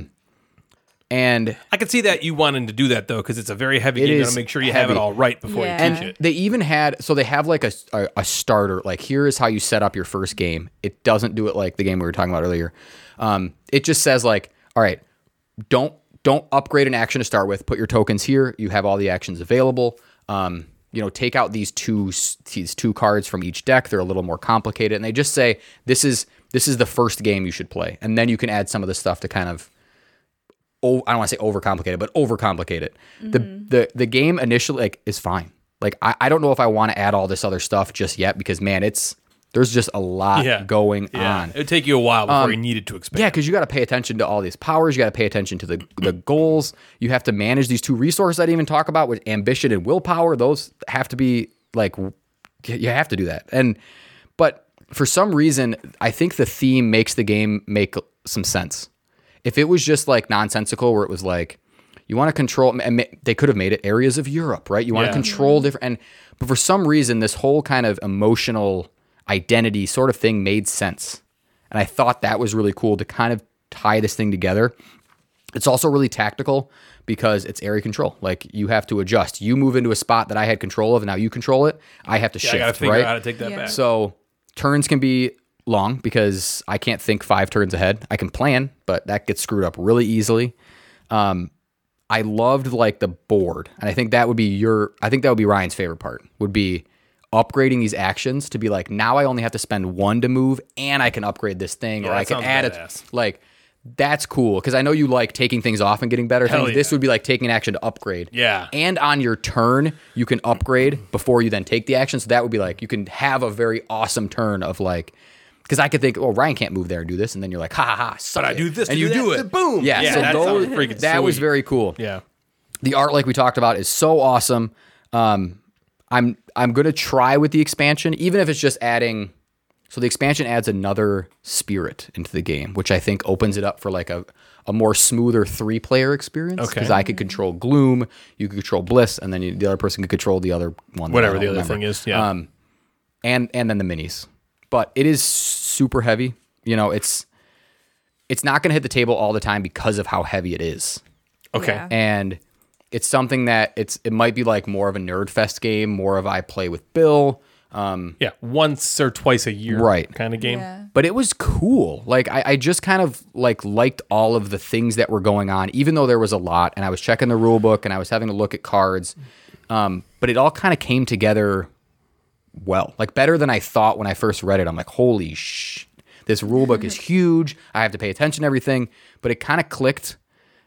And
I can see that you wanting to do that though, because it's a very heavy
It
game. You
is
want to make sure you have it
heavy.
all right before
Yeah.
you
and
teach it.
they even had so they have like a, a a starter like here is how you set up your first game it doesn't do it like the game we were talking about earlier um it just says like all right don't don't upgrade an action to start with put your tokens here you have all the actions available um you know take out these two s- these two cards from each deck they're a little more complicated and they just say this is this is the first game you should play and then you can add some of the stuff to kind of oh, I don't want to say overcomplicate it, but overcomplicate it. The the the game initially like is fine. like I, I don't know if I want to add all this other stuff just yet because man, it's there's just a lot
Yeah.
going
Yeah.
on. Um,
It would take you a while before you needed to expand.
Yeah, because you got to pay attention to all these powers. You got to pay attention to the the goals. You have to manage these two resources I didn't even talk about with ambition and willpower. Those have to be like w- you have to do that. And but for some reason, I think the theme makes the game make some sense. If it was just like nonsensical, where it was like you want to control, and ma- they could have made it areas of Europe, right? You want
Yeah.
to control different, and but for some reason, this whole kind of emotional identity sort of thing made sense. And I thought that was really cool to kind of tie this thing together. It's also really tactical because it's area control. Like you have to adjust. You move into a spot that I had control of, now you control it. I have to
Yeah,
shift,
I gotta figure
right?
out how to take that
Yeah.
back.
So turns can be long because I can't think five turns ahead. I can plan, but that gets screwed up really easily. Um, I loved like the board, and I think that would be your. I think that would be Ryan's favorite part. Would be upgrading these actions to be like now I only have to spend one to move, and I can upgrade this thing, or
that
I can
sounds
add
badass.
it. Like that's cool because I know you like taking things off and getting better things. This
yeah.
would be like taking an action to upgrade.
Yeah.
And on your turn, you can upgrade before you then take the action. So that would be like you can have a very awesome turn of like because I could think, oh, Ryan can't move there and do this, and then you're like, ha ha ha, suck
I
it.
do this
and
to
you
do
do
that,
it,
boom.
Yeah,
Yeah,
so
that
those-
sounds freaking
that was
sweet.
very cool.
yeah.
The art, like we talked about, is so awesome. Um, I'm I'm gonna try with the expansion, even if it's just adding. So the expansion adds another spirit into the game, which I think opens it up for like a a more smoother three player experience.
Okay.
Because I could control gloom, you could control bliss, and then you, the other person could control the other one. that I
Whatever
don't
the other
remember Um,
thing is. Yeah.
and and then the minis. But it is super heavy. You know, it's it's not going to hit the table all the time because of how heavy it is.
okay.
Yeah.
And it's something that it's it might be like more of a nerd fest game, more of I play with Bill. Um,
Yeah, once or twice a year,
Right.
Kind of game.
Yeah.
but it was cool. Like I, I just kind of like liked all of the things that were going on, even though there was a lot. And I was checking the rule book and I was having to look at cards. Um, but it all kind of came together well, like better than I thought when I first read it. I'm like, holy sh! This rule book is huge. I have to pay attention to everything. But it kind of clicked.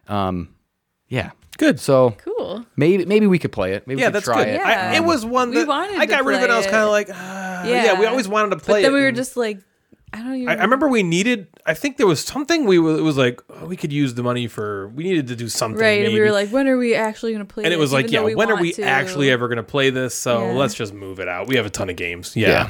Um, yeah,
Good.
So
Cool.
maybe maybe we could play it. Maybe
Yeah,
we could
that's
try
good.
it.
I-
Yeah.
it was one
We
that
wanted
I
to
got rid of it.
play
I was
it.
kind of like, ah, yeah. we always wanted to play
But then
it.
we were
and-
just like, I don't even.
I, I remember we needed. I think there was something we were. It was like oh, we could use the money for. We needed to do something.
Right, and we
maybe.
were like, when are we actually going to play?
and it
this,
was like,
even
yeah.
though we
when are
want
we
to?
actually ever going to play this? So
Yeah.
let's just move it out. We have a ton of games. Yeah.
Yeah. Uh,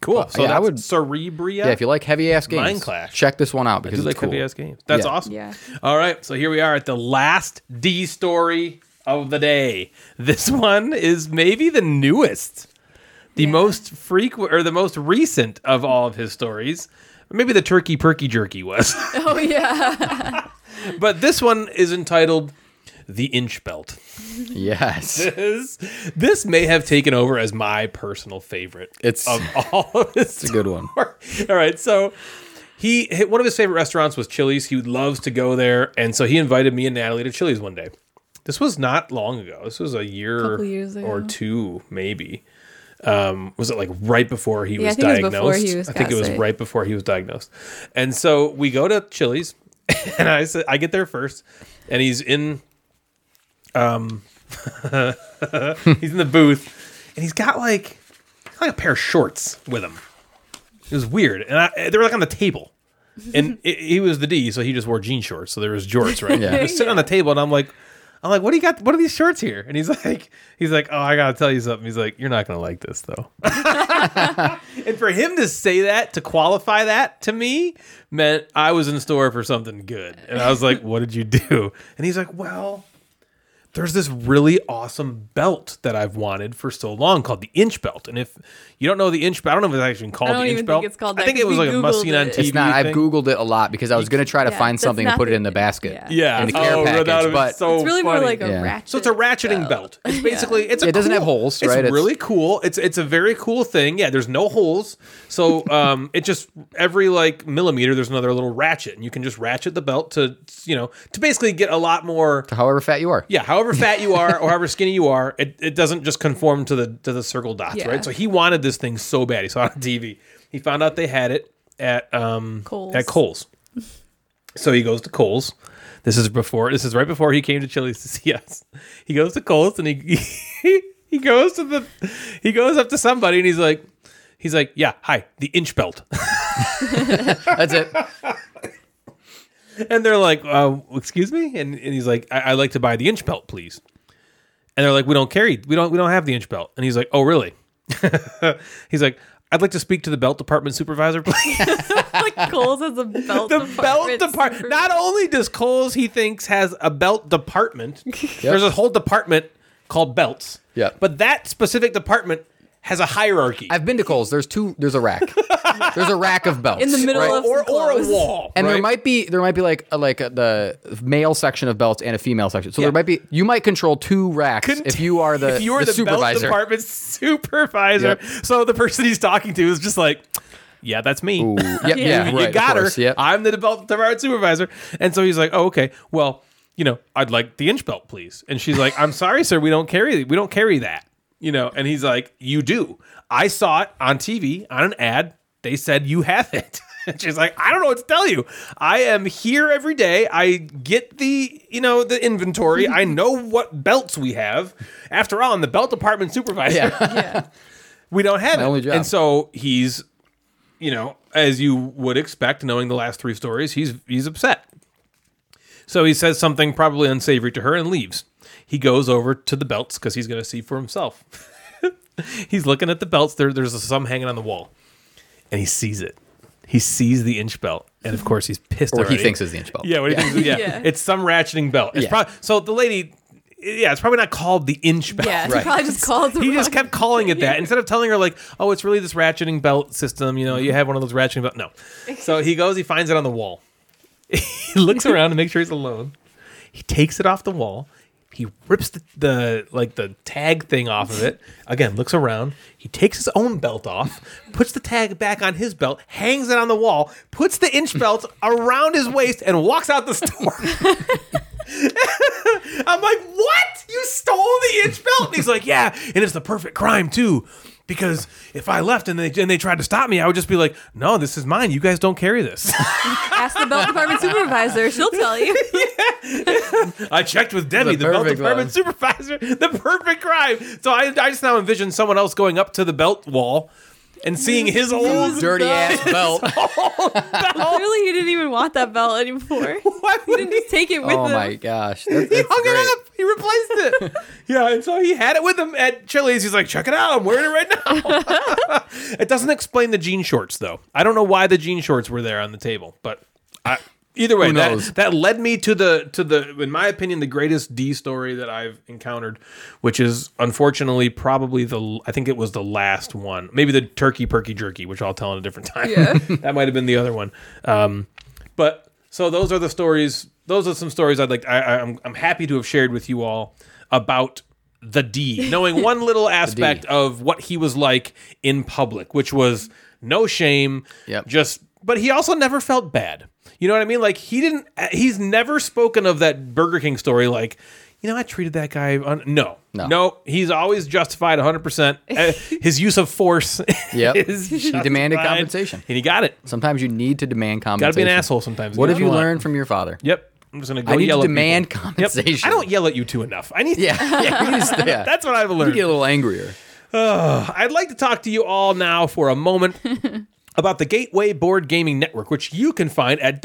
Cool. So
yeah, I
that's
would-
Cerebria.
Yeah, if you like heavy ass games,
Mind Clash.
check this one
I
out because
do
it's
like
cool.
heavy ass games. That's
Yeah.
awesome.
Yeah.
All right. So here we are at the last D story of the day. This one is maybe the newest, the most frequent, or the most recent of all of his stories. Maybe the turkey perky jerky was.
Oh yeah.
but this one is entitled The Inch Belt.
Yes.
This, this may have taken over as my personal favorite
It's-
of all of his
It's a good one.
All right, so he hit- one of his favorite restaurants was Chili's. He loves to go there, and so he invited me and Natalie to Chili's one day. This was not long ago. This was a year
Couple years ago.
or two, maybe. Um, was it like right before he
I
was
think it was
diagnosed?
before he was-
I think it
got
was
sick.
right before he was diagnosed. And so we go to Chili's, and I said I get there first, and he's in um, he's in the booth, and he's got like like a pair of shorts with him. It was weird, and I, they were like on the table. And it, he was the D, so he just wore jean shorts. So there was jorts, right?
Yeah.
He was sitting on the table, and I'm like, I'm like, what do you got? What are these shorts here? And he's like, he's like, oh, I gotta tell you something. He's like, you're not gonna like this though. and for him to say that, to qualify that to me, meant I was in store for something good. And I was like, what did you do? And he's like, well, there's this really awesome belt that I've wanted for so long called the Inch Belt. And if you don't know the Inch Belt, I don't know if it's actually called
I don't
the Inch
even
Belt.
think it's called
I
that
think it
'cause
was
we
like a must
Googled
seen on
it.
TV.
It's not.
thing.
I've googled it a lot because I was going to try to
Yeah,
find
that's
something and put it
nothing-
in the basket.
yeah.
yeah.
in the care
oh,
package,
that would've been
but-
so
It's really
funny.
more like a
Yeah.
ratchet.
So it's a ratcheting belt. It's basically it's a
It doesn't have
cool-
holes,
It's
right? It's-
really cool. It's it's a very cool thing. Yeah, there's no holes. So um, it just every like millimeter there's another little ratchet, and you can just ratchet the belt to you know to basically get a lot more.
However fat you are.
Yeah, however fat you are or however skinny you are, it, it doesn't just conform to the to the circle dots,
Yeah.
right? So he wanted this thing so bad. He saw it on TV. He found out they had it at um
Kohl's.
at Coles. So he goes to Coles. This is before this is right before he came to Chili's to see us. He goes to Coles and he he goes to the he goes up to somebody and he's like he's like yeah hi the inch belt
That's it.
and they're like uh, excuse me and, and he's like I- i'd like to buy the inch belt please and they're like we don't carry we don't we don't have the inch belt and he's like oh really he's like i'd like to speak to the belt department supervisor please
like Cole's has a belt.
the belt department. Not only does Coles he thinks has a belt department. There's a whole department called belts.
Yeah.
But that specific department has a hierarchy.
I've been to Kohl's. There's two. There's a rack. There's a rack of belts
In the middle
right?
of-
or
some
or a
clothes.
wall.
And there
right?
might be there might be like a, like a, the male section of belts and a female section. So
Yeah.
there might be you might control two racks
Couldn't-
if you are the
if you are
the,
the, belt
supervisor.
department supervisor.
Yep.
So the person he's talking to is just like, yeah, that's me.
Ooh, yep, yeah,
you
right, of
got
course,
her.
Yep.
I'm the belt department supervisor. And so he's like, oh, okay. Well, you know, I'd like the inch belt, please. And she's like, I'm sorry, sir, we don't carry we don't carry that. You know, and he's like, you do. I saw it on TV on an ad. They said you have it. And she's like, I don't know what to tell you. I am here every day. I get the, you know, the inventory. I know what belts we have. After all, I'm the belt department supervisor.
yeah.
Yeah.
We don't have it.
only job.
And so he's, you know, as you would expect, knowing the last three stories, he's he's upset. So he says something probably unsavory to her and leaves. He goes over to the belts because he's going to see for himself. he's looking at the belts. There, there's some hanging on the wall, and he sees it. He sees the inch belt, and of course he's pissed.
Or he
already.
thinks is the inch belt.
Yeah, what do you think? Yeah.
Yeah.
it's some ratcheting belt. It's
Yeah.
prob- so the lady, yeah, it's probably not called the inch belt
Yeah.
Right.
He probably just called the
he just
wrong-
kept calling it that instead of telling her like, "Oh, it's really this ratcheting belt system." You know, you have one of those ratcheting belt. No, so he goes, he finds it on the wall. he looks around to make sure he's alone. He takes it off the wall. He rips the, the like the tag thing off of it. Again, looks around. He takes his own belt off, puts the tag back on his belt, hangs it on the wall, puts the inch belt around his waist, and walks out the store. I'm like, what? You stole the inch belt? And he's like, yeah, and it's the perfect crime too, because if I left and they and they tried to stop me, I would just be like, no, this is mine. You guys don't carry this.
Ask the belt department supervisor. She'll tell you.
I checked with Debbie,
The
the, belt
perfect
department supervisor, the perfect crime. So I, I just now envision someone else going up to the belt wall and seeing his old.
Dirty ass belt.
Oh.
Clearly, he didn't even want that belt anymore.
Why
He
would
didn't just take it with
Oh
him.
my gosh. That,
He
that's
hung
great.
it up. He replaced it. yeah, and so he had it with him at Chili's. He's like, check it out. I'm wearing it right now. it doesn't explain the jean shorts, though. I don't know why the jean shorts were there on the table, but I, either way,
Who
that,
knows?
that led me to the to the, in my opinion, the greatest D story that I've encountered, which is unfortunately probably the I think it was the last one, maybe the turkey perky jerky, which I'll tell at a different time.
Yeah.
that might have been the other one. Um, but so those are the stories. Those are some stories I'd like. I, I'm I'm happy to have shared with you all about the D, knowing one little aspect of what he was like in public, which was no shame.
Yep.
Just, but he also never felt bad. You know what I mean? Like he didn't. He's never spoken of that Burger King story like. You know, I treated that guy. Un-. No,
No.
no. He's always justified 100%. Uh, His use of force
Yep.
is
He demanded
justified,
compensation.
And he got it.
Sometimes you need to demand
Got to
compensation.
be an asshole sometimes.
What
That's
have you
I want.
learned from your father?
Yep. I'm just gonna go
I need
yell at
to
people.
demand
Yep.
compensation.
I don't yell at you two enough. I need.
Yeah. yeah, you just- yeah.
That's what I've learned.
you get a little angrier.
I'd like to talk to you all now for a moment about the Gateway Board Gaming Network, which you can find at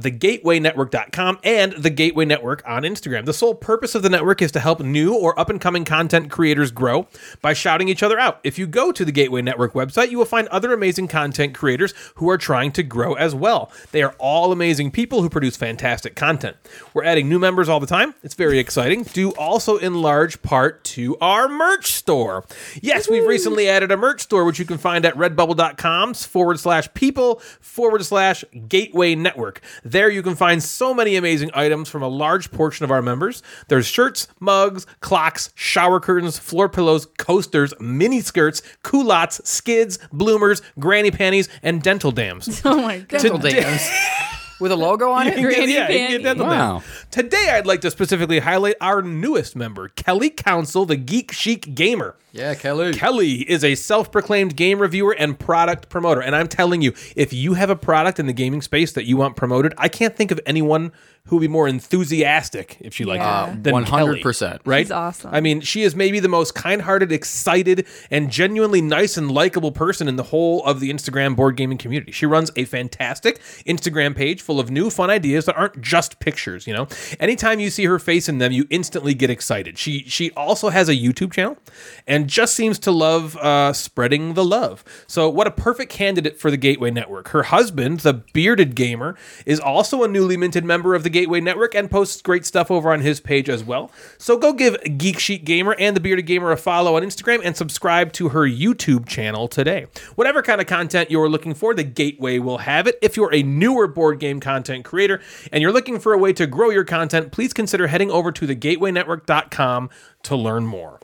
www.thegatewaynetwork.com and the Gateway Network on Instagram. The sole purpose of the network is to help new or up and coming content creators grow by shouting each other out. If you go to the Gateway Network website, you will find other amazing content creators who are trying to grow as well. They are all amazing people who produce fantastic content. We're adding new members all the time. It's very exciting, due also in large part to our merch store. Yes, we've recently added a merch store, which you can find at redbubble.com forward slash people forward slash gateway network. There you can find so many amazing items from a large portion of our members. There's shirts, mugs, clocks, shower curtains, floor pillows, coasters, mini skirts, culottes, skids, bloomers, granny panties, and dental dams.
Oh my god.
Dental dams. With a logo on it?
You can get-
Granny
yeah, you can get
panties.
dental
Wow.
dams. Today, I'd like to specifically highlight our newest member, Kelly Council, the Geek Chic Gamer.
Yeah, Kelly.
Kelly is a self proclaimed game reviewer and product promoter. And I'm telling you, if you have a product in the gaming space that you want promoted, I can't think of anyone who would be more enthusiastic, if you like,
um,
Yeah. Uh,
than
100%.
Kelly, right?
She's awesome.
I mean, she is maybe the most kind hearted, excited, and genuinely nice and likable person in the whole of the Instagram board gaming community. She runs a fantastic Instagram page full of new fun ideas that aren't just pictures, you know? Anytime you see her face in them, you instantly get excited. She she also has a YouTube channel and just seems to love uh, spreading the love. So what a perfect candidate for the Gateway Network. Her husband, the bearded gamer, is also a newly minted member of the Gateway Network and posts great stuff over on his page as well. So go give Geek Sheet Gamer and the Bearded Gamer a follow on Instagram and subscribe to her YouTube channel today. Whatever kind of content you're looking for, the Gateway will have it. If you're a newer board game content creator and you're looking for a way to grow your content, please consider heading over to thegatewaynetwork.com to learn more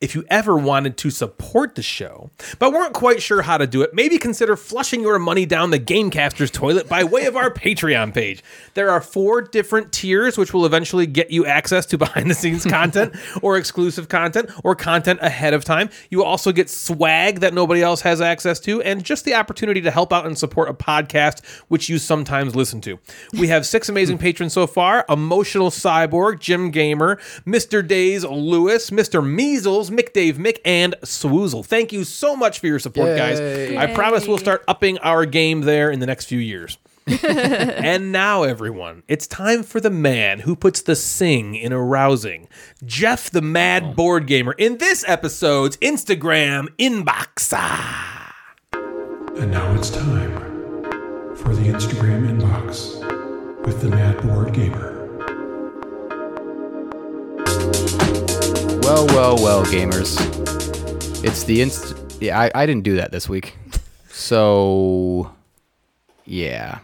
if you ever wanted to support the show, but weren't quite sure how to do it, maybe consider flushing your money down the Gamecaster's toilet by way of our Patreon page. There are four different tiers, which will eventually get you access to behind the scenes content or exclusive content or content ahead of time. You will also get swag that nobody else has access to and just the opportunity to help out and support a podcast which you sometimes listen to. We have six amazing patrons so far Emotional Cyborg, Jim Gamer, Mr. Days Lewis, Mr. Measles, Mick Dave Mick, and Swoozle. Thank you so much for your support, guys.
Yay.
I promise we'll start upping our game there in the next few years. and now, everyone, it's time for the man who puts the sing in arousing. Jeff the Mad
Oh.
Board Gamer in this episode's Instagram inbox. Ah.
And now it's time for the Instagram inbox with the Mad Board Gamer.
Well, well, well, gamers. It's the inst. Yeah, I, I didn't do that this week. So, yeah.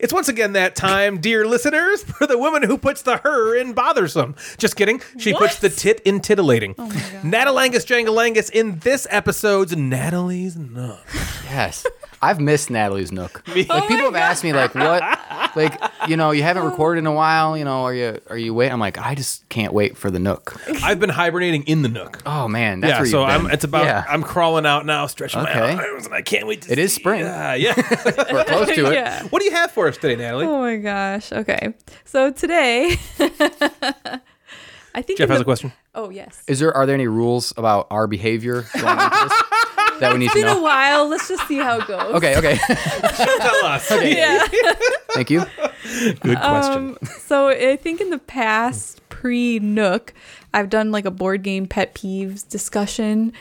It's once again that time, dear listeners, for the woman who puts the her in bothersome. Just kidding. She puts
What?
the tit in titillating. Oh Natalangus Jangalangus in this episode's Natalie's Nut.
Yes. I've missed Natalie's Nook. Like people have asked me, like, what? Like, you know, you haven't recorded in a while. You know, are you are you wait? I'm like, I just can't wait for the Nook.
I've been hibernating in the nook.
Oh man, that's
yeah,
where
so
you've
I'm.
been.
It's about.
Yeah.
I'm crawling out now, stretching
Okay.
my arms, and I can't wait to.
It is
see-
spring.
Yeah, yeah.
We're close to it.
Yeah.
what do you have for us today, Natalie?
Oh my gosh. Okay. So today, I think
Jeff
in
has
the-
a question.
Oh yes.
Is there are there any rules about our behavior going into this that we need to
It's been a
know?
while. Let's just see how it goes.
Okay, okay.
Tell us.
Yeah.
Thank you.
Good question.
Um, so I think in the past, pre Nook, I've done like a board game pet peeves discussion.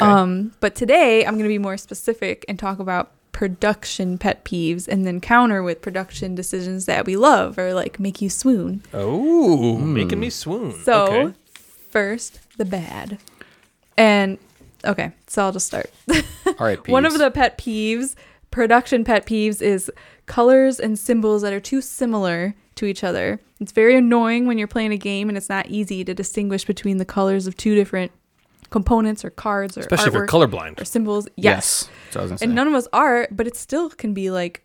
Um, but today I'm going to be more specific and talk about production pet peeves and then counter with production decisions that we love or like make you swoon.
oh, making me swoon.
So
okay.
first, the bad. And okay, so I'll just start.
All right.
One
peeves.
of the pet peeves, production pet peeves, is colors and symbols that are too similar to each other. It's very annoying when you're playing a game and it's not easy to distinguish between the colors of two different components or cards or
especially if
artwork
you're colorblind.
or symbols. Yes.
yes. So I was gonna say.
And none of us are, but it still can be like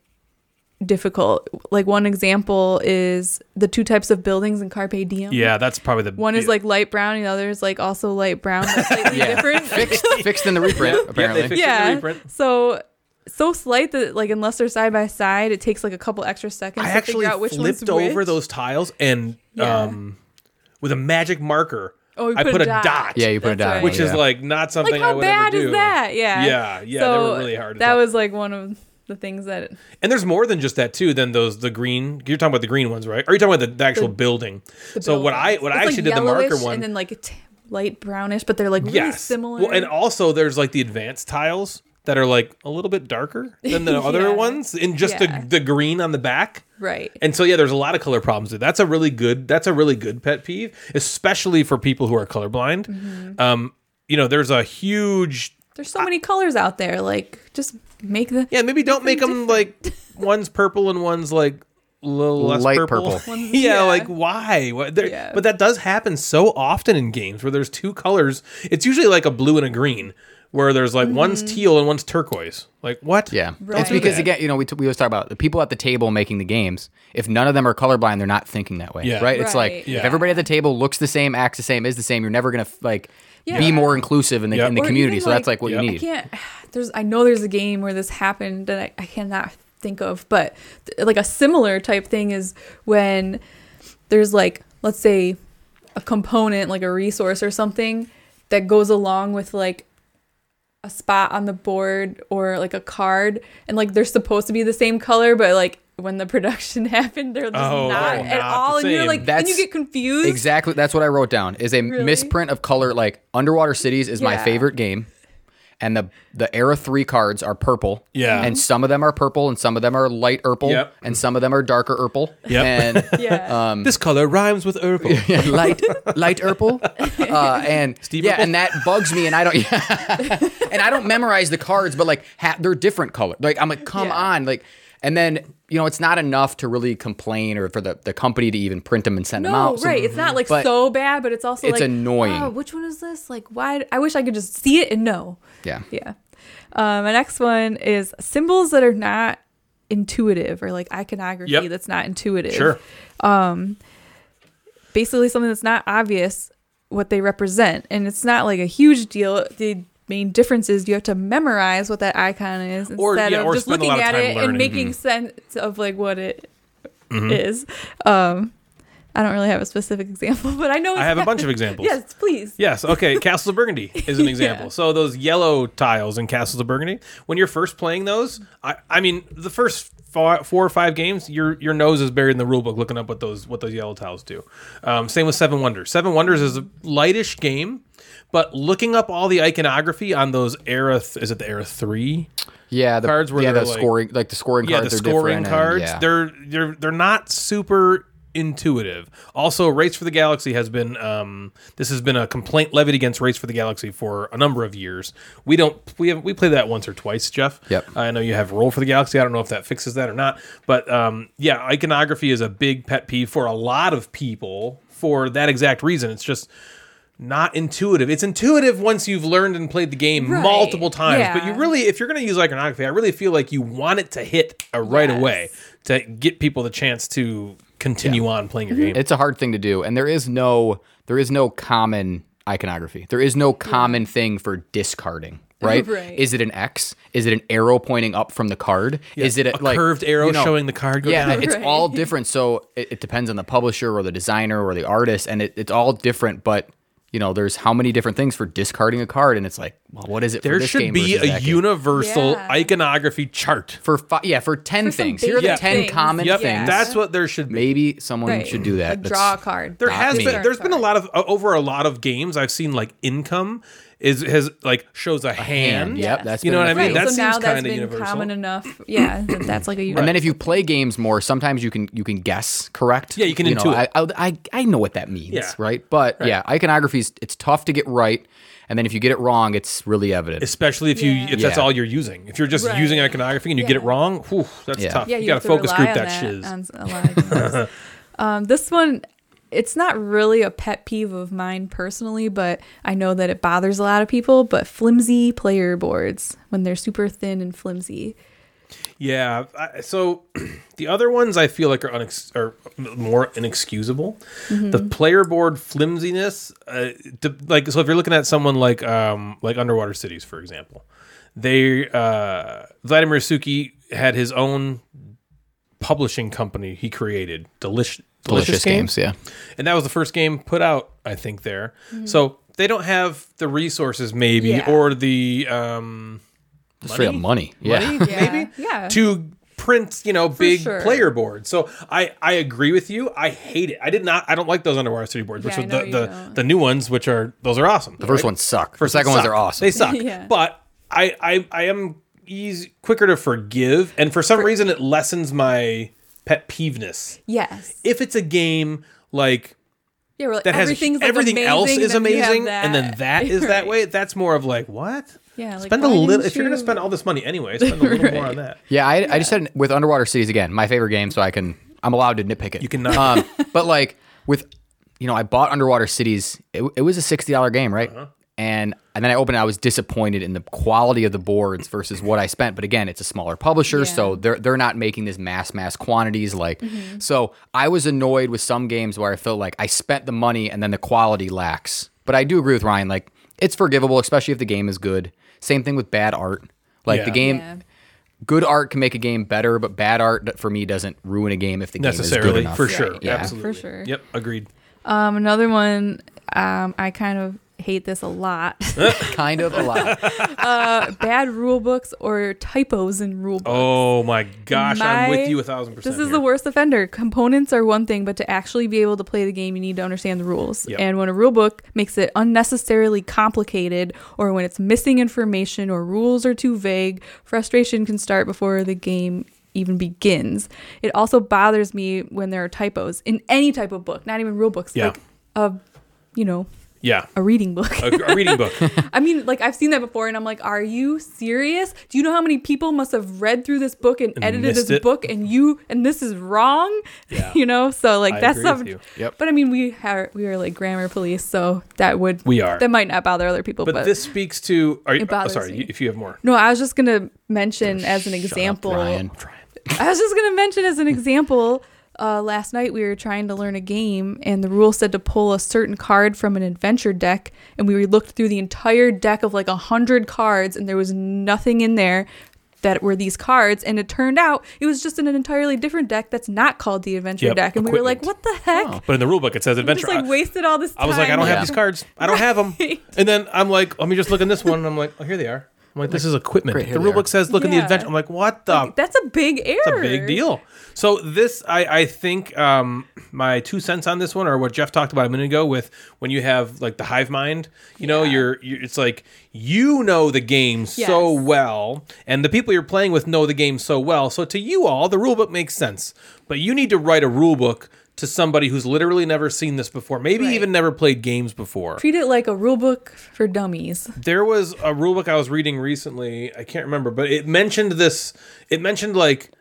difficult. Like one example is the two types of buildings in Carpe Diem.
Yeah, that's probably the
One is
yeah.
like light brown, and the other is like also light brown, but slightly
Yeah.
different.
fixed, fixed in the reprint apparently.
fixed- Fixing the
yeah.
reprint.
So so slight that like unless they're side by side, it takes like a couple extra seconds
I
to
actually
figure out which
flipped
one's
over
which.
those tiles and
Yeah.
um, with a magic marker,
Oh, you
I
put
put
a
a
dot.
dot.
yeah, you put it
That's
down.
right.
which
yeah.
is like not something
Like
I
how
would ever
bad
do.
is that? Yeah.
Yeah, yeah, they
So
were really hard to
That
tell.
was like one of the things that
And there's more than just that too. Than those the green. You're talking about the green ones, right? Or you are talking about the, the actual building?
the
so what I
buildings-
what I
it's, like,
actually did the marker
yellowish
one.
and then like t- light brownish, but they're like really
yes.
similar.
Well, and also there's like the advanced tiles that are like a little bit darker than the
Yeah.
other ones, and just
Yeah.
the the green on the back.
right.
And so yeah, there's a lot of color problems. there. That's a really good that's a really good pet peeve, especially for people who are colorblind.
Mm-hmm.
Um, you know, there's a huge
There's so many colors out there. Like just make the
yeah. Maybe don't make them like one's purple and one's like a little less
Light
purple.
purple.
One's-
yeah,
yeah.
like why? What- there-
Yeah.
But that does happen so often in games where there's two colors. It's usually like a blue and a green. where there's like one's
Mm-hmm.
teal and one's turquoise. Like what?
Yeah,
Right.
it's because
Yeah.
again, you know, we, t- we always talk about the people at the table making the games. If none of them are colorblind, they're not thinking that way,
Yeah.
right? It's like
Right.
Yeah.
if everybody at the table looks the same, acts the same, is the same, you're never gonna f- like
Yeah.
be more inclusive in the,
Yep.
in the
Or
community.
even,
So that's
like-
like what
Yep.
you
I
need.
can't. There's. I know there's a game where this happened that I, I cannot think of, but th- like a similar type thing is when there's like let's say a component like a resource or something that goes along with like a spot on the board or like a card and like they're supposed to be the same color but like when the production happened they're just
Oh,
not
they're
at
not
all
the
and you're
same.
like then
That's
you get confused
Exactly. That's what I wrote down. Is a
Really?
misprint of color. Like Underwater Cities is my
Yeah.
favorite game, and the the Era Three cards are purple.
Yeah.
and some of them are purple, and some of them are light purple,
Yep.
and some of them are darker purple.
Yep.
and
yeah
This color rhymes with purple.
Yeah, light light purple, uh, and
Steve
yeah,
Urkel?
and that bugs me, and I don't, and I don't memorize the cards, but like ha- they're different color. Like I'm like, come
Yeah.
on, like, and then you know it's not enough to really complain or for the, the company to even print them and send them
No,
out. So-
right. It's not like
but-
so bad, but it's also
It's
like
annoying.
"Oh, which one is this? Like, why? I wish I could just see it and know.
Yeah.
Yeah. Um, my next one is symbols that are not intuitive or like iconography
Yep.
that's not intuitive.
Sure.
Basically, something that's not obvious what they represent, and it's not like a huge deal. The main difference is you have to memorize what that icon is instead
Or- yeah,
of
or
just
spend a
looking
lot of
at
time
it
learning. Mm-hmm.
and making sense of like what it is. Um, I don't really have a specific example, but I know
I
it's
have a
not-
bunch of examples.
Yes, please.
Yes. Okay. Castles of Burgundy is an example. So those yellow tiles in Castles of Burgundy, when you're first playing those, I, I mean, the first four, four or five games, your your nose is buried in the rule book looking up what those what those yellow tiles do. Um, same with Seven Wonders. Seven Wonders is a lightish game, but looking up all the iconography on those era th- is it the era three
Yeah, the
Cards where
yeah,
they're
the
like-
scoring like the scoring
yeah,
cards
the
are different
scoring
and-
cards.
yeah.
They're they're they're not super intuitive. Also, Race for the Galaxy has been um, this has been a complaint levied against Race for the Galaxy for a number of years. We don't we have we played that once or twice, Jeff.
Yep.
I know you have Roll for the Galaxy. I don't know if that fixes that or not, but um, yeah, iconography is a big pet peeve for a lot of people for that exact reason. It's just not intuitive. It's intuitive once you've learned and played the game
Right.
multiple times, but you
Yeah.
really if you're going to use iconography, I really feel like you want it to hit a right
Yes.
away to get people the chance to continue on playing your game.
it's a hard thing to do, and there is no there is no common iconography. There is no common thing for discarding. Right?
Right.
Is it an X? Is it an arrow pointing up from the card? Is it
a
a, like,
curved arrow
you know,
showing the card go
Yeah,
down?
it's
Right.
all different. So it, it depends on the publisher or the designer or the artist, and it, it's all different. But you know, there's how many different things for discarding a card, and it's like, well, what is it? for
there
this
should
game
be
versus
a
that game?
universal
Yeah.
iconography chart.
for fi- yeah for ten
some
things. Here are the
basic
ten
things.
common
Yep,
things.
that's what there should be.
Maybe someone should do that.
Like
That's-
draw a card.
There
Not
has
me.
been there's been a lot of uh, over a lot of games I've seen like income is has like shows a, hand.
hand, yep, that's
you know
been
what I
a
mean.
thing.
That
so
seems
now that's
kind of
been
universal.
common enough. Yeah, that, that's like a
And
universal.
then if you play games more, sometimes you can you can guess correct.
Yeah, you can
know,
intuit.
I, I I- I know what that means,
Yeah.
right? But yeah, iconography is it's tough to get right, and then if you get it wrong, it's really evident.
especially if you
Yeah.
if that's
Yeah.
all you're using. If you're just
Right.
using iconography and you get it
Yeah.
wrong, whew, that's
Yeah.
tough.
yeah,
you, got
have to
to focus
rely
group
on
that, shiz.
on s- a lot of things. um, this one, it's not really a pet peeve of mine personally, but I know that it bothers a lot of people. But flimsy player boards when they're super thin and flimsy.
Yeah. I, so the other ones I feel like are, unex- are more inexcusable. The player board flimsiness, uh, d- like so, if you're looking at someone like um, like Underwater Cities, for example, they uh, Vladimir Suki had his own publishing company he created, Delish- Delicious, Games,
yeah.
and that was the first game put out, I think. There, so they don't have the resources, maybe,
Yeah.
or the um,
Straight up money. Yeah.
Yeah. Maybe. Yeah.
to print you know big
sure.
player boards so i i agree with you i hate it i did not i don't like those underwater city boards which
Yeah, I
are
know
the
you
the,
don't.
the new ones which are those are awesome
The first ones suck.
First
the second
ones
ones
suck.
are awesome.
they suck
Yeah.
but i i i am easy quicker to forgive and for some reason it lessens my pet peeveness
Yes.
if it's a game like
Yeah. We're like,
that has
everything's like,
everything else
amazing,
is
and then you have
amazing, and then that is that
Right.
way. That's more of like what?
Yeah, like,
spend a
why didn't
little. If you're gonna
you-
spend all this money anyway, spend a little more on that.
Yeah, I, I just said with Underwater Cities again, my favorite game, so I can I'm allowed to nitpick it.
You cannot.
Um,
Uh-huh.
but like with you know, I bought Underwater Cities. It, it was a sixty dollar game, right? and and then I opened. it, I was disappointed in the quality of the boards versus what I spent. But again, it's a smaller publisher, so they're they're not making this mass mass quantities. Like, so I was annoyed with some games where I felt like I spent the money and then the quality lacks. But I do agree with Ryan. Like, it's forgivable, especially if the game is good. Same thing with bad art. Like the
Yeah.
game.
Yeah.
Good art can make a game better, but bad art for me doesn't ruin a game if the game is good
necessarily
enough.
for sure.
Yeah.
Absolutely.
For sure.
Yep. Agreed.
Um, another one. Um, I kind of hate this a lot.
kind of a lot.
Bad rule books or typos in rule books.
Oh my gosh, I'm
My-
with you a thousand percent.
This is
here.
the worst offender. Components are one thing, but to actually be able to play the game, you need to understand the rules.
Yep.
And when a rule book makes it unnecessarily complicated, or when it's missing information, or rules are too vague, frustration can start before the game even begins. It also bothers me when there are typos in any type of book, not even rule books,
Yeah.
like a, you know,
Yeah.
a reading book.
A, a reading book.
I mean, like I've seen that before, and I'm like, are you serious? Do you know how many people must have read through this book and,
And
edited
missed
this
it.
book, and you and this is wrong?
Yeah.
you know, so like
I
that's
agree with
some-
you.
Yep.
But I mean, we are we are like grammar police, so that would
We are.
that might not bother other people,
But,
but,
this speaks to. Are you,
It
oh,
bothers
sorry,
me.
you, if you have more.
no, I was just gonna mention
Oh,
as an example.
Shut up, Ryan.
I was just gonna mention as an example. Uh, last night we were trying to learn a game, and the rule said to pull a certain card from an adventure deck, and we looked through the entire deck of like a hundred cards, and there was nothing in there that were these cards. And it turned out it was just an entirely different deck that's not called the adventure
Yep,
deck, and we were like,
equipment.
"What the heck?"
But in the rule book, it says
We
adventure.
just like
I-
wasted all this.
I was like, I
time.
don't have
Yeah.
these cards. I don't have them.
Right.
And then I'm like, let me just look in this one. And I'm like, oh, here they are. I'm like, this is equipment.
great, here
the
they
rule book
are.
says, look in the
Yeah.
adventure. I'm like, what the?
That's a big error.
It's a big deal. So this, I, I think, um, my two cents on this one are what Jeff talked about a minute ago with when you have like the hive mind. You know, you're, you're it's like you know the game so
Yes.
well, and the people you're playing with know the game so well. So to you all, the rule book makes sense, but you need to write a rule book to somebody who's literally never seen this before, maybe
Right.
even never played games before.
Treat it like a rule book for dummies.
There was a rule book I was reading recently. I can't remember, but it mentioned this. It mentioned like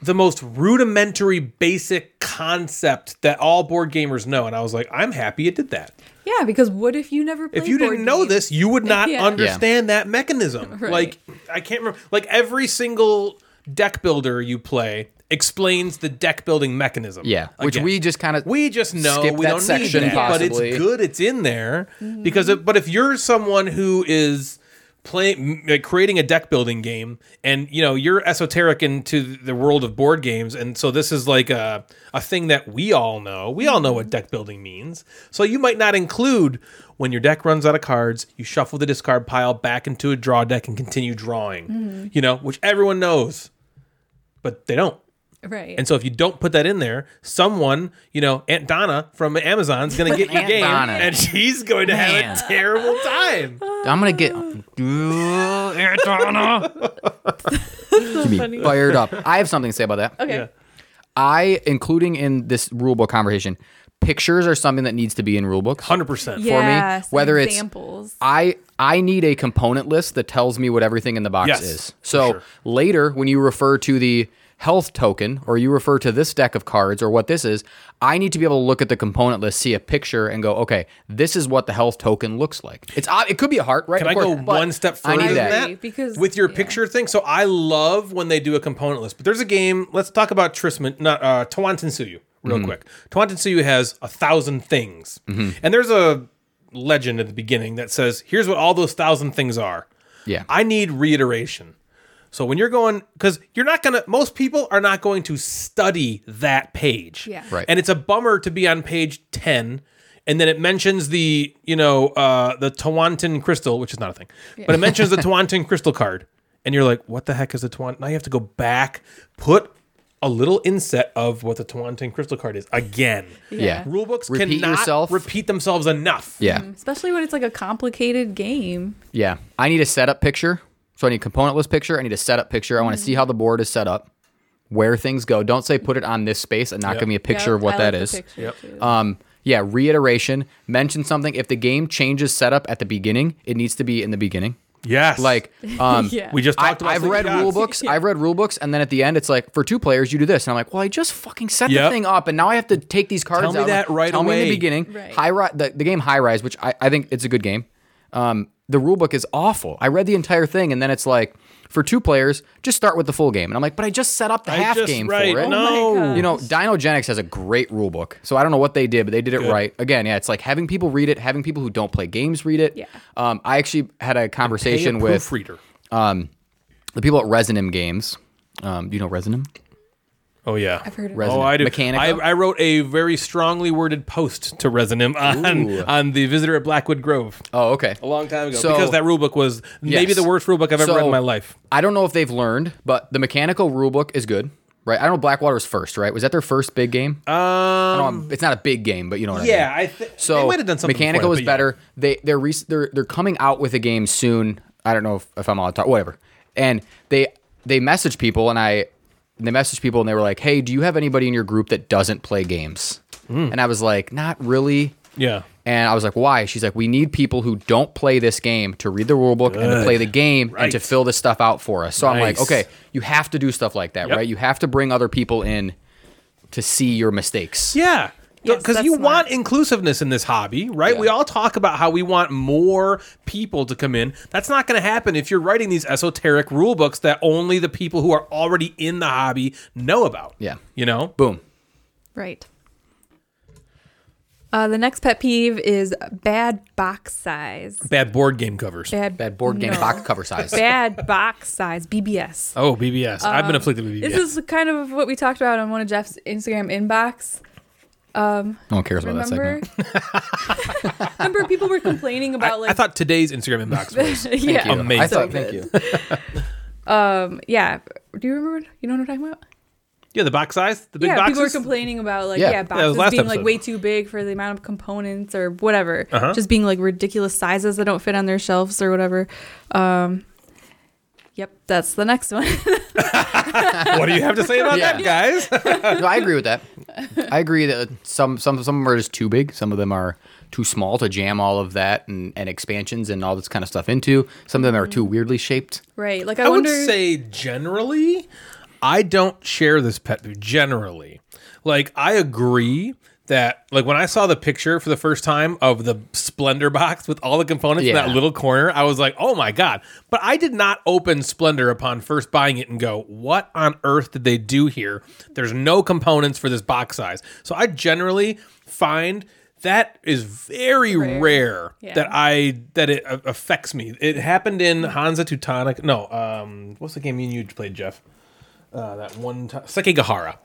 the most rudimentary, basic concept that all board gamers know, and I was like, I'm happy it did that.
Yeah, because what if you never played
If you
board
didn't know
games?
this, you would not
Yeah.
understand that mechanism.
Right.
Like I can't remember. Like every single deck builder you play explains the deck building mechanism.
Yeah, which
Again.
we just kind of
We just know
skip
we
that
don't
section,
need that, but
possibly.
it's good. It's in there because. It, but if you're someone who is playing, like, creating a deck building game, and you know you're esoteric into the world of board games, and so this is like a a thing that we all know. We all know what deck building means. So you might not include when your deck runs out of cards, you shuffle the discard pile back into a draw deck and continue drawing. You know, which everyone knows, but they don't.
right?
And so if you don't put that in there, someone, you know, Aunt Donna from Amazon's going to get your
Aunt
game
Donna.
and she's going to
Man.
have a terrible time.
I'm gonna get Antona. fired up. I have something to say about that.
okay,
I, including in this rulebook conversation, pictures are something that needs to be in rulebooks.
100%.
yeah,
me, whether it's-
examples.
I I need a component list that tells me what everything in the box
Yes,
is.
for
So
sure.
later, when you refer to the health token or you refer to this deck of cards or what this is, I need to be able to look at the component list, see a picture, and go, okay, this is what the health token looks like. It's ob- it could be a heart, right?
Can
Of
I
course,
go
but
one step
I
further
need
than
that.
I
that?
agree, because-
with your
yeah.
picture thing. So I love when they do a component list. But there's a game. Let's talk about Trisman, not uh, Tawantinsuyu, real quick. Tawantinsuyu has a thousand things, and there's a legend at the beginning that says, "Here's what all those thousand things are."
Yeah.
I need reiteration. So when you're going, because you're not gonna, most people are not going to study that page.
Yeah.
Right.
And it's a bummer to be on page ten, and then it mentions the, you know, uh, the Tawantin crystal, which is not a thing, but it mentions the Tawantin crystal card, and you're like, what the heck is the Tawantin? Now you have to go back, put a little inset of what the Tawantin crystal card is again.
Yeah.
Rule books
Repeat
cannot
yourself.
repeat themselves enough.
Yeah.
especially when it's like a complicated game.
Yeah. I need a setup picture. So I need a component list picture. I need a setup picture. I want
Mm-hmm.
to see how the board is set up, where things go. Don't say put it on this space and not give me a picture
Yep,
of what
I
that
like the
is.
picture,
Yep.
too.
Um, yeah, reiteration. Mention something. If the game changes setup at the beginning, it needs to be in the beginning.
Yes.
Like, um,
Yeah.
we just
I,
talked about.
I've
Sleepy
read
Gods.
rule books. I've read rule books, and then at the end, it's like for two players, you do this, and I'm like, well, I just fucking set the
Yep.
thing up, and now I have to take these cards.
Tell me
out.
that right
Tell me in
away.
the beginning.
Right.
High rise, the, the game High Rise, which I, I think it's a good game. Um, the rule book is awful. I read the entire thing, and then it's like, for two players, just start with the full game. And I'm like, but I just set up the
I
half
just-
game
right,
for it.
no.
Oh God.
You know, Dinogenics has a great rule book. So I don't know what they did, but they did it right. Again, yeah, it's like having people read it, having people who don't play games read it.
Yeah.
Um, I actually had a conversation
Pay a
with
proofreader.
the people at Resonim Games. Um, do you know Resonim?
Oh yeah, I've
heard of
Oh, I do.
Mechanica?
I, I wrote a very strongly worded post to Resonim on,
Ooh.
on the visitor at Blackwood Grove
Oh, okay.
a long time ago
So-
because that rule book was maybe
Yes.
the worst rule book I've ever
So,
read in my life.
I don't know if they've learned, but the mechanical rulebook is good, right? I don't know Blackwater was first, right? Was that their first big game? I
Um,
don't know, it's not a big game, but you know what I mean.
yeah, I th-
So
they might have done something.
Mechanical
before that,
is
but yeah.
better. They they're rec they're they're coming out with a game soon. I don't know if, if I'm on top, whatever. And they they message people and I they message people and they were like, "Hey, do you have anybody in your group that doesn't play games?"
Hmm.
And I was like, "Not really."
Yeah.
And I was like, "Why?" She's like, "We need people who don't play this game to read the rule book and to play the game and to
Right.
fill this stuff out for us." So I'm like,
Nice.
"Okay, you have to do stuff like that,
Yep.
right? You have to bring other people in to see your mistakes."
Yeah.
Yes,
Because
that's
you
smart.
want inclusiveness in this hobby, right? We all talk about how we want more people to come in. That's not going to happen if you're writing these esoteric rule books that only the people who are already in the hobby know about.
Yeah.
You know?
Boom.
Right. Uh, the next pet peeve is bad box size.
Bad board game covers.
Bad,
Bad board game
no.
box cover size.
Bad box size, BBS.
Oh, BBS. I've been afflicted with BBS.
Um, This is kind of what we talked about on one of Jeff's Instagram inbox.
No one cares about that
Remember?
segment.
Remember, people were complaining
I,
about like.
I thought today's Instagram inbox was.
yeah,
Thank you.
Amazing.
I thought,
So
thank you.
um, yeah. Do you remember? You know what I'm talking about?
yeah, the box size, the big
yeah,
boxes.
people were complaining about like
Yeah.
yeah,
Yeah, it
was
boxes
last
being
episode. Uh-huh.
like way too big for the amount of components or whatever, just being like ridiculous sizes that don't fit on their shelves or whatever. Um, yep, that's the next one.
what do you have to say about
Yeah.
that, guys?
No, I agree with that. I agree that some some some of them are just too big. Some of them are too small to jam all of that and, and expansions and all this kind of stuff into. Some of them are too weirdly shaped.
right, like I,
I would
wonder.
say generally, I don't share this pet peeve. Generally, like I agree that like when I saw the picture for the first time of the Splendor box with all the components in
Yeah.
that little corner, I was like, oh my god! But I did not open Splendor upon first buying it and go, what on earth did they do here? There's no components for this box size, so I generally find. That is very rare,
Yeah.
that I that it a- affects me. It happened in Hansa Teutonic. No, um, what's the game you and you played, Jeff? Uh, that one time, Sekigahara.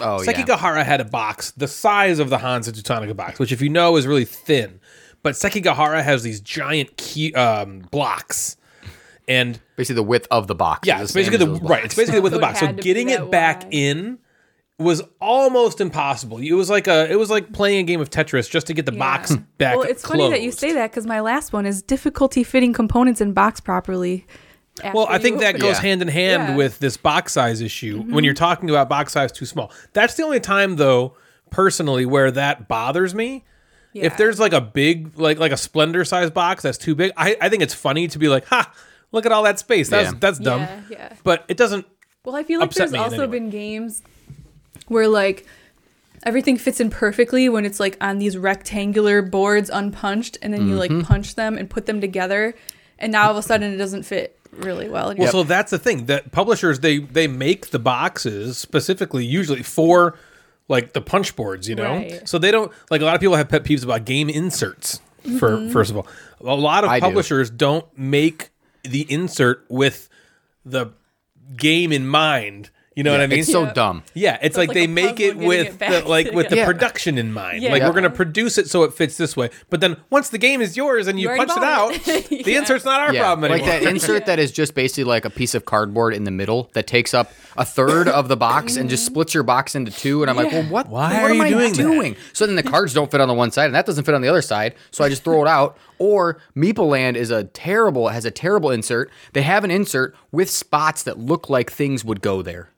Oh yeah.
Sekigahara had a box the size of the Hansa Teutonica box, which, if you know, is really thin. But Sekigahara has these giant key, um, blocks, and
Basically the width of the box.
yeah, it's
is the same
basically
as
the
those
right. It's
blocks.
basically with
So
the
it
box. So
had to be
getting it
that
back
wide.
in was almost impossible. It was like a it was like playing a game of Tetris just to get the box
Yeah.
back.
Well, it's funny that you
closed.
say that because my last one is difficulty fitting components in box properly.
Well,
after
I think
you
that
open
goes
Yeah.
hand in hand
Yeah. Mm-hmm.
with this box size issue when you're talking about box size too small. That's the only time though, personally, where that bothers me. If
Yeah.
there's like a big like like a splendor size box that's too big, I, I think it's funny to be like, ha, look at all that space. That's
Yeah.
that's dumb.
Yeah, yeah.
But it doesn't
Well, I feel like
upset
there's
me in
also
any way.
been games where like everything fits in perfectly when it's like on these rectangular boards unpunched and then you like punch them and put them together and now all of a sudden it doesn't fit really well. And you're
Well,
like,
so that's the thing that publishers they they make the boxes specifically usually for like the punch boards, you know.
Right.
So they don't like a lot of people have pet peeves about game inserts. For first of all, a lot of
Mm-hmm. I do.
publishers do. not make the insert with the game in mind. You know what I mean?
It's so
Yeah.
dumb.
Yeah, it's like,
like
they
a
make
puzzle
it
getting
with
it back
the, like with the
together. Yeah.
production in mind.
Yeah.
Like we're
Yeah.
gonna produce it so it fits this way. But then once the game is yours and you,
already
punch it out,
bought it.
the
Yeah.
insert's not our
Yeah,
problem
like
anymore.
that insert that is just basically like a piece of cardboard in the middle that takes up a third of the box and just splits your box into two. And I'm like, well, what?
Why
what
are
am
you
I
doing that?
doing? So then the cards don't fit on the one side, and that doesn't fit on the other side. So I just throw it out. Or Meeple Land is a terrible has a terrible insert. They have an insert with spots that look like things would go there.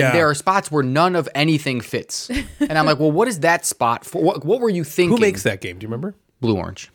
Yeah.
there are spots where none of anything fits. And I'm like, well, what is that spot for? What, what were you thinking?
Who makes that game? Do you remember?
Blue Orange?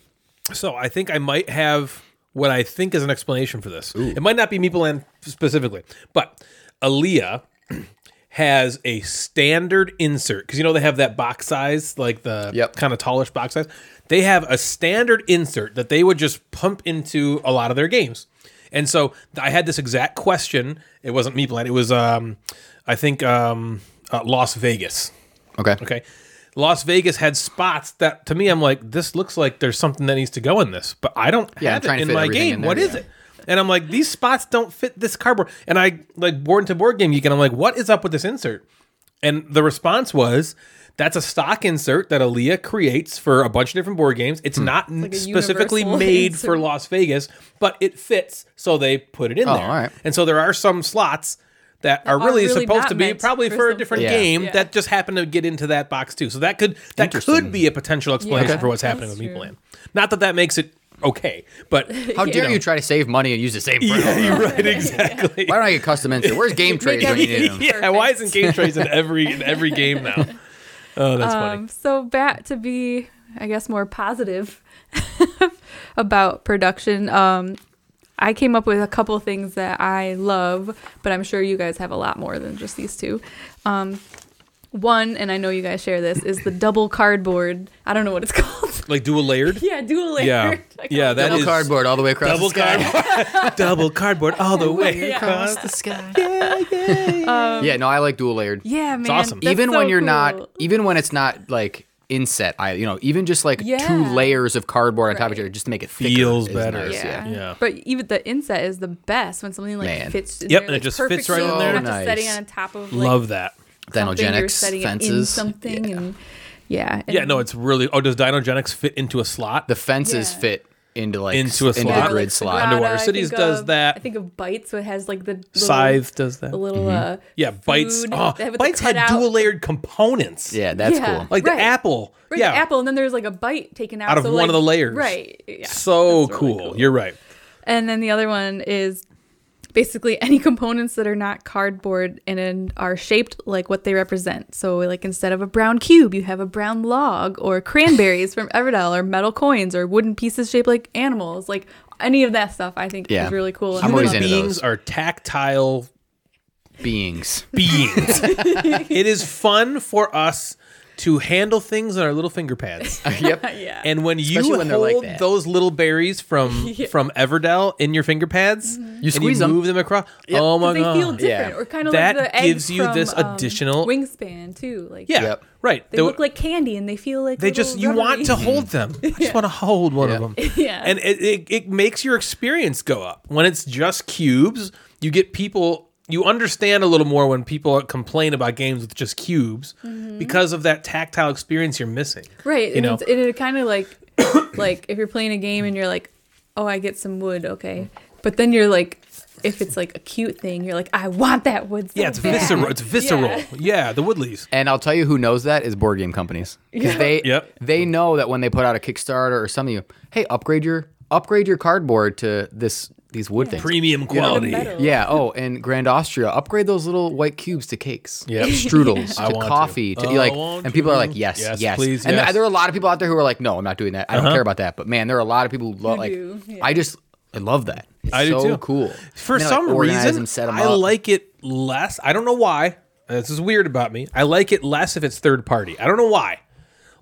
So I think I might have what I think is an explanation for this. It might not be Meeple Land specifically, but Aaliyah has a standard insert because you know they have that box size, like the
Yep.
kind of tallish box size. They have a standard insert that they would just pump into a lot of their games. And so I had this exact question. It wasn't me, Meepland. It was, um, I think, um, uh, Las Vegas.
Okay.
Okay. Las Vegas had spots that to me I'm like, this looks like there's something that needs to go in this, but I don't
Yeah, I'm
have it
trying to
in
fit
my
everything
game.
in there,
what is
yeah.
it? And I'm like, these spots don't fit this cardboard. And I like board to board game geek, and I'm like, what is up with this insert? And the response was, that's a stock insert that Aaliyah creates for a bunch of different board games. It's
Hmm.
not
a
specifically
universal
made for
insert.
Las Vegas, but it fits, so they put it in there.
Oh, all right.
And so there are some slots that are
are
really,
really
supposed
not
to be
meant
probably
for
for a
something.
different
Yeah.
game
Yeah.
that just happened to get into that box too. So that could that could
Interesting.
be a potential explanation
Okay.
for what's happening with
That's
Meat
true.
Land. Not that that makes it okay, but
How dare you try to save money and use the same
yeah,
brand?
you're right, exactly.
Why don't I get custom insert? Where's game trades when you need them?
yeah, why isn't game trays in every in every game now? Oh, that's funny.
Um, so back to be, I guess, more positive about production. Um, I came up with a couple things that I love, but I'm sure you guys have a lot more than just these two. Um, one, and I know you guys share this, is the double cardboard. I don't know what it's called.
Like dual layered.
yeah, dual layer.
Yeah. Yeah, that
Double
is-
cardboard all the way across
Double
the sky.
cardboard, double cardboard all the way
Yeah.
across.
the sky. yeah, no, I like dual layered.
Yeah, man.
awesome.
that's
even
so
when you're
cool.
not, even when it's not like inset, I you know, even just like two
Yeah.
layers of cardboard on top of
Right.
each other just to make it thicker
Feels
is
better.
nice,
Yeah.
Yeah.
But even the inset is the best when something like
Man.
fits. in
Yep,
there,
and it
like,
just fits right
perfectly.
in there.
You're not just
Nice.
setting it on top of like,
Love that.
something, you're
Dinogenics,
setting it in
fences.
something and yeah and
Yeah, no, it's really. Oh, does Dinogenics fit into a slot?
The fences
Yeah.
fit into like
Into a
s-
slot.
the grid
Like
slot.
Sagrada. Underwater
I
Cities
think
does
of-
that.
I think of bites, so it has like the little,
Scythe does that. Mm-hmm.
the little uh,
Yeah, bites.
food
Oh,
that- with the
bites had
cutout-
dual layered components.
Yeah, that's
Yeah.
cool.
like
Right.
the apple.
right,
yeah,
the apple, and then there's like a bite taken out,
Out of
so,
one of
like-
the layers.
Right. Yeah.
So
That's really
cool. You're right.
And then the other one is basically any components that are not cardboard and then are shaped like what they represent. So like instead of a brown cube, you have a brown log or cranberries from Everdell or metal coins or wooden pieces shaped like animals. Like any of that stuff I think
Yeah.
is really cool.
I'm
I
always
love
into
it.
Beings
those.
are tactile
Beings.
beings. it is fun for us to handle things on our little finger pads.
yep.
yeah.
And when you
Especially when they're like
hold
that.
those little berries from from Everdell in your finger pads, and
squeeze them.
move them across. Oh my
'Cause Mm-hmm. they
god!
feel different,
Yeah.
or kind of
That
like the eggs
gives you
from,
this
um,
additional-
wingspan too. Like
yeah,
Yep.
right.
they look like candy, and they feel like
They just you want to hold them. I just want to hold one of them.
Yeah.
And it, it, it makes your experience go up. When it's just cubes, you get people you understand a little more when people complain about games with just cubes because of that tactile experience you're missing.
Mm-hmm. right.
You
and
know.
it's, and it kind of like like if you're playing a game and you're like, oh, I get some wood, okay, but then you're like, if it's like a cute thing, you're like, I want that wood. so
yeah, it's
bad.
visceral. It's visceral. Yeah,
Yeah.
the Woodleys.
And I'll tell you who knows that is board game companies because they
Yep.
they know that when they put out a Kickstarter or something, you hey upgrade your upgrade your cardboard to this these wood things.
Premium quality.
metal.
Yeah. Oh, and Grand Austria upgrade those little white cubes to cakes,
Yep.
strudels,
I want
to
to.
coffee, to,
I
like,
want
and people are
to.
like, yes,
Yes,
yes,
please,
And
yes. Uh-huh.
there are a lot of people out there who are like, no, I'm not doing that. I don't care about that. But man, there are a lot of people who love
Who
like,
do, yeah.
I just, I love that. It's
I do
so
too.
cool.
For
And they, like,
some
organize
reason,
them, set 'em
I
up.
like it less. I don't know why. This is weird about me. I like it less if it's third party. I don't know why.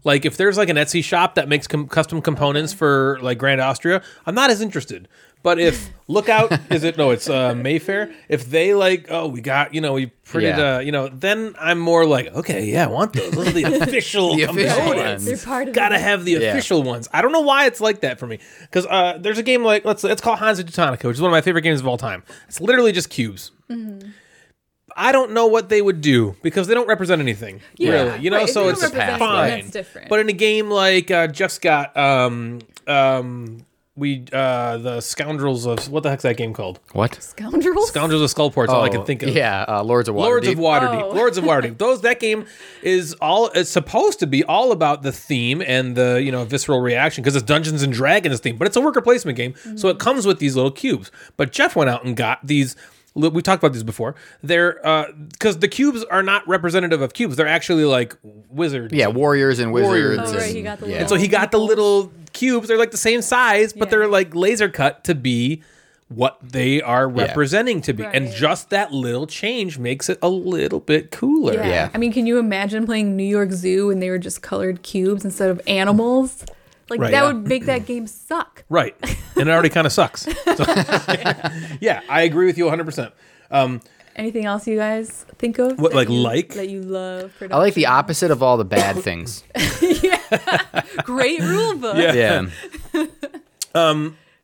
Like if there's like an Etsy shop that makes com- custom components for like Grand Austria, I'm not as interested. But if Lookout is it? No, it's uh, Mayfair. If they like, oh, we got you know we printed
Yeah.
uh, you know, then I'm more like, okay, yeah, I want those. Those are the official
The official
components.
ones.
They're part of
Gotta
it.
have the
Yeah.
official ones. I don't know why it's like that for me. Because uh, there's a game like let's let's call Hansa Teutonica, which is one of my favorite games of all time. It's literally just cubes. I don't know what they would do because they don't represent anything,
Yeah.
really. You know,
Right, if
so
they
it's
don't represent
fine.
anything, that's different.
But in a game like uh, Jeff's got um um we uh the scoundrels of what the heck's that game called?
what?
Scoundrels.
Scoundrels of Skullport's all Oh, I can think of.
Yeah, uh, Lords of Water.
Lords of Waterdeep.
Oh.
Lords of Waterdeep. Those that game is all it's supposed to be all about the theme and the you know visceral reaction because it's Dungeons and Dragons theme, but it's a worker placement game, so it comes with these little cubes. But Jeff went out and got these. li- We talked about these before. They're because the cubes are not representative of cubes. They're actually like wizards.
Yeah, warriors and wizards.
Warriors.
Oh, right,
and-
he got the
yeah.
And so he got the little cubes. They're like the same size, but
Yeah.
they're like laser cut to be what they are representing to be. And
Right.
just that little change makes it a little bit cooler.
Yeah.
I mean, can you imagine playing New York Zoo and they were just colored cubes instead of animals? Like
Right,
that
yeah.
would make that game suck.
Right. And it already kind of sucks. So, yeah, I agree with you 100%. Um,
Anything else you guys think of?
What,
that
like,
you-
like?
that you love?
I like the opposite of all the bad things.
production? great rule book.
Yeah.
Yeah.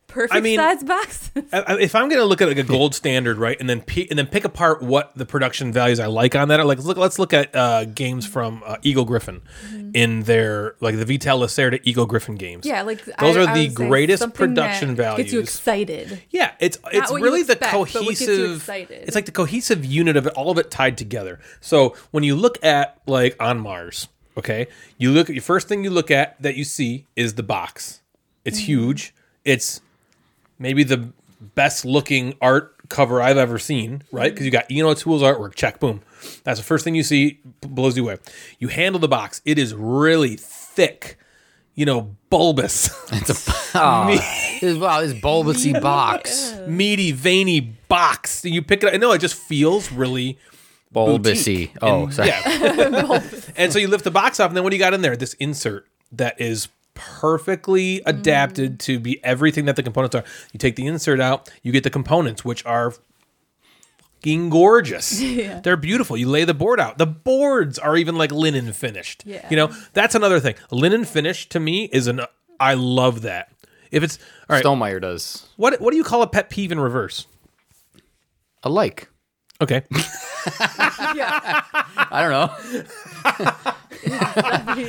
Perfect
I mean-
size box.
I- I- if I'm going to look at like a gold standard, right, and then p- and then pick apart what the production values I like on that, I like look, let's look at uh, games from uh, Eagle Griffin in their like the Vital Lacerda Eagle Griffin games.
Mm-hmm. yeah, like
those
I-
are
I
the
would say
greatest
something
production
that
values.
Gets you excited.
Yeah, it's it's
what you
really
expect,
the
but what gets you
cohesive.
excited.
It's like the cohesive unit of it, all of it tied together. So when you look at like on Mars, okay, you look at your first thing you look at that you see is the box.
Mm-hmm.
It's huge. It's maybe the best looking art cover I've ever seen, right?
Mm-hmm.
Because you got Ian O'Toole's artwork, check, boom. That's the first thing you see, b- blows you away. You handle the box, it is really thick, you know, bulbous.
Aw. oh, This- wow, this bulbousy box.
meaty, veiny box. You pick it up. No, it just feels really
Bulbousy.
boutique.
Oh,
And-
sorry.
Yeah. and so you lift the box up, and then what do you got in there? This insert that is perfectly adapted to be everything that the components are. You take the insert out, you get the components, which are fucking gorgeous. They're beautiful. You lay the board out. The boards are even like linen finished.
Yeah.
You know, that's another thing. Linen finish to me is an I love that. If it's all right,
Stonemeyer does.
what what do you call a pet peeve in reverse?
I like.
Okay.
I don't know.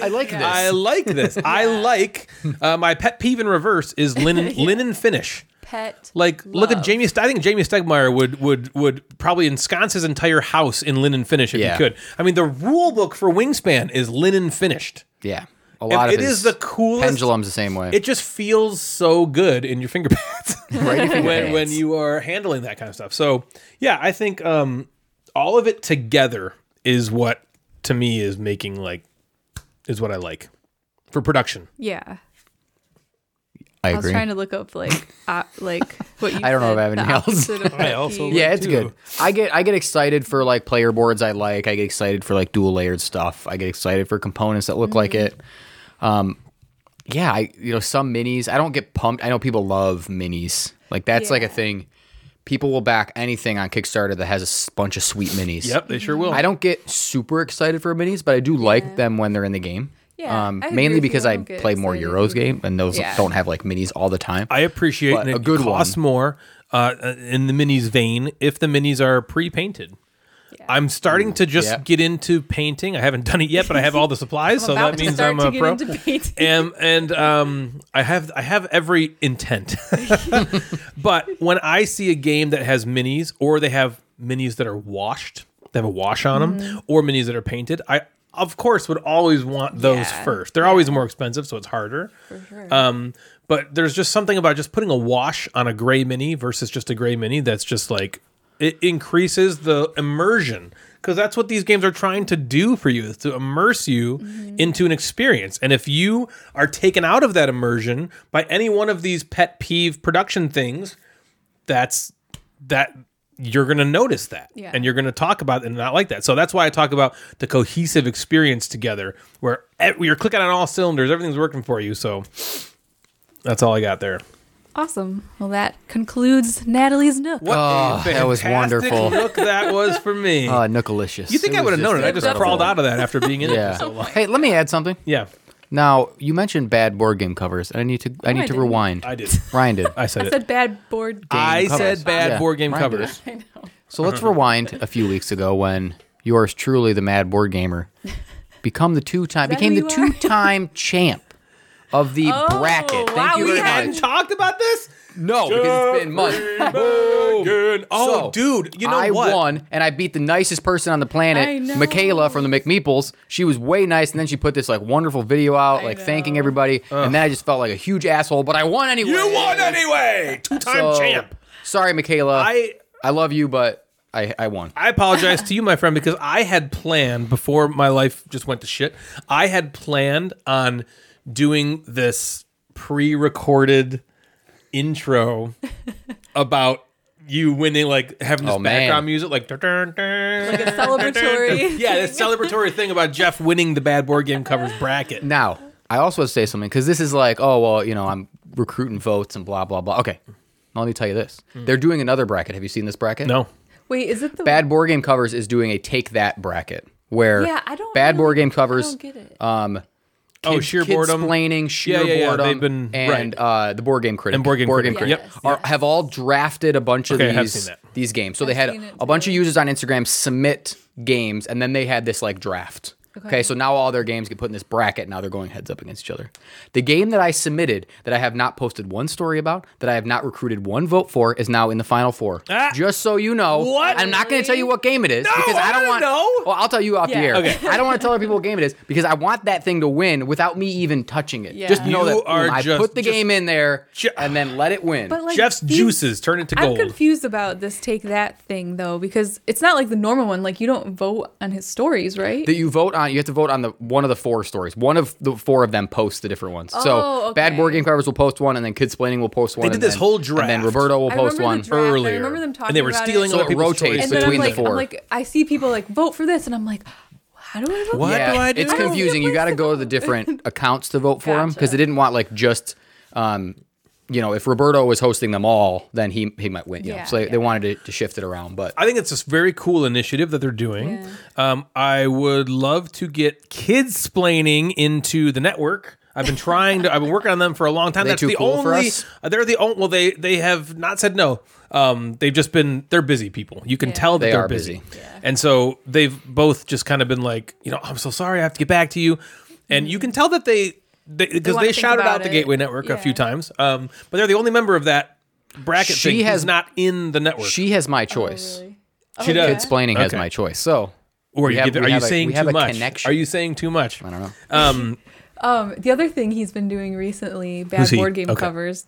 I like this.
I like this. I like uh, my pet peeve in reverse is linen linen finish.
Pet.
Like, look at
love.
Jamie. St- I think Jamie Stegmeyer would would would probably ensconce his entire house in linen finish if
Yeah.
he could. I mean, the rule book for Wingspan is linen finished.
yeah. A lot
it
of his
is the coolest.
Pendulum's the same way.
It just feels so good in your finger pads
Right in your
when
pants.
when you are handling that kind of stuff. So yeah, I think um, all of it together is what to me is making like is what I like for production.
Yeah.
I
I was
agree.
trying to look up like uh, like what you
I don't know
said,
if I have
the
anything else.
opposite of
I
pet
also
peeve.
like
yeah, it's
too.
good. I get I get excited for like player boards I like. I get excited for like dual layered stuff. I get excited for components that look like it. Um yeah, I you know some minis. I don't get pumped. I know people love minis. Like that's like a
Yeah.
thing. People will back anything on Kickstarter that has a s- bunch of sweet minis.
Yep, they sure will.
I don't get super excited for minis, but I do like them when they're in the game.
Yeah,
um,
I agree
mainly
with you.
because
I
I
don't get
play more
excited
Euros
either.
game, and those
Yeah.
don't have like minis all the time.
I appreciate
But
and
a
it
good
costs
one.
more uh, in the minis vein if the minis are pre-painted. I'm starting to just
Yep.
get into painting. I haven't done it yet, but I have all the supplies, so
about
that
to
means
start
I'm
to
a
get
pro.
into painting.
and and um, I have I have every intent. but when I see a game that has minis, or they have minis that are washed, they have a wash on them,
Mm-hmm.
or minis that are painted, I of course would always want those
Yeah.
first. They're always more expensive, so it's harder. Um, but there's just something about just putting a wash on a gray mini versus just a gray mini that's just like it increases the immersion because that's what these games are trying to do for you is to immerse you
Mm-hmm.
into an experience. And if you are taken out of that immersion by any one of these pet peeve production things, that's that you're going to notice that
Yeah.
and you're going to talk about it and not like that. So that's why I talk about the cohesive experience together where e- you're clicking on all cylinders, everything's working for you. So that's all I got there.
Awesome. Well, that concludes Natalie's Nook.
What
Oh, that was
fantastic
wonderful.
Look, that was for me.
Uh, Nicolicious.
you think I would have known it? I just crawled out of that after being in it
Yeah.
for so long.
Hey, let me add something.
Yeah,
Now you mentioned bad board game covers, and I need to I need
I
to
didn't.
rewind.
I did.
Ryan did.
I said
I
it.
said bad board game.
I
covers.
said bad
Yeah,
board game
Ryan did.
covers.
I know.
So let's rewind a few weeks ago when yours truly, the mad board gamer, become the two time
that
became
who
the
you are?
two time champ of the bracket. Thank
wow,
you
we
very
hadn't
much.
Talked about this?
No, because it's been months.
Boom. Oh,
So,
dude, you know
I
what?
won, and I beat the nicest person on the
I
planet,
know.
Michaela from the McMeeples. She was way nice, and then she put this like wonderful video out, like thanking
know.
everybody, and then I just felt like a huge asshole. But I won anyway.
You won anyway. Two-time
So,
champ.
Sorry, Michaela.
I
I love you, but I I won.
I apologize to you, my friend, because I had planned before my life just went to shit. I had planned on doing this pre-recorded intro about you winning, like having this
Oh, man.
background music, like, like a
celebratory
yeah, this celebratory thing about Jeff winning the bad board game covers bracket.
Now, I also would say something because this is like, oh well, you know, I'm recruiting votes and blah blah blah. Okay, now let me tell you this: they're doing another bracket. Have you seen this bracket?
Hmm. No,
Wait, is it the
Bad board game covers is doing a take that bracket where
Yeah, I don't
bad
really-
board game
I don't
covers.
get it.
Um,
oh,
kid-
sheer
kid
boredom,
splaining,
Yeah,
sheer
yeah, yeah,
boredom,
they've been-
and
right.
uh, the board game critic
And Board Game Critic,
Critic,
yep.
are, have all drafted a bunch of
Okay, I have seen
these
that.
these games. So they
seen it
had a bunch of users on Instagram submit games, and then they had this like draft. Okay. so now all their games get put in this bracket. Now they're going heads up against each other. The game that I submitted that I have not posted one story about, that I have not recruited one vote for, is now in the final four.
Ah.
Just so you know,
What?
I'm not going to tell you what game it is because
I
I don't
wanna know.
want. Well, I'll tell you off the
Yeah.
air.
Okay.
I don't want to tell other people what game it is because I want that thing to win without me even touching it. Just
Yeah.
know
You
that
are
boom, I
just-
put the
just-
game in there
Ju-
and then let it win.
But like
Jeff's
these-
juices turn into
I'm
gold.
confused about this take that thing though because it's not like the normal one. Like you don't vote on his stories, right?
that you vote on, you have to vote on the one of the four stories. One of the four of them posts the different ones. so
Oh,
bad board
okay.
game covers will post one, and then Kids Planning will post one.
did
and
this
then-
whole
and then
draft.
Roberto will
I
post
remember
one.
the draft.
earlier.
I remember them talking
and they were
about
stealing
it.
So
other
it
people's
rotates
stories.
and then I'm
between the
like,
four.
I'm like, I see people like vote for this, and I'm like, how do I vote?
What?
for
yeah,
do I do?
it's
I don't
confusing. You
know
got to
what
go to
to
the different accounts to vote for them because
Gotcha.
they didn't want like just, um, you know, if Roberto was hosting them all, then he he might win. You know?
Yeah,
So they,
yeah.
they wanted to, to shift it around, but
I think it's a very cool initiative that they're doing. Um, I would love to get kids splaining into the network. I've been trying to. I've been working on them for a long time.
They
That's
too
the
cool
only. uh,
for us?
They're the only. Well, they they have not said no. Um, they've just been. They're busy people. You can tell that
They
are
are
busy.
busy.
And so they've both just kind of been like, you know, I'm so sorry. I have to get back to you. And you can tell that they because they,
Mm-hmm. wanna think
shouted
about
out the
it.
Gateway Network a few
Yeah.
times. Um, but they're the only member of that bracket
She
thing who's
has-
not in the network.
she has my choice.
Oh, Really?
She does.
Kids Planning has
Okay.
my choice. So
Or are
We
you,
have-
giving-
we
are you
have a-
saying
we have
too
a
much?
connection.
Are you saying too much? I
don't know.
Um,
Um, the other thing he's been doing recently,
Who's
bad
he?
board game
Okay.
covers,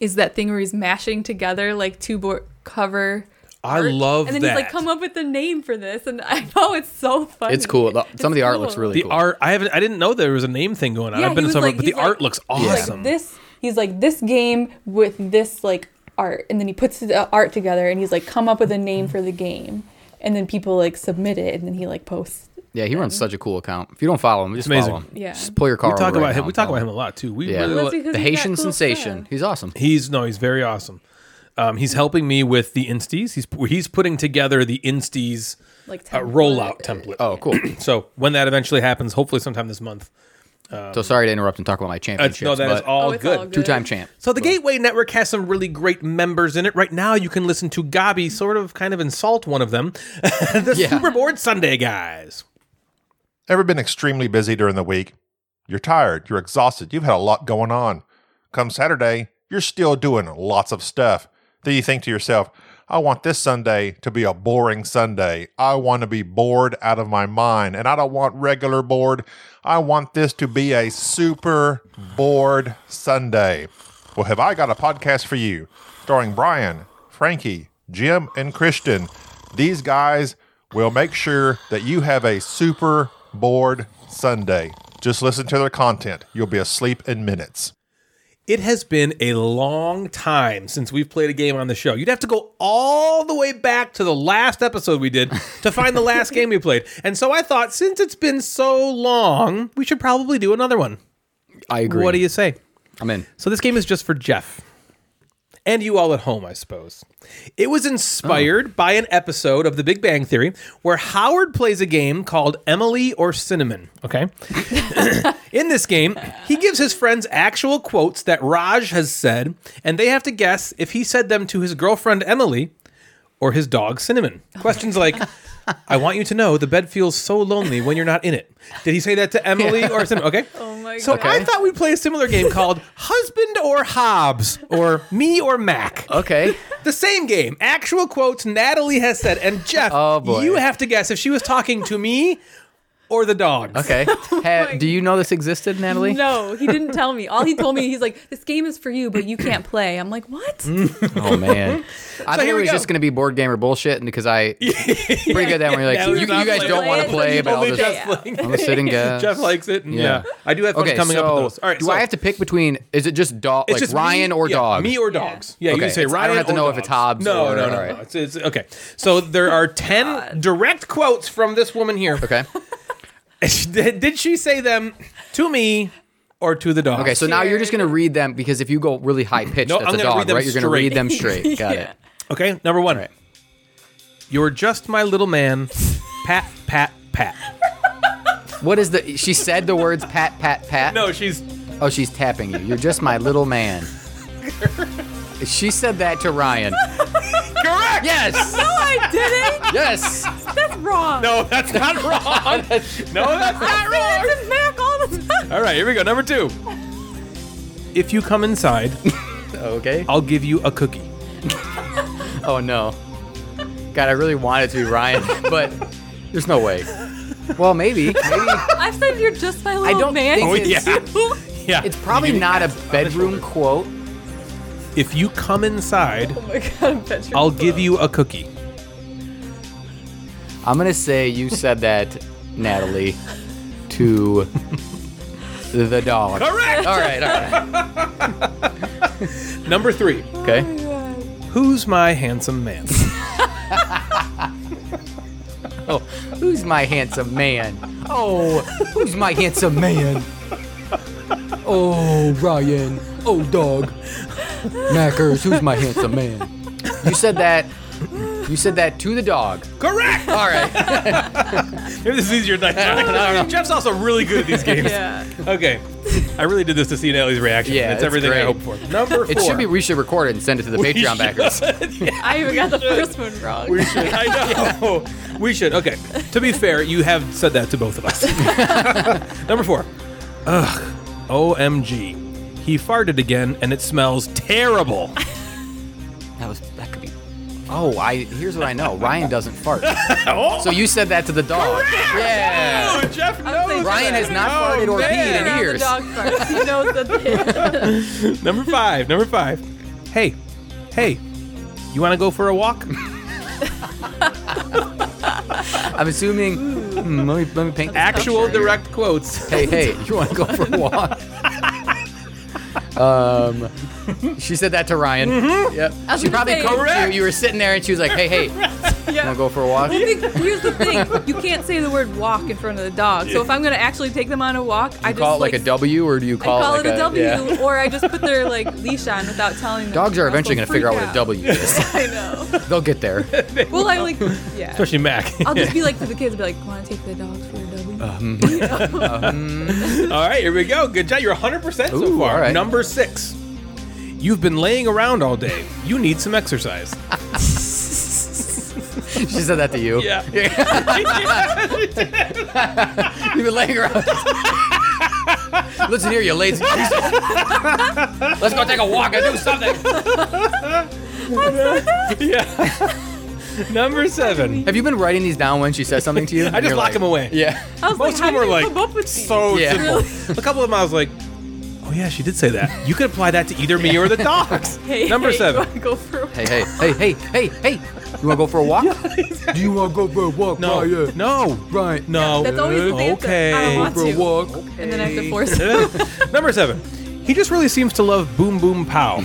is that thing where he's mashing together like two board cover.
I
art,
love
And then he's like,
that.
come up with the name for this, and I know it's so funny.
it's cool. The- Some of the art
cool.
looks really
the
cool.
art. I haven't. I didn't know there was a name thing going on.
Yeah,
I've been
he
to some,
was like-
but the
he's like-
art looks
He's
awesome.
Like this, he's like this game with this like art, and then he puts the art together, and he's like, come up with a name for the game, and then people like submit it, and then he like posts.
Yeah, he runs such a cool account. If you don't follow him, just
amazing.
follow him.
Yeah.
Just pull your car.
we talk
over
about
right
him.
now
We
and
talk
follow
about him a lot too. We
Yeah.
really.
Well,
like-
because
The
he's got
Haitian
cool
sensation.
stuff.
He's awesome.
He's no, he's very awesome. Um, he's helping me with the insties. He's he's putting together the insties
Like
uh,
template.
rollout template.
Oh, cool.
So when that eventually happens, hopefully sometime this month.
so sorry to interrupt and talk about my
Uh,
championships.
no, that is
but
all,
Oh, it's
good.
all good.
Two-time champ.
So the Gateway Network has some really great members in it. Right now, you can listen to Gabi sort of kind of insult one of them, the
Yeah.
Superboard Sunday guys.
Ever been extremely busy during the week? You're tired, you're exhausted, you've had a lot going on. Come Saturday, you're still doing lots of stuff. Then you think to yourself, I want this Sunday to be a boring Sunday. I want to be bored out of my mind, and I don't want regular bored. I want this to be a super bored Sunday. Well, have I got a podcast for you starring Brian, Frankie, Jim, and Christian? These guys will make sure that you have a super bored Sunday. Just listen to their content. You'll be asleep in minutes.
It has been a long time since we've played a game on the show. You'd have to go all the way back to the last episode we did to find the last game we played. And so I thought, since it's been so long, we should probably do another one.
I agree.
What do you say?
I'm in.
So this game is just for Jeff. And you all at home, I suppose. It was inspired by an episode of The Big Bang Theory where Howard plays a game called Emily or Cinnamon. Okay. In this game, he gives his friends actual quotes that Raj has said, and they have to guess if he said them to his girlfriend Emily or his dog Cinnamon.
Oh
Questions like, I want you to know the bed feels so lonely when you're not in it. Did he say that to Emily or Cinnamon? Okay.
Oh my
So
God.
I thought we'd play a similar game called Husband or Hobbs or Me or Mac.
Okay.
The same game. Actual quotes Natalie has said. And Jeff,
Oh, boy.
you have to guess if she was talking to me or the dogs.
Okay. Ha- do you know this existed, Natalie?
No, he didn't tell me. All he told me, he's like, "This game is for you, but you can't play." I'm like, "What?"
Oh man, I thought it
here we
was
go.
just gonna be board game or bullshit, and because I pretty good that when you're like,
Yeah,
you,
we're
you
not
guys
playing
don't want
it,
to
but
play,
you
but I'll
Only
just,
play
Jeff
it.
likes
I'm a sitting guy.
it. Jeff likes it. And yeah.
Yeah.
I do have fun
okay,
coming
so
up with those. All right,
do
so
I have to pick between? Is it just dog,
it's
like
just
Ryan
me-
or
yeah,
dog?
Me or dogs? Yeah, you can
Okay,
say
it's- I
Ryan.
don't have to
or
know if it's Hobbs
No,
or-
no, no,
all right.
no. It's, it's okay. So there are ten direct quotes from this woman here.
okay.
Did did she say them to me or to the dogs?
Okay, so now you're just gonna read them because if you go really high pitched,
No,
that's
I'm
a
gonna read
dog,
them
right? You're gonna read
straight.
them straight. Got it.
Okay, number one.
right.
You're just my little man. Pat, pat, pat.
What is the? She said the words pat, pat, pat.
No, she's
Oh, she's tapping you. You're just my little man. she said that to Ryan.
correct.
Yes.
no, I didn't.
Yes.
That's wrong.
No, that's not wrong. no, that's not wrong.
I say that to Mac all the time.
All right, here we go. Number two. If you come inside,
Okay.
I'll give you a cookie.
Oh no. God, I really wanted to be Ryan, but there's no way. Well, maybe. Maybe
I've said you're just my little
don't
man.
think
it's- Oh, Yeah.
it's probably not a bedroom quote.
If you come inside,
oh my god, I'm bet you're
I'll give you a cookie.
I'm gonna say you said that, Natalie, to the dog.
Correct.
All right. All right.
Number three.
Okay.
Who's my handsome man?
Oh, who's my handsome man? Oh, who's my handsome man? Oh, Ryan. Oh, dog. Mackers, who's my handsome man? You said that. You said that to the dog.
correct.
All right.
Maybe this is easier than I thought. Jeff's also really good at these games.
Yeah.
Okay. I really did this to see Natalie's reaction.
Yeah,
it's
it's
everything I
great.
hoped for. Number four.
It should be. We should record it and send it to the Patreon
should.
backers.
I even got the first one wrong.
We should. I know. We should. Okay. To be fair, you have said that to both of us. Number four. Ugh. OMG. He farted again and it smells terrible.
That was. That could be. Oh, I. Here's what I know. Ryan doesn't fart. So you said that to the dog. Yeah.
Jeff
knows
Ryan has not
Oh,
farted or
man.
peed in
Around
years.
The dog farts. He knows that
Number five. Number five. Hey. Hey. You want to go for a walk?
I'm assuming. Hmm, let me let me paint. this
Actual
picture here.
direct quotes.
hey, hey, you want to go for a walk? um, she said that to Ryan. Yep. She
gonna
probably
say-
coached
Correct.
you. You were sitting there, and she was like, "Hey, hey, want
they yeah.
to go for a walk?"
I think- Here's the thing: you can't say the word "walk" in front of the dog. So if I'm gonna actually take them on a walk, I just
call it like, a W, or do you
I
call,
call,
it, like
it a W,
yeah.
or I just put their like leash on without telling them.
Dogs are
Else
eventually
they'll
going to figure out
freak
what a W is.
I know.
They'll get there.
Well, I like yeah.
Especially Mac.
I'll just be like to the kids, be like, "Want to take the dogs for a W?"
Um.
All right, here we go. Good job. You're 100% so
Ooh,
far.
all right.
Number six. You've been laying around all day. You need some exercise.
she said that to you.
Yeah.
You've been laying around. Listen here, you lazy. Let's go take a walk and do something.
yeah. Number seven.
Have you been writing these down when she says something to you?
I just lock them away.
Yeah.
I was
Most of them
like, how
were
do you
like
come up with these?
so
Yeah.
simple. A couple of them I was like, oh yeah, she did say that. You could apply that to either me or the dogs.
Hey,
Number
hey,
seven.
you wanna go for a
Hey, hey, hey, hey, hey, hey. You want to go for a walk? Do you want to go for a walk?
No. No.
Right.
No.
That's always the answer. I don't
okay.
want to.
walk.
And then I have to force it.
Number seven. He just really seems to love Boom Boom Pow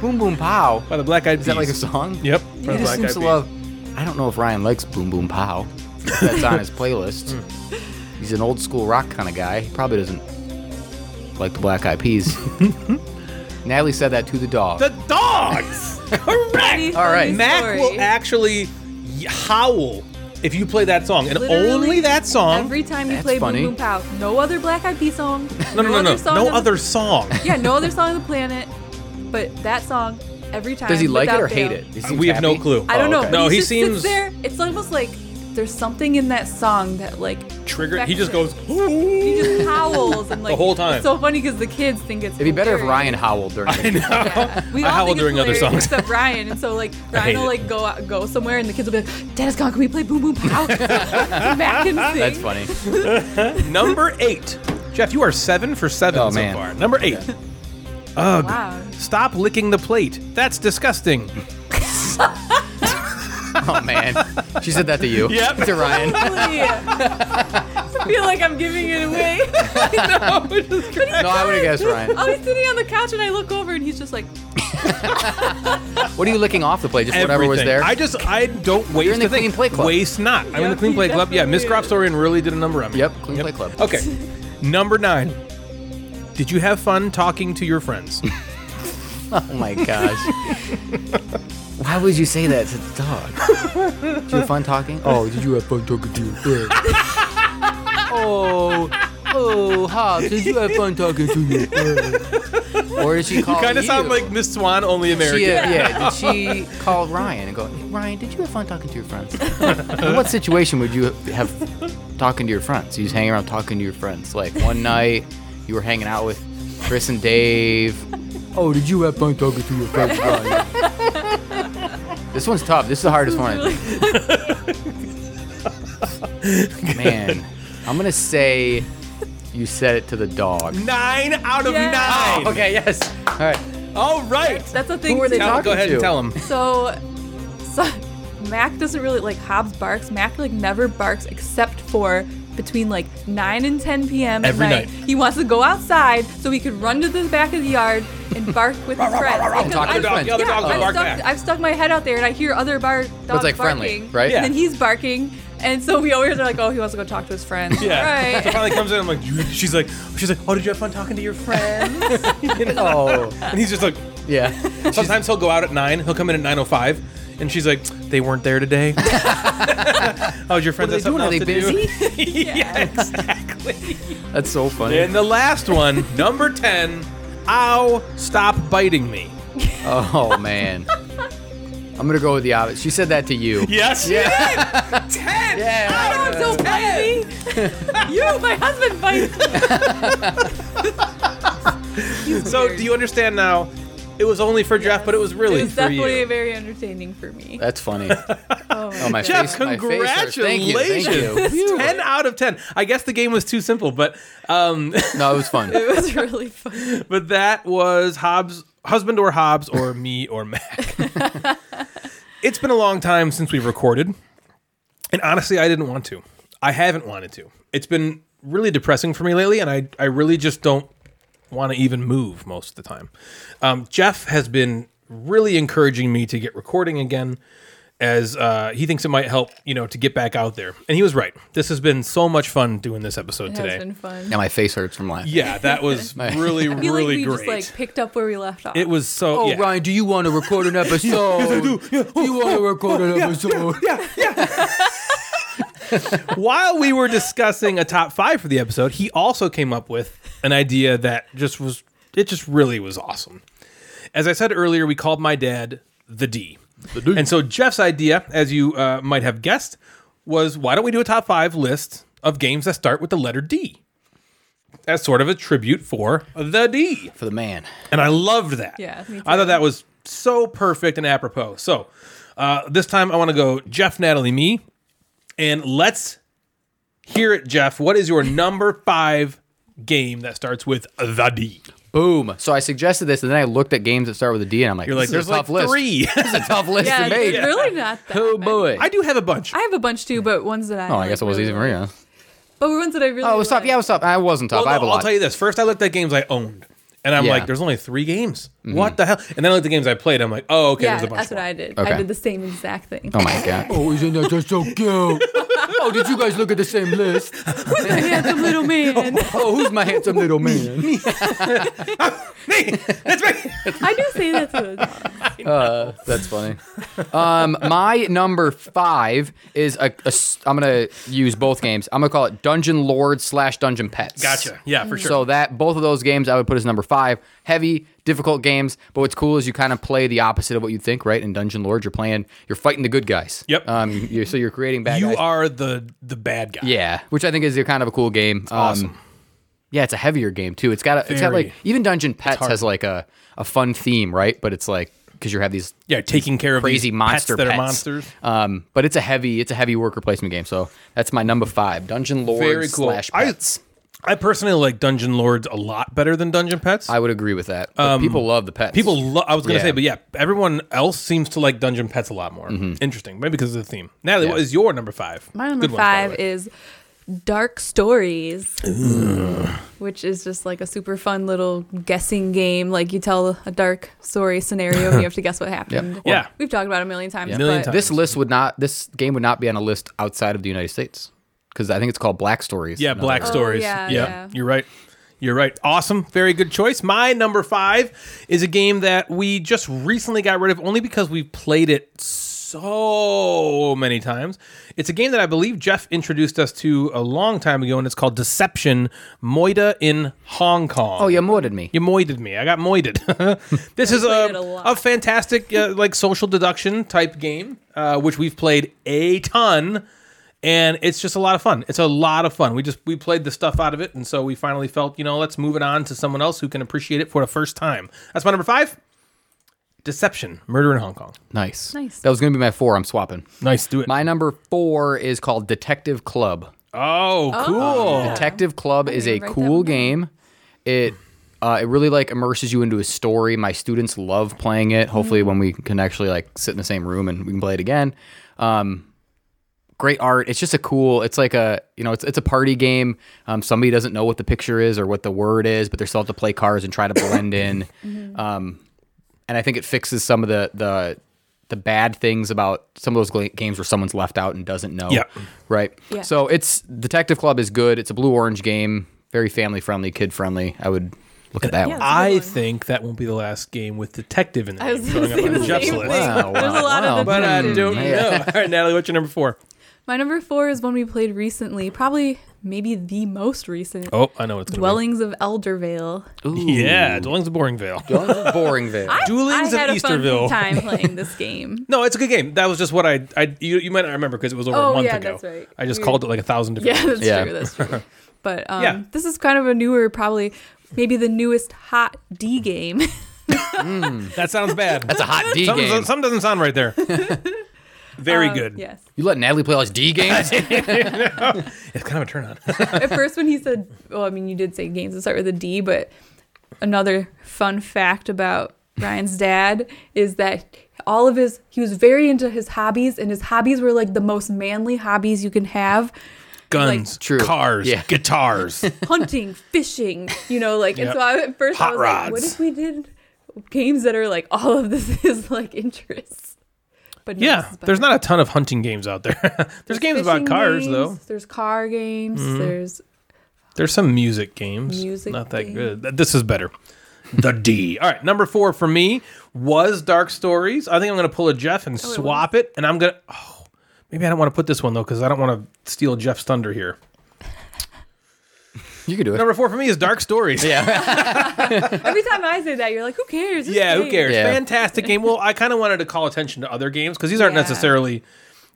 Boom Boom Pow.
by the Black Eyed Peas.
Is that like a song?
Yep.
He
By the
just
Black
seems
Eyed
to
Peas.
love. I don't know if Ryan likes Boom Boom Pow. if That's on his playlist.
Hmm.
He's an old school rock kind of guy. He probably doesn't like the Black Eyed Peas. Natalie said that to the dog.
The dogs. Correct.
Funny,
All right.
funny
Mac
story.
will actually y- howl if you play that song, and
Literally
only that song.
Every time you
That's
play
funny.
Boom Boom Pow, no other Black Eyed Peas song.
no, no, no, no,
other song
no
on the-
other song.
Yeah, no other song on the planet, but that song every time.
Does he like it
without
or hate
fail.
it? He seems
Uh, we have no
happy?
clue.
I don't
Oh,
know.
okay.
but
No, he
just sits
seems-
there. It's almost like There's something in that song that like
Trigger. He just goes.
affects it. He just howls and like
whole time.
It's so funny because the kids think it's.
It'd be better if
hilarious.
Ryan howled during it.
We
I
all
howl
think it's
during other
hilarious
songs.
except Ryan, and so like
hate
Ryan will
it.
like go out, go somewhere, and the kids will be like, "Dad is gone. Can we play Boom Boom Pow?" Come back and sing.
That's funny.
Number eight. Jeff, you are seven for seven
Oh,
so
man.
far. Number eight. Ugh.
Wow.
Stop licking the plate. That's disgusting.
Oh man, she said that to you.
Yep.
To Ryan.
Really. I feel like I'm giving it away.
No, I would have guessed Ryan.
I'll be Oh, sitting on the couch and I look over and he's just like,
What are you licking off the plate? Just whatever was
Everything.
there.
I just I don't waste.
in the
thing.
Clean Play Club.
Waste not. I'm in the
Yep,
clean
he
play club. Yeah, Miss
definitely is.
Storian really did a number on me.
Yep, Clean Play Club.
Okay. Number nine. Did you have fun talking to your friends?
Oh my gosh. Why would you say that to the dog? Did you have fun talking? Oh, did you have fun talking to your friend? oh, oh, Hobbs, did you have fun talking to your friend? Or did she call
kind of
Oh, you?
sound like Miss Swan, only American.
She, uh, yeah, did she call Ryan and go, "Hey, Ryan, did you have fun talking to your friends? In what situation would you have talking to your friends? You just hang around talking to your friends. Like one night, you were hanging out with Chris and Dave. Oh, did you have fun talking to your friends, Ryan? this one's tough. This is the hardest one. I think. Man, I'm gonna say you said it to the dog.
Nine out of
Yeah.
nine.
Oh, Okay, yes. All right.
All right.
"That's the thing."
were they
too.
Tell- go
talking
ahead
to?
and tell him.
So, so Mac doesn't really like Hobbs barks. Mac like never barks except for between like 9 and 10 p.m.
Every
at night.
night.
He wants to go outside so he could run to the back of the yard and bark with his friends. Like, 'cause
Talk to
I'm-
the dog. The
other
yeah,
dogs will
I've,
bark
stuck,
back.
I've stuck my head out there and I hear other bar dogs barking,
like, friendly, right?
And then
Yeah.
he's barking. And so we always are like, oh, he wants to go talk to his friends.
Yeah. So
Right.
finally comes in. I'm like, "You-" she's like, she's like, oh, did you have fun talking to your friends? You know?
Oh,
And he's just like,
yeah.
sometimes he'll go out at nine. He'll come in at nine o five, and she's like, they weren't there today. How's your friends?
What are
have something
they doing? Are
else to do? yeah, exactly.
That's so funny.
And the last one, number ten. Ow! Stop biting me.
Oh man. I'm gonna go with the obvious. She said that to you.
Yes. Yeah. Ten.
Yeah.
Oh, don't bite me. you, my husband bites. me. He's
So
weird.
do you understand now? It was only for Jeff, but it was really
It was
for
definitely
you.
very entertaining for me.
That's funny.
Oh my
Oh my
Jeff,
face. my face hurts. Thank you, thank
congratulations!
you.
ten out of ten. I guess the game was too simple, but um,
No, it was fun.
It was really fun.
but that was Hobbs, husband or Hobbs, or me or Mac. it's been a long time since we've recorded, and honestly, I didn't want to. I haven't wanted to. It's been really depressing for me lately, and I I really just don't want to even move most of the time. Um, Jeff has been really encouraging me to get recording again as uh, he thinks it might help, you know, to get back out there. And he was right. This has been so much fun doing this episode
It
today.
has been fun.
Now my face hurts from laughing.
Yeah, that was really,
I feel like
really
we
great.
just like picked up where we left off.
it was so.
Oh
yeah.
Ryan, do you want to record an episode? do. you want to record an episode?
While we were discussing a top five for the episode, he also came up with an idea that just was, it just really was awesome. As I said earlier, we called my dad the D. The D. And so Jeff's idea, as you uh, might have guessed, was why don't we do a top five list of games that start with the letter D? As sort of a tribute for the D.
For the man.
And I loved that.
Yeah,
I
me too.
thought that was so perfect and apropos. So uh, this time I want to go Jeff, Natalie, me, and let's hear it, Jeff. What is your number five game that starts with the D?
Boom. So I suggested this, and then I looked at games that start with a D, and I'm like,
You're like,
this
there's
is a
like
tough list.
three.
This is a tough list
yeah,
to make.
it's really not that.
Oh
bad.
boy.
I do have a bunch.
I have a bunch too, but ones that I.
oh, I guess it was easy for you.
But ones that I really.
Oh, it was tough.
like.
Yeah, it was tough. I wasn't tough.
Well,
I have a
no,
lot.
I'll tell you this. First, I looked at games I owned, and I'm
Yeah.
like, there's only three games. What the hell? And then I looked at games I played. I'm like, oh, okay,
Yeah,
there's a bunch
that's what
more.
I did.
Okay.
I did the same exact thing.
oh my god.
Oh, isn't that just so cute? oh, did you guys look at the same list?
my handsome little man.
Oh, who's my handsome little man?
I do say that to a dog.
Uh, that's funny. Um, my number five is a, a s- I'm gonna use both games. I'm gonna call it Dungeon Lord slash Dungeon Pets.
Gotcha. Yeah, for sure.
So that both of those games I would put as number five. Heavy difficult games. But what's cool is you kind of play the opposite of what you think, right? In Dungeon Lords, you're playing, you're fighting the good guys.
Yep.
Um, you're, so you're creating bad
you
guys.
are the the bad guy.
Yeah, which I think is a kind of a cool game. awesome. Yeah, it's a heavier game too. It's got a, it's got
Very.
like even Dungeon Pets has like a, a fun theme, right? But it's like because you have these
Yeah, taking care of
crazy
these
monster
pets that
pets.
are monsters.
Um, but it's a heavy it's a heavy worker placement game. So that's my number five, Dungeon Lords
Very cool.
slash
I-
Pets.
I personally like Dungeon Lords a lot better than Dungeon Pets.
I, would agree with that. But people love the pets.
Um, People, lo- I was gonna
Yeah.
say, but yeah, everyone else seems to like Dungeon Pets a lot more.
Mm-hmm.
Interesting, maybe because of the theme. Natalie, what is your number five?
My number
Good ones, by the
five
way.
is Dark Stories, which is just like a super fun little guessing game. Like you tell a dark story scenario and you have to guess what happened.
Yeah.
We've talked about it a million times.
A million
but
times.
this list would not this game would not be on a list outside of the United States because I think it's called Black Stories.
Yeah,
Another-
Black Stories.
Oh, yeah,
yeah,
yeah.
you're right. You're right. Awesome. Very good choice. My number five is a game that we just recently got rid of only because we've played it so many times. It's a game that I believe Jeff introduced us to a long time ago, and it's called Deception Moida in Hong Kong.
Oh, you moided me.
You moided me. I got moided. this is a,
played it a lot.
a, fantastic uh, like social deduction type game, uh, which we've played a ton, and it's just a lot of fun. It's a lot of fun. We just we played the stuff out of it, and so we finally felt you know let's move it on to someone else who can appreciate it for the first time. That's my number five. Deception, murder in Hong Kong.
Nice.
Nice.
That was going to be my four. I'm swapping.
Nice, do it.
My number four is called Detective Club.
oh, cool.
Detective Club is a
write that
cool
one down.
game. It uh, it really like immerses you into a story. My students love playing it. Hopefully,
Mm-hmm.
when we can actually like sit in the same room and we can play it again. Um, great art. It's just a cool. It's like a you know it's it's a party game. Um, somebody doesn't know what the picture is or what the word is, but they still have to play cards and try to blend in.
Mm-hmm.
Um, and I think it fixes some of the the the bad things about some of those gla- games where someone's left out and doesn't know.
Yeah.
Right.
Yeah.
So it's Detective Club is good. It's a blue orange game, very family friendly, kid friendly. I would look at that one.
Yeah.
I think that won't be the last game with detective in the
I was
name
going to
going
say
up on
the
Jeff's
same
list.
thing.
Wow,
There's
wow,
a lot
wow.
of
But I
detective
don't
Yeah.
know. All right, Natalie, what's your number four?
My number four is one we played recently, probably maybe the most recent.
Oh, I know what it's gonna be.
Dwellings of Eldervale.
Yeah, Dwellings of Boring Vale.
Boring there.
Dwellings
I had
of
a fun
Easterville.
time playing this game.
No, it's a good game. That was just what I, I you, you might not remember because it was over
Oh,
a month
yeah,
ago.
that's right.
I just
We-
called it like a thousand different.
Yeah, that's
Yeah.
true. That's true. But um,
Yeah.
this is kind of a newer, probably maybe the newest hot D game.
That sounds bad.
That's a hot D
something,
game.
something doesn't sound right there. Very good.
yes.
You let Natalie play all these D games?
It's kind of a turn on.
At first, when he said, well, I mean, you did say games that start with a D, but another fun fact about Ryan's dad is that all of his, he was very into his hobbies, and his hobbies were like the most manly hobbies you can have.
Guns,
True.
cars,
Yeah.
guitars.
hunting, fishing, you know, like, and so I, at first
Hot
I was like, what
rods.
if we did games that are like all of this is like interests? But no, this
yeah,
is better.
there's not a ton of hunting games out there. there's games about
fishing
cars
games,
though. Mm-hmm.
There's car games. There's
There's some music games.
Music
Not that
game.
good. Th- This is better. The D. All right, number four for me was Dark Stories. I think I'm going to pull a Jeff
Oh,
and swap it, and I'm going to. Oh, maybe I don't want to put this one though because I don't want to steal Jeff's thunder here.
you can do it.
Number four for me is Dark Stories. yeah,
every time I say that, you're like, who cares? It's
yeah. Who
games.
cares?
Yeah.
Fantastic game. Well, I kind of wanted to call attention to other games because these aren't
Yeah.
necessarily.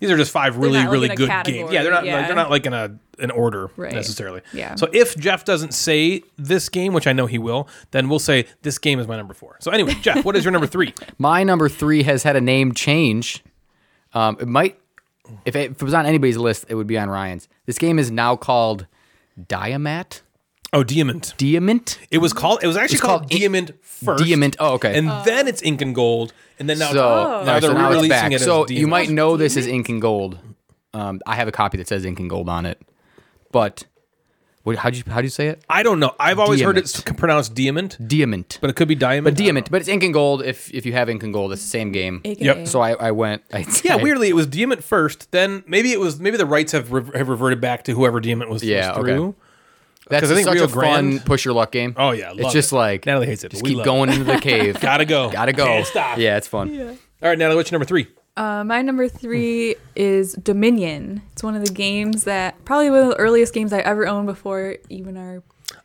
These are just five really,
not, like,
really
in a
good games.
category,
Yeah, they're not. Like,
yeah.
they're not like in a an order
Right.
necessarily.
Yeah.
So if Jeff doesn't say this game, which I know he will, then we'll say this game is my number four. So anyway, Jeff, what is your number three?
My number three has had a name change. Um, it might, if it, if it was on anybody's list, it would be on Ryan's. This game is now called Diamat.
Oh, Diamond.
Diamant?
It was called. It was actually
It's
called,
called Ink-
Diamond first.
Diamant. Oh, okay.
And then it's Ink and Gold, and then now,
Oh.
so,
it's, now
no, Oh.
they're
so now it's
releasing
back.
it. As
so you
Diamond.
might know this is ink and gold. Um, I have a copy that says ink and gold on it, but what, how do you how do you say it?
I don't know. I've always heard it's
Diamond.
pronounced Diamond,
Diamant,
but it could be Diamond.
but diamant, but it's ink and gold. If if you have ink and gold, it's the same game.
AKA.
Yep.
So I, I went. I,
Yeah,
I-
weirdly, it was Diamond first. Then maybe it was maybe the rights have re- have reverted back to whoever Diamond was
Yeah,
first
okay.
through.
That's
'cause I think
such
Rio
a fun
Grande-
push your luck game.
Oh, yeah,
it's
love
just
it.
like
Natalie hates it,
Just
but we
keep
love
going into the cave.
Gotta go.
Gotta go.
Can't stop.
Yeah, it's fun.
All right, Natalie, what's your number three?
Uh, my number three is Dominion. It's one of the games that probably one of the earliest games I ever owned before even our
Um,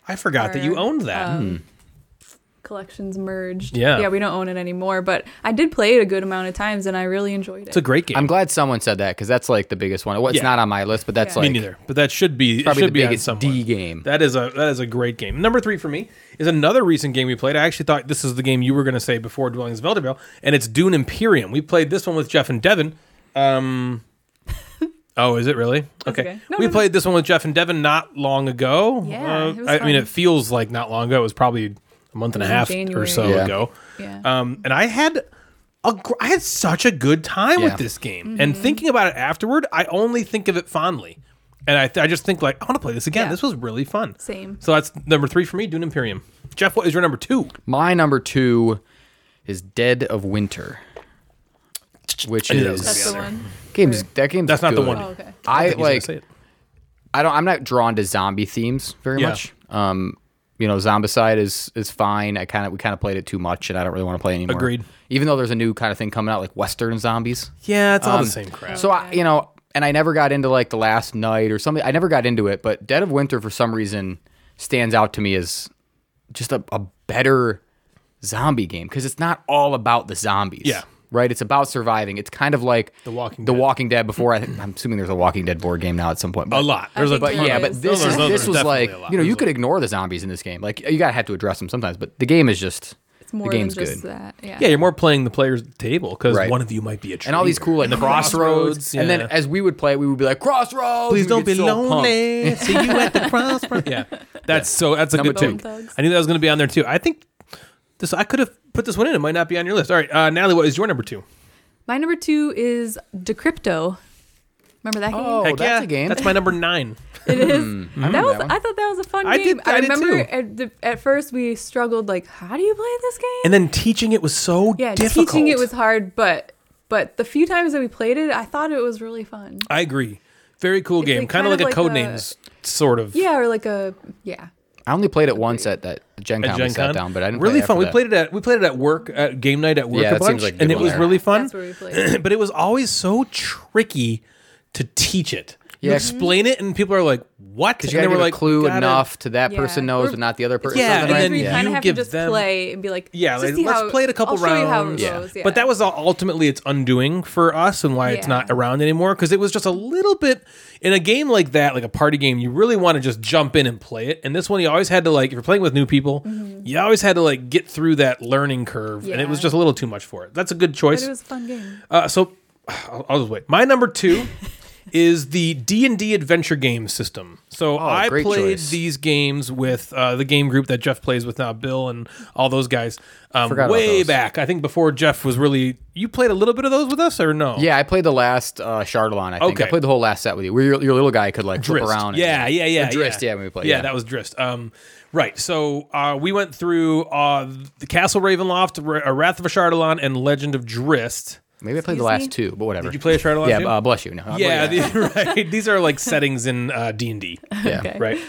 I forgot that you owned that.
collections merged.
Yeah.
Yeah, we don't own it anymore, but I did play it a good amount of times and I really enjoyed it.
It's a great game.
I'm glad someone said that because that's like the biggest one. Well, it's
Yeah.
not on my list, but that's
Yeah.
Me
like
neither. But that should be it
probably
should
the
be on
biggest
someone.
D game.
That is a that is a great game. Number three for me is another recent game we played. I actually thought this is the game you were going to say before Dwellings of Elderbell, and it's Dune Imperium. We played this one with Jeff and Devin. Um, oh, is it really? Okay,
okay. No,
we
no, no.
played this one with Jeff and Devin not long ago. Uh,
Yeah, it was
I mean,
fun.
it feels like not long ago. It was probably a month and a
was in
half or
January.
so
Yeah.
ago.
Yeah.
Um, and I had a gr- I had such a good time
Yeah.
with this game. And
Mm-hmm.
thinking about it afterward, I only think of it fondly. And I, th- I just think like I want to play this again.
Yeah.
This was really fun.
Same.
So that's number three for me, Dune Imperium. Jeff, what is your number two?
My number two is Dead of Winter, which
I knew that was
is
gonna be
That's the one.
game's that game's
That's not the
good.
one.
Oh, okay.
I
think he's gonna
like.
say it.
I don't. I'm not drawn to zombie themes very
Yeah.
much. Um, you know, Zombicide is is fine. I kind of we kind of played it too much, and I don't really want to play it anymore.
Agreed.
Even though there's a new kind of thing coming out, like Western zombies.
Yeah, it's all
Um,
the same crap.
So I, you know, and I never got into like the last night or something. I never got into it, but Dead of Winter for some reason stands out to me as just a, a better zombie game because it's not all about the zombies.
Yeah.
Right, it's about surviving. It's kind of like
The Walking
The
Dead.
Walking Dead. Before I, think, I'm assuming there's a Walking Dead board game now at some point.
a
but-
lot. There's a
think
but
ton
yeah,
of-
but
there is.
this
no,
is,
there's-
this
there's
was
definitely
like
a lot.
you know you
There's a
could ignore the zombies in this game. Like you gotta have to address them sometimes, but the game is just
It's more
the game's
than just
good.
that. Yeah.
yeah, you're more playing the players at the table because
Right.
one of you might be a traitor.
and all these cool like
the
crossroads.
crossroads,
And then
yeah.
as we would play, we would be like crossroads.
Please don't
and we'd
be
get so pumped.
lonely. See you at the crossroads. Yeah, that's so. That's a
Number
good
two.
pick. I knew that was going to be on there too. I think this. I could have put this one in. It might not be on your list. All right, uh, Natalie, what is your number two?
My number two is Decrypto. Remember that game?
Oh,
Heck
that's
yeah,
a game.
That's my number nine.
It is. that was.
that one.
I thought that was a fun
I did-
game.
I did
remember
too.
at, the, at first we struggled like, how do you play this game?
And then teaching it was so
yeah,
difficult.
teaching it was hard, but but the few times that we played it, I thought it was really fun.
I agree. Very cool
It's
game.
like
kind of like,
kind
a
of
code
like a-
names, sort of.
Yeah, or like a yeah.
I only played it once at that Gen Con.
At Gen
we sat
Con.
down, but I didn't
really
play
fun.
After
We
that.
played it at we played it at work at game night at work
Yeah,
a
that
bunch,
seems like a
and
good
it
one
was
there.
really fun.
That's where we played it.
but it was always so tricky to teach it. You
Yeah.
explain it, and people are like, "What?"
because
And
you
they
gotta
were
give
like,
a clue
"Gotta-
enough to that
Yeah.
person knows,
We're-
but not the other person.
Yeah,
or
and
something,
then
you
right?
kind
you
of have
give
to just
them-
play and be like,
Yeah,
just
like,
see
let's
how-
play it a couple
I'll show you how it
rounds.
goes, yeah.
But that was all ultimately its undoing for us and why it's not
Yeah.
around anymore because it was just a little bit in a game like that, like a party game, you really want to just jump in and play it. And this one, you always had to like, if you're playing with new people, you always had to like get through that learning curve, and it was
Mm-hmm. Yeah.
just a little too much for it. That's a good
But
choice.
it was a fun game.
Uh, so I'll, I'll just wait. My number two is the D and D adventure game system. So I
Oh, great
played
choice.
these games with uh, the game group that Jeff plays with now, Bill and all those guys. Um,
Forgot about
way
those.
back, I think before Jeff was really. You played a little bit of those with us, or no?
Yeah, I played the last uh, Shardalon. I think
Okay.
I played the whole last set with you. Where your, your little guy could like flip
Drist.
around. and-
Yeah, yeah, yeah,
Or Drist, yeah, when we played,
Yeah,
yeah.
that was Drist. Um, right. So uh, we went through uh, the Castle Ravenloft, Ra- uh, Wrath of a Shardalon, and Legend of Drist.
Maybe I played the
Excuse
last
me?
two, but whatever.
Did you play a Shardalon?
Yeah,
too?
uh, bless you. No, I
yeah,
played
the- right. These are like settings in uh, D and D.
that. yeah.
Okay.
right?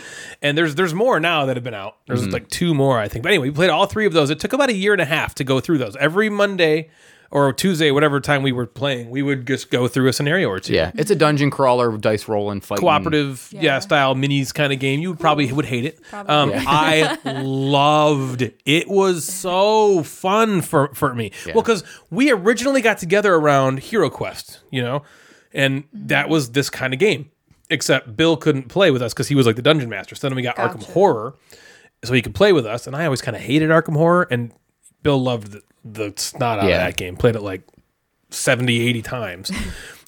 And there's there's more now that have been out. There's like two more, I think. But anyway, we played all three of those. It took about a year and a half to go through those. Every Monday or Tuesday, whatever time we were playing, we would just go through a scenario or two.
Yeah, it's a dungeon crawler, dice rolling, fighting.
Cooperative, yeah.
Yeah.
style minis kind of game. You probably would hate it. Um, I loved it. It was so fun for for me. Well, because we originally got together around Hero Quest, you know, and that was this kind of game. Except Bill couldn't play with us because he was like the dungeon master. So then we got Arkham
Gotcha.
Horror, so he could play with us. And I always kind of hated Arkham Horror, and Bill loved the, the snot out
Yeah.
of that game. Played it like 70, 80 times,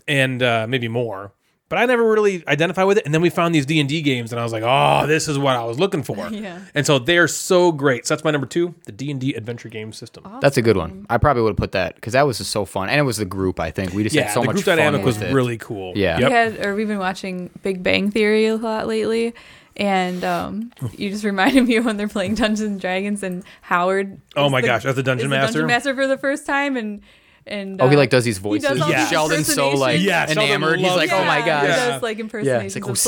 and uh, maybe more. But I never really identify with it. And then we found these D and D games, and I was like, "Oh, this is what I was looking for."
Yeah.
And so they're so great. So that's my number two, the D and D adventure game system.
That's a good one. I probably would have put that because that was just so fun, and it was the group. I think we just
yeah,
had so
the
much
group
fun
dynamic was
with it.
really cool.
Yeah.
Yep.
We had, or we've been watching Big Bang Theory a lot lately, and um, you just reminded me of when they're playing Dungeons and Dragons and Howard.
Oh
is
my gosh, that's the dungeon
is
master?
dungeon master for the first time, and and
Oh, he
uh,
like does these voices.
all
Yeah.
these
Sheldon's so like
impersonations.
Yeah, Sheldon
enamored. He's
loves
like, oh my
Yeah,
gosh.
he
Yeah.
does like impersonations
like, oh,
of
see?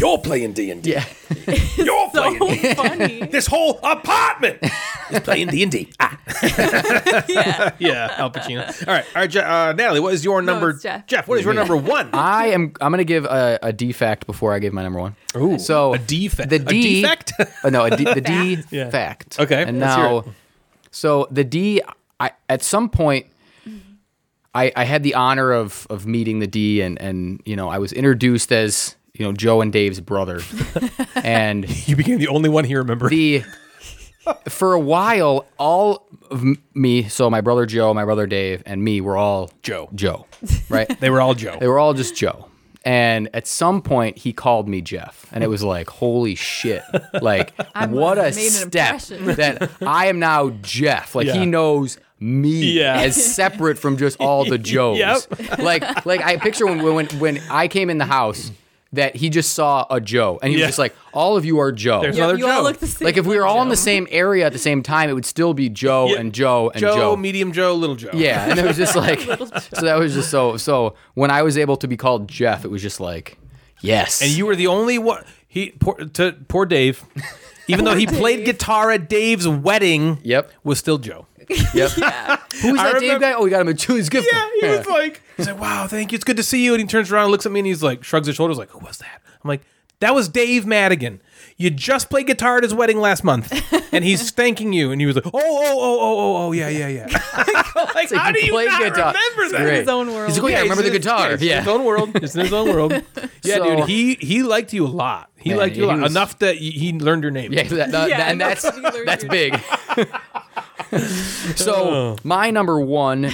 You're playing D and D.
Yeah.
You're playing.
so funny.
This whole apartment is playing D and D. Ah. yeah. yeah. Al Pacino. All right. All right. Je- Uh, Natalie, what is your number?
it's Jeff.
what is your number one?
I am. I'm gonna give a, a defect before I give my number one.
Ooh,
so
a defect.
The
A
D,
defect?
uh, no, a D, the D
Yeah.
fact.
Okay,
and
let's hear
now
it.
So the D, I at some point, I, I had the honor of of meeting the D, and and you know I was introduced as you know Joe and Dave's brother, and
You became the only one he remembered.
the for a while all of m- me, so my brother Joe, my brother Dave, and me were all
Joe.
Joe, right?
they were all Joe.
They were all just Joe. And at some point, he called me Jeff, and it was like, "Holy shit! Like, what a
made an
step
impression.
that I am now Jeff. Like,
Yeah.
he knows me
Yeah.
as separate from just all the Joes.
Yep.
Like, like I picture when when when I came in the house that he just saw a Joe, and he
Yeah.
was just like, "All of you are Joe."
There's another
you
Joe.
all look the same.
like if we were all in the same area at the same time, it would still be Joe
Yeah.
and Joe and
Joe,
Joe.
medium Joe, little Joe.
Yeah, and it was just like so that was just so so when I was able to be called Jeff, it was just like yes.
And you were the only one. He poor, to poor Dave. Even though he played guitar at Dave's wedding,
Yep.
was still Joe.
yep. Who's
I
that Dave
remember-
guy? Oh, we got him a Julie's gift.
Yeah, he was like, he's like, wow, thank you. It's good to see you. And he turns around and looks at me and he's like, shrugs his shoulders, like, who was that? I'm like, that was Dave Madigan. You just played guitar at his wedding last month, and he's thanking you. And he was like, oh, oh, oh, oh, oh, oh, yeah, yeah, yeah. like, how do you
played
not
guitar.
remember
It's
that?
great.
his own world.
He's like, oh, yeah, I
he's
remember the
in his-
guitar.
he's in
Yeah.
his own world. It's in his own world. Yeah,
So-
dude, he he liked you a lot. He
Man,
liked you a
he
lot
was-
enough that he- he learned your name.
Yeah, that, that-
Yeah,
and
I know.
that's that's big.
Oh.
so my number one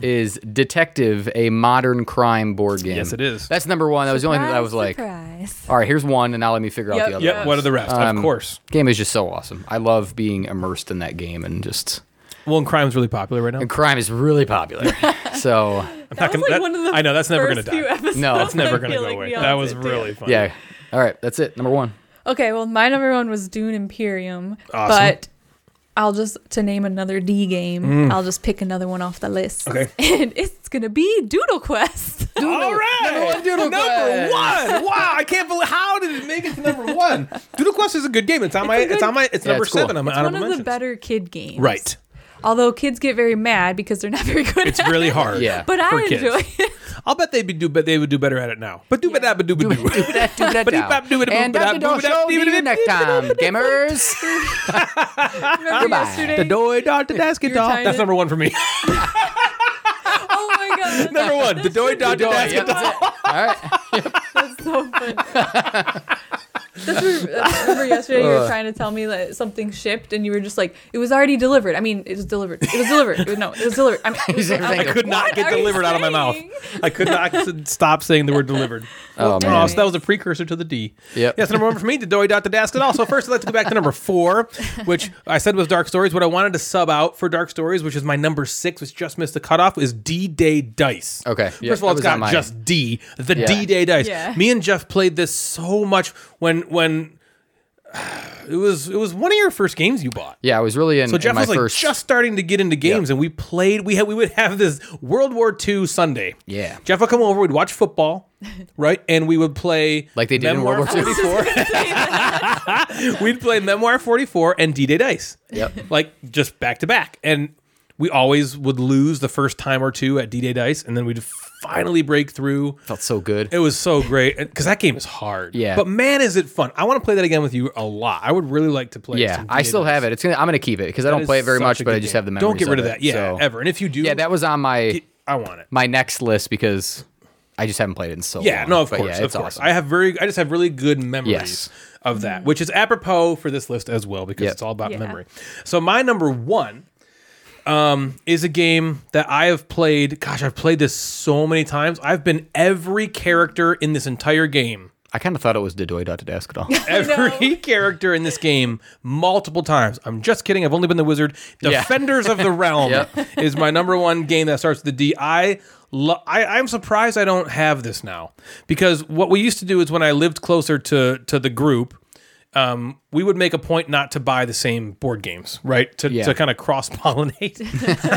is Detective, a modern crime board game.
Yes, it is.
That's number one. That was the only thing that I was like,
surprise.
all right, here's one, and now let me figure out
Yep.
the other.
Yep.
one.
What are the rest?
Um,
of course.
Game is just so awesome. I love being immersed in that game and just
Well, and crime's really popular right now.
and crime is really popular. so
I'm not gonna- that- I know that's never going to die.
No, that's
Oh, It's never going to go away. That was really fun.
yeah, all right, that's it. Number one.
Okay, well, my number one was Dune Imperium,
Awesome.
but I'll just to name another D game. I'll just pick another one off the list,
Mm. Okay.
and it's gonna be Doodle Quest.
All right. Number one,
Doodle Quest.
Wow, I can't believe how did it make it to number one? Doodle Quest is a good game. It's on my.
a
it's
good-
on my. It's
Yeah,
number
it's cool.
seven. I'm
It's
out
one
of
of
mentions.
the better kid games,
Right.
Although kids get very mad because they're not very good.
It's
at
really
it.
hard.
Yeah.
but I
for kids.
enjoy it.
I'll bet they'd be do. But they would do better at it now. But do but that. But do but do. Ba-dee-bop, do-ba-doo,
And
ba-dap,
that's the
do-ba-dap,
show. See you
do-ba-dap,
next time, gamers.
Remember yesterday?
The doy dot the basket doll.
trying
That's
to-
number one for me.
Oh my god,
number one. The doy dot the
Doy,
basket
yep,
doll.
that's it. All right.
That's so funny. That's where, I remember yesterday you
Uh.
were trying to tell me that something shipped, and you were just like, "It was already delivered." I mean, it was delivered. It was delivered. It was, no, it was delivered. I mean, it was,
everything.
I could not
What
get
are you
delivered out of my mouth.
saying?
I could not s- stop saying the word delivered.
Oh, man.
so that was a precursor to the D.
Yep.
Yes, number one for me, the doy dot the dask. And also, first, I'd like to go back to number four, which I said was Dark Stories. What I wanted to sub out for Dark Stories, which is my number six, which just missed the cutoff, is D Day Dice.
Okay,
First
yeah,
of all,
that
it's
was on
got
mine.
just D, the
Yeah.
D Day Dice.
Yeah.
Me and Jeff played this so much when when it was it was one of your first games you bought.
Yeah, I was really in,
So Jeff
in my
was like
first.
just starting to get into games, and we played. We had we would have this World War II Sunday.
Yeah.
Jeff would come over. We'd watch football, right? And we would play
Like they did in World War II.
War. we'd play Memoir Forty Four and D Day Dice.
Yep.
like just back to back, and we always would lose the first time or two at D Day Dice, and then we'd finally break through.
Felt so good.
It was so great because that game is hard.
Yeah.
but man, is it fun! I want to play that again with you a lot. I would really like to play.
yeah,
some
I
D-Day
still
Dice.
have it. It's gonna. I'm gonna keep it because I
That
don't
is
play it very
such
much,
a
but I
good
just
game.
have the memories.
Don't get rid of
it,
that. Yeah,
so-
ever. And if you do,
Yeah, that was on my
I want it.
my next list because I just haven't played it in so long.
Yeah, no, of
But
course,
yeah,
of
it's
course.
awesome.
I have very, I just have really good memories
Yes.
of that, which is apropos for this list as well because
Yep.
it's all about
Yeah.
memory. So my number one um, is a game that I have played. Gosh, I've played this so many times. I've been every character in this entire game.
I kind of thought it was Didoy Dot Didascadal.
Every character in this game multiple times. I'm just kidding. I've only been the wizard.
Yeah.
Defenders of the Realm
Yep.
is my number one game that starts with the D. I, lo- I I'm surprised I don't have this now because what we used to do is when I lived closer to to the group. Um, we would make a point not to buy the same board games, right? To,
Yeah.
to kind of cross pollinate.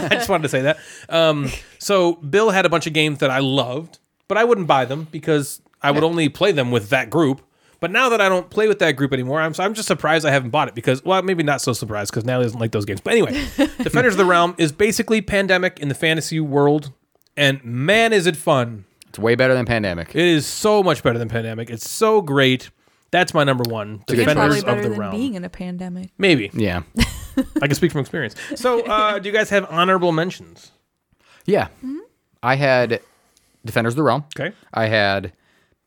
I just wanted to say that. Um, so Bill had a bunch of games that I loved, but I wouldn't buy them because I would only play them with that group. But now that I don't play with that group anymore, I'm, I'm just surprised I haven't bought it because, well, maybe not so surprised because Natalie doesn't like those games. But anyway, Defenders of the Realm is basically Pandemic in the fantasy world. And man, is it fun.
It's way better than Pandemic.
It is so much better than Pandemic. It's so great. That's my number one.
It's probably
Defenders
better
of the
than
Realm.
being in a pandemic.
maybe.
yeah.
I can speak from experience. So, uh, do you guys have honorable mentions?
Yeah.
Mm-hmm.
I had Defenders of the Realm.
Okay.
I had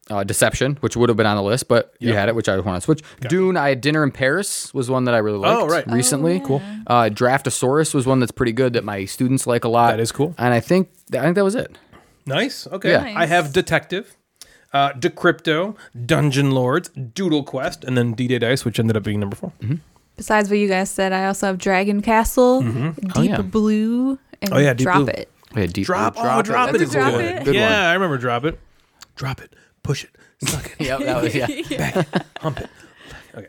uh, Deception, which would have been on the list, but you had it, which I want to switch. Dune, I had Dinner in Paris, was one that I really liked
Oh, right. Oh,
recently. Cool. Uh, Draftosaurus was one that's pretty good that my students like a lot.
That is cool.
And I think I think that was it.
Nice. Okay.
Yeah.
I have Detective, uh, Decrypto, Dungeon Lords, Doodle Quest, and then D Day Dice, which ended up being number 4
Mm-hmm.
Besides what you guys said, I also have Dragon Castle, Deep
yeah.
Blue, and
Mm-hmm. Oh, yeah, Deep
Drop
Blue.
It.
I had Deep
Drop. oh, drop it.
That's a
is
good
good.
one. Good
yeah,
one.
I remember drop it. Drop it. Push it. Suck it.
Yep, that was, yeah.
hump it. Okay.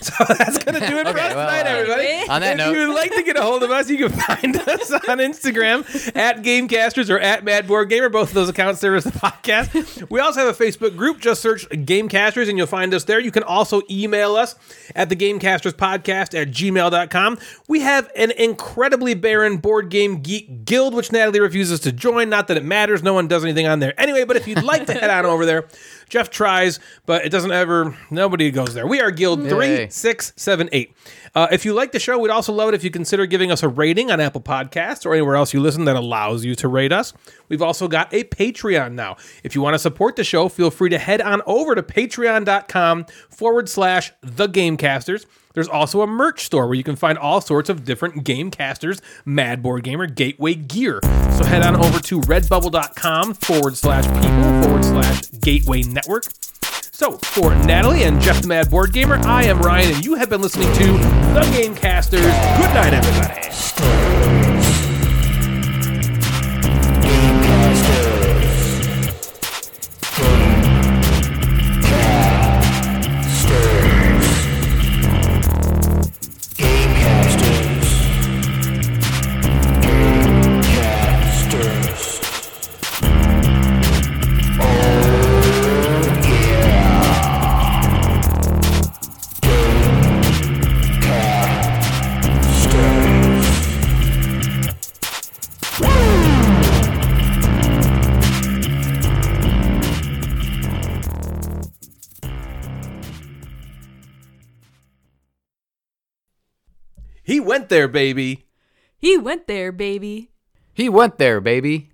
So that's gonna do it for us
well,
tonight,
uh,
everybody.
on that
if
note-
you would like to get a hold of us, you can find us on Instagram at Gamecasters or at Mad Board Gamer. Both of those accounts service the podcast. We also have a Facebook group. Just search Gamecasters and you'll find us there. You can also email us at the Podcast at gmail.com. We have an incredibly barren board game geek guild, which Natalie refuses to join. Not that it matters, no one does anything on there anyway, but if you'd like to head on over there, Jeff tries, but it doesn't ever. Nobody goes there. We are Guild three, six, seven, eight. Uh, if you like the show, we'd also love it if you consider giving us a rating on Apple Podcasts or anywhere else you listen that allows you to rate us. We've also got a Patreon now. If you want to support the show, feel free to head on over to patreon.com forward slash the gamecasters. There's also a merch store where you can find all sorts of different Gamecasters, Mad Board Gamer, Gateway gear. So head on over to redbubble.com forward slash people forward slash gateway network. So for Natalie and Jeff the Mad Board Gamer, I am Ryan, and you have been listening to The Gamecasters. Good night, everybody. He went there, baby.
He went there, baby.
He went there, baby.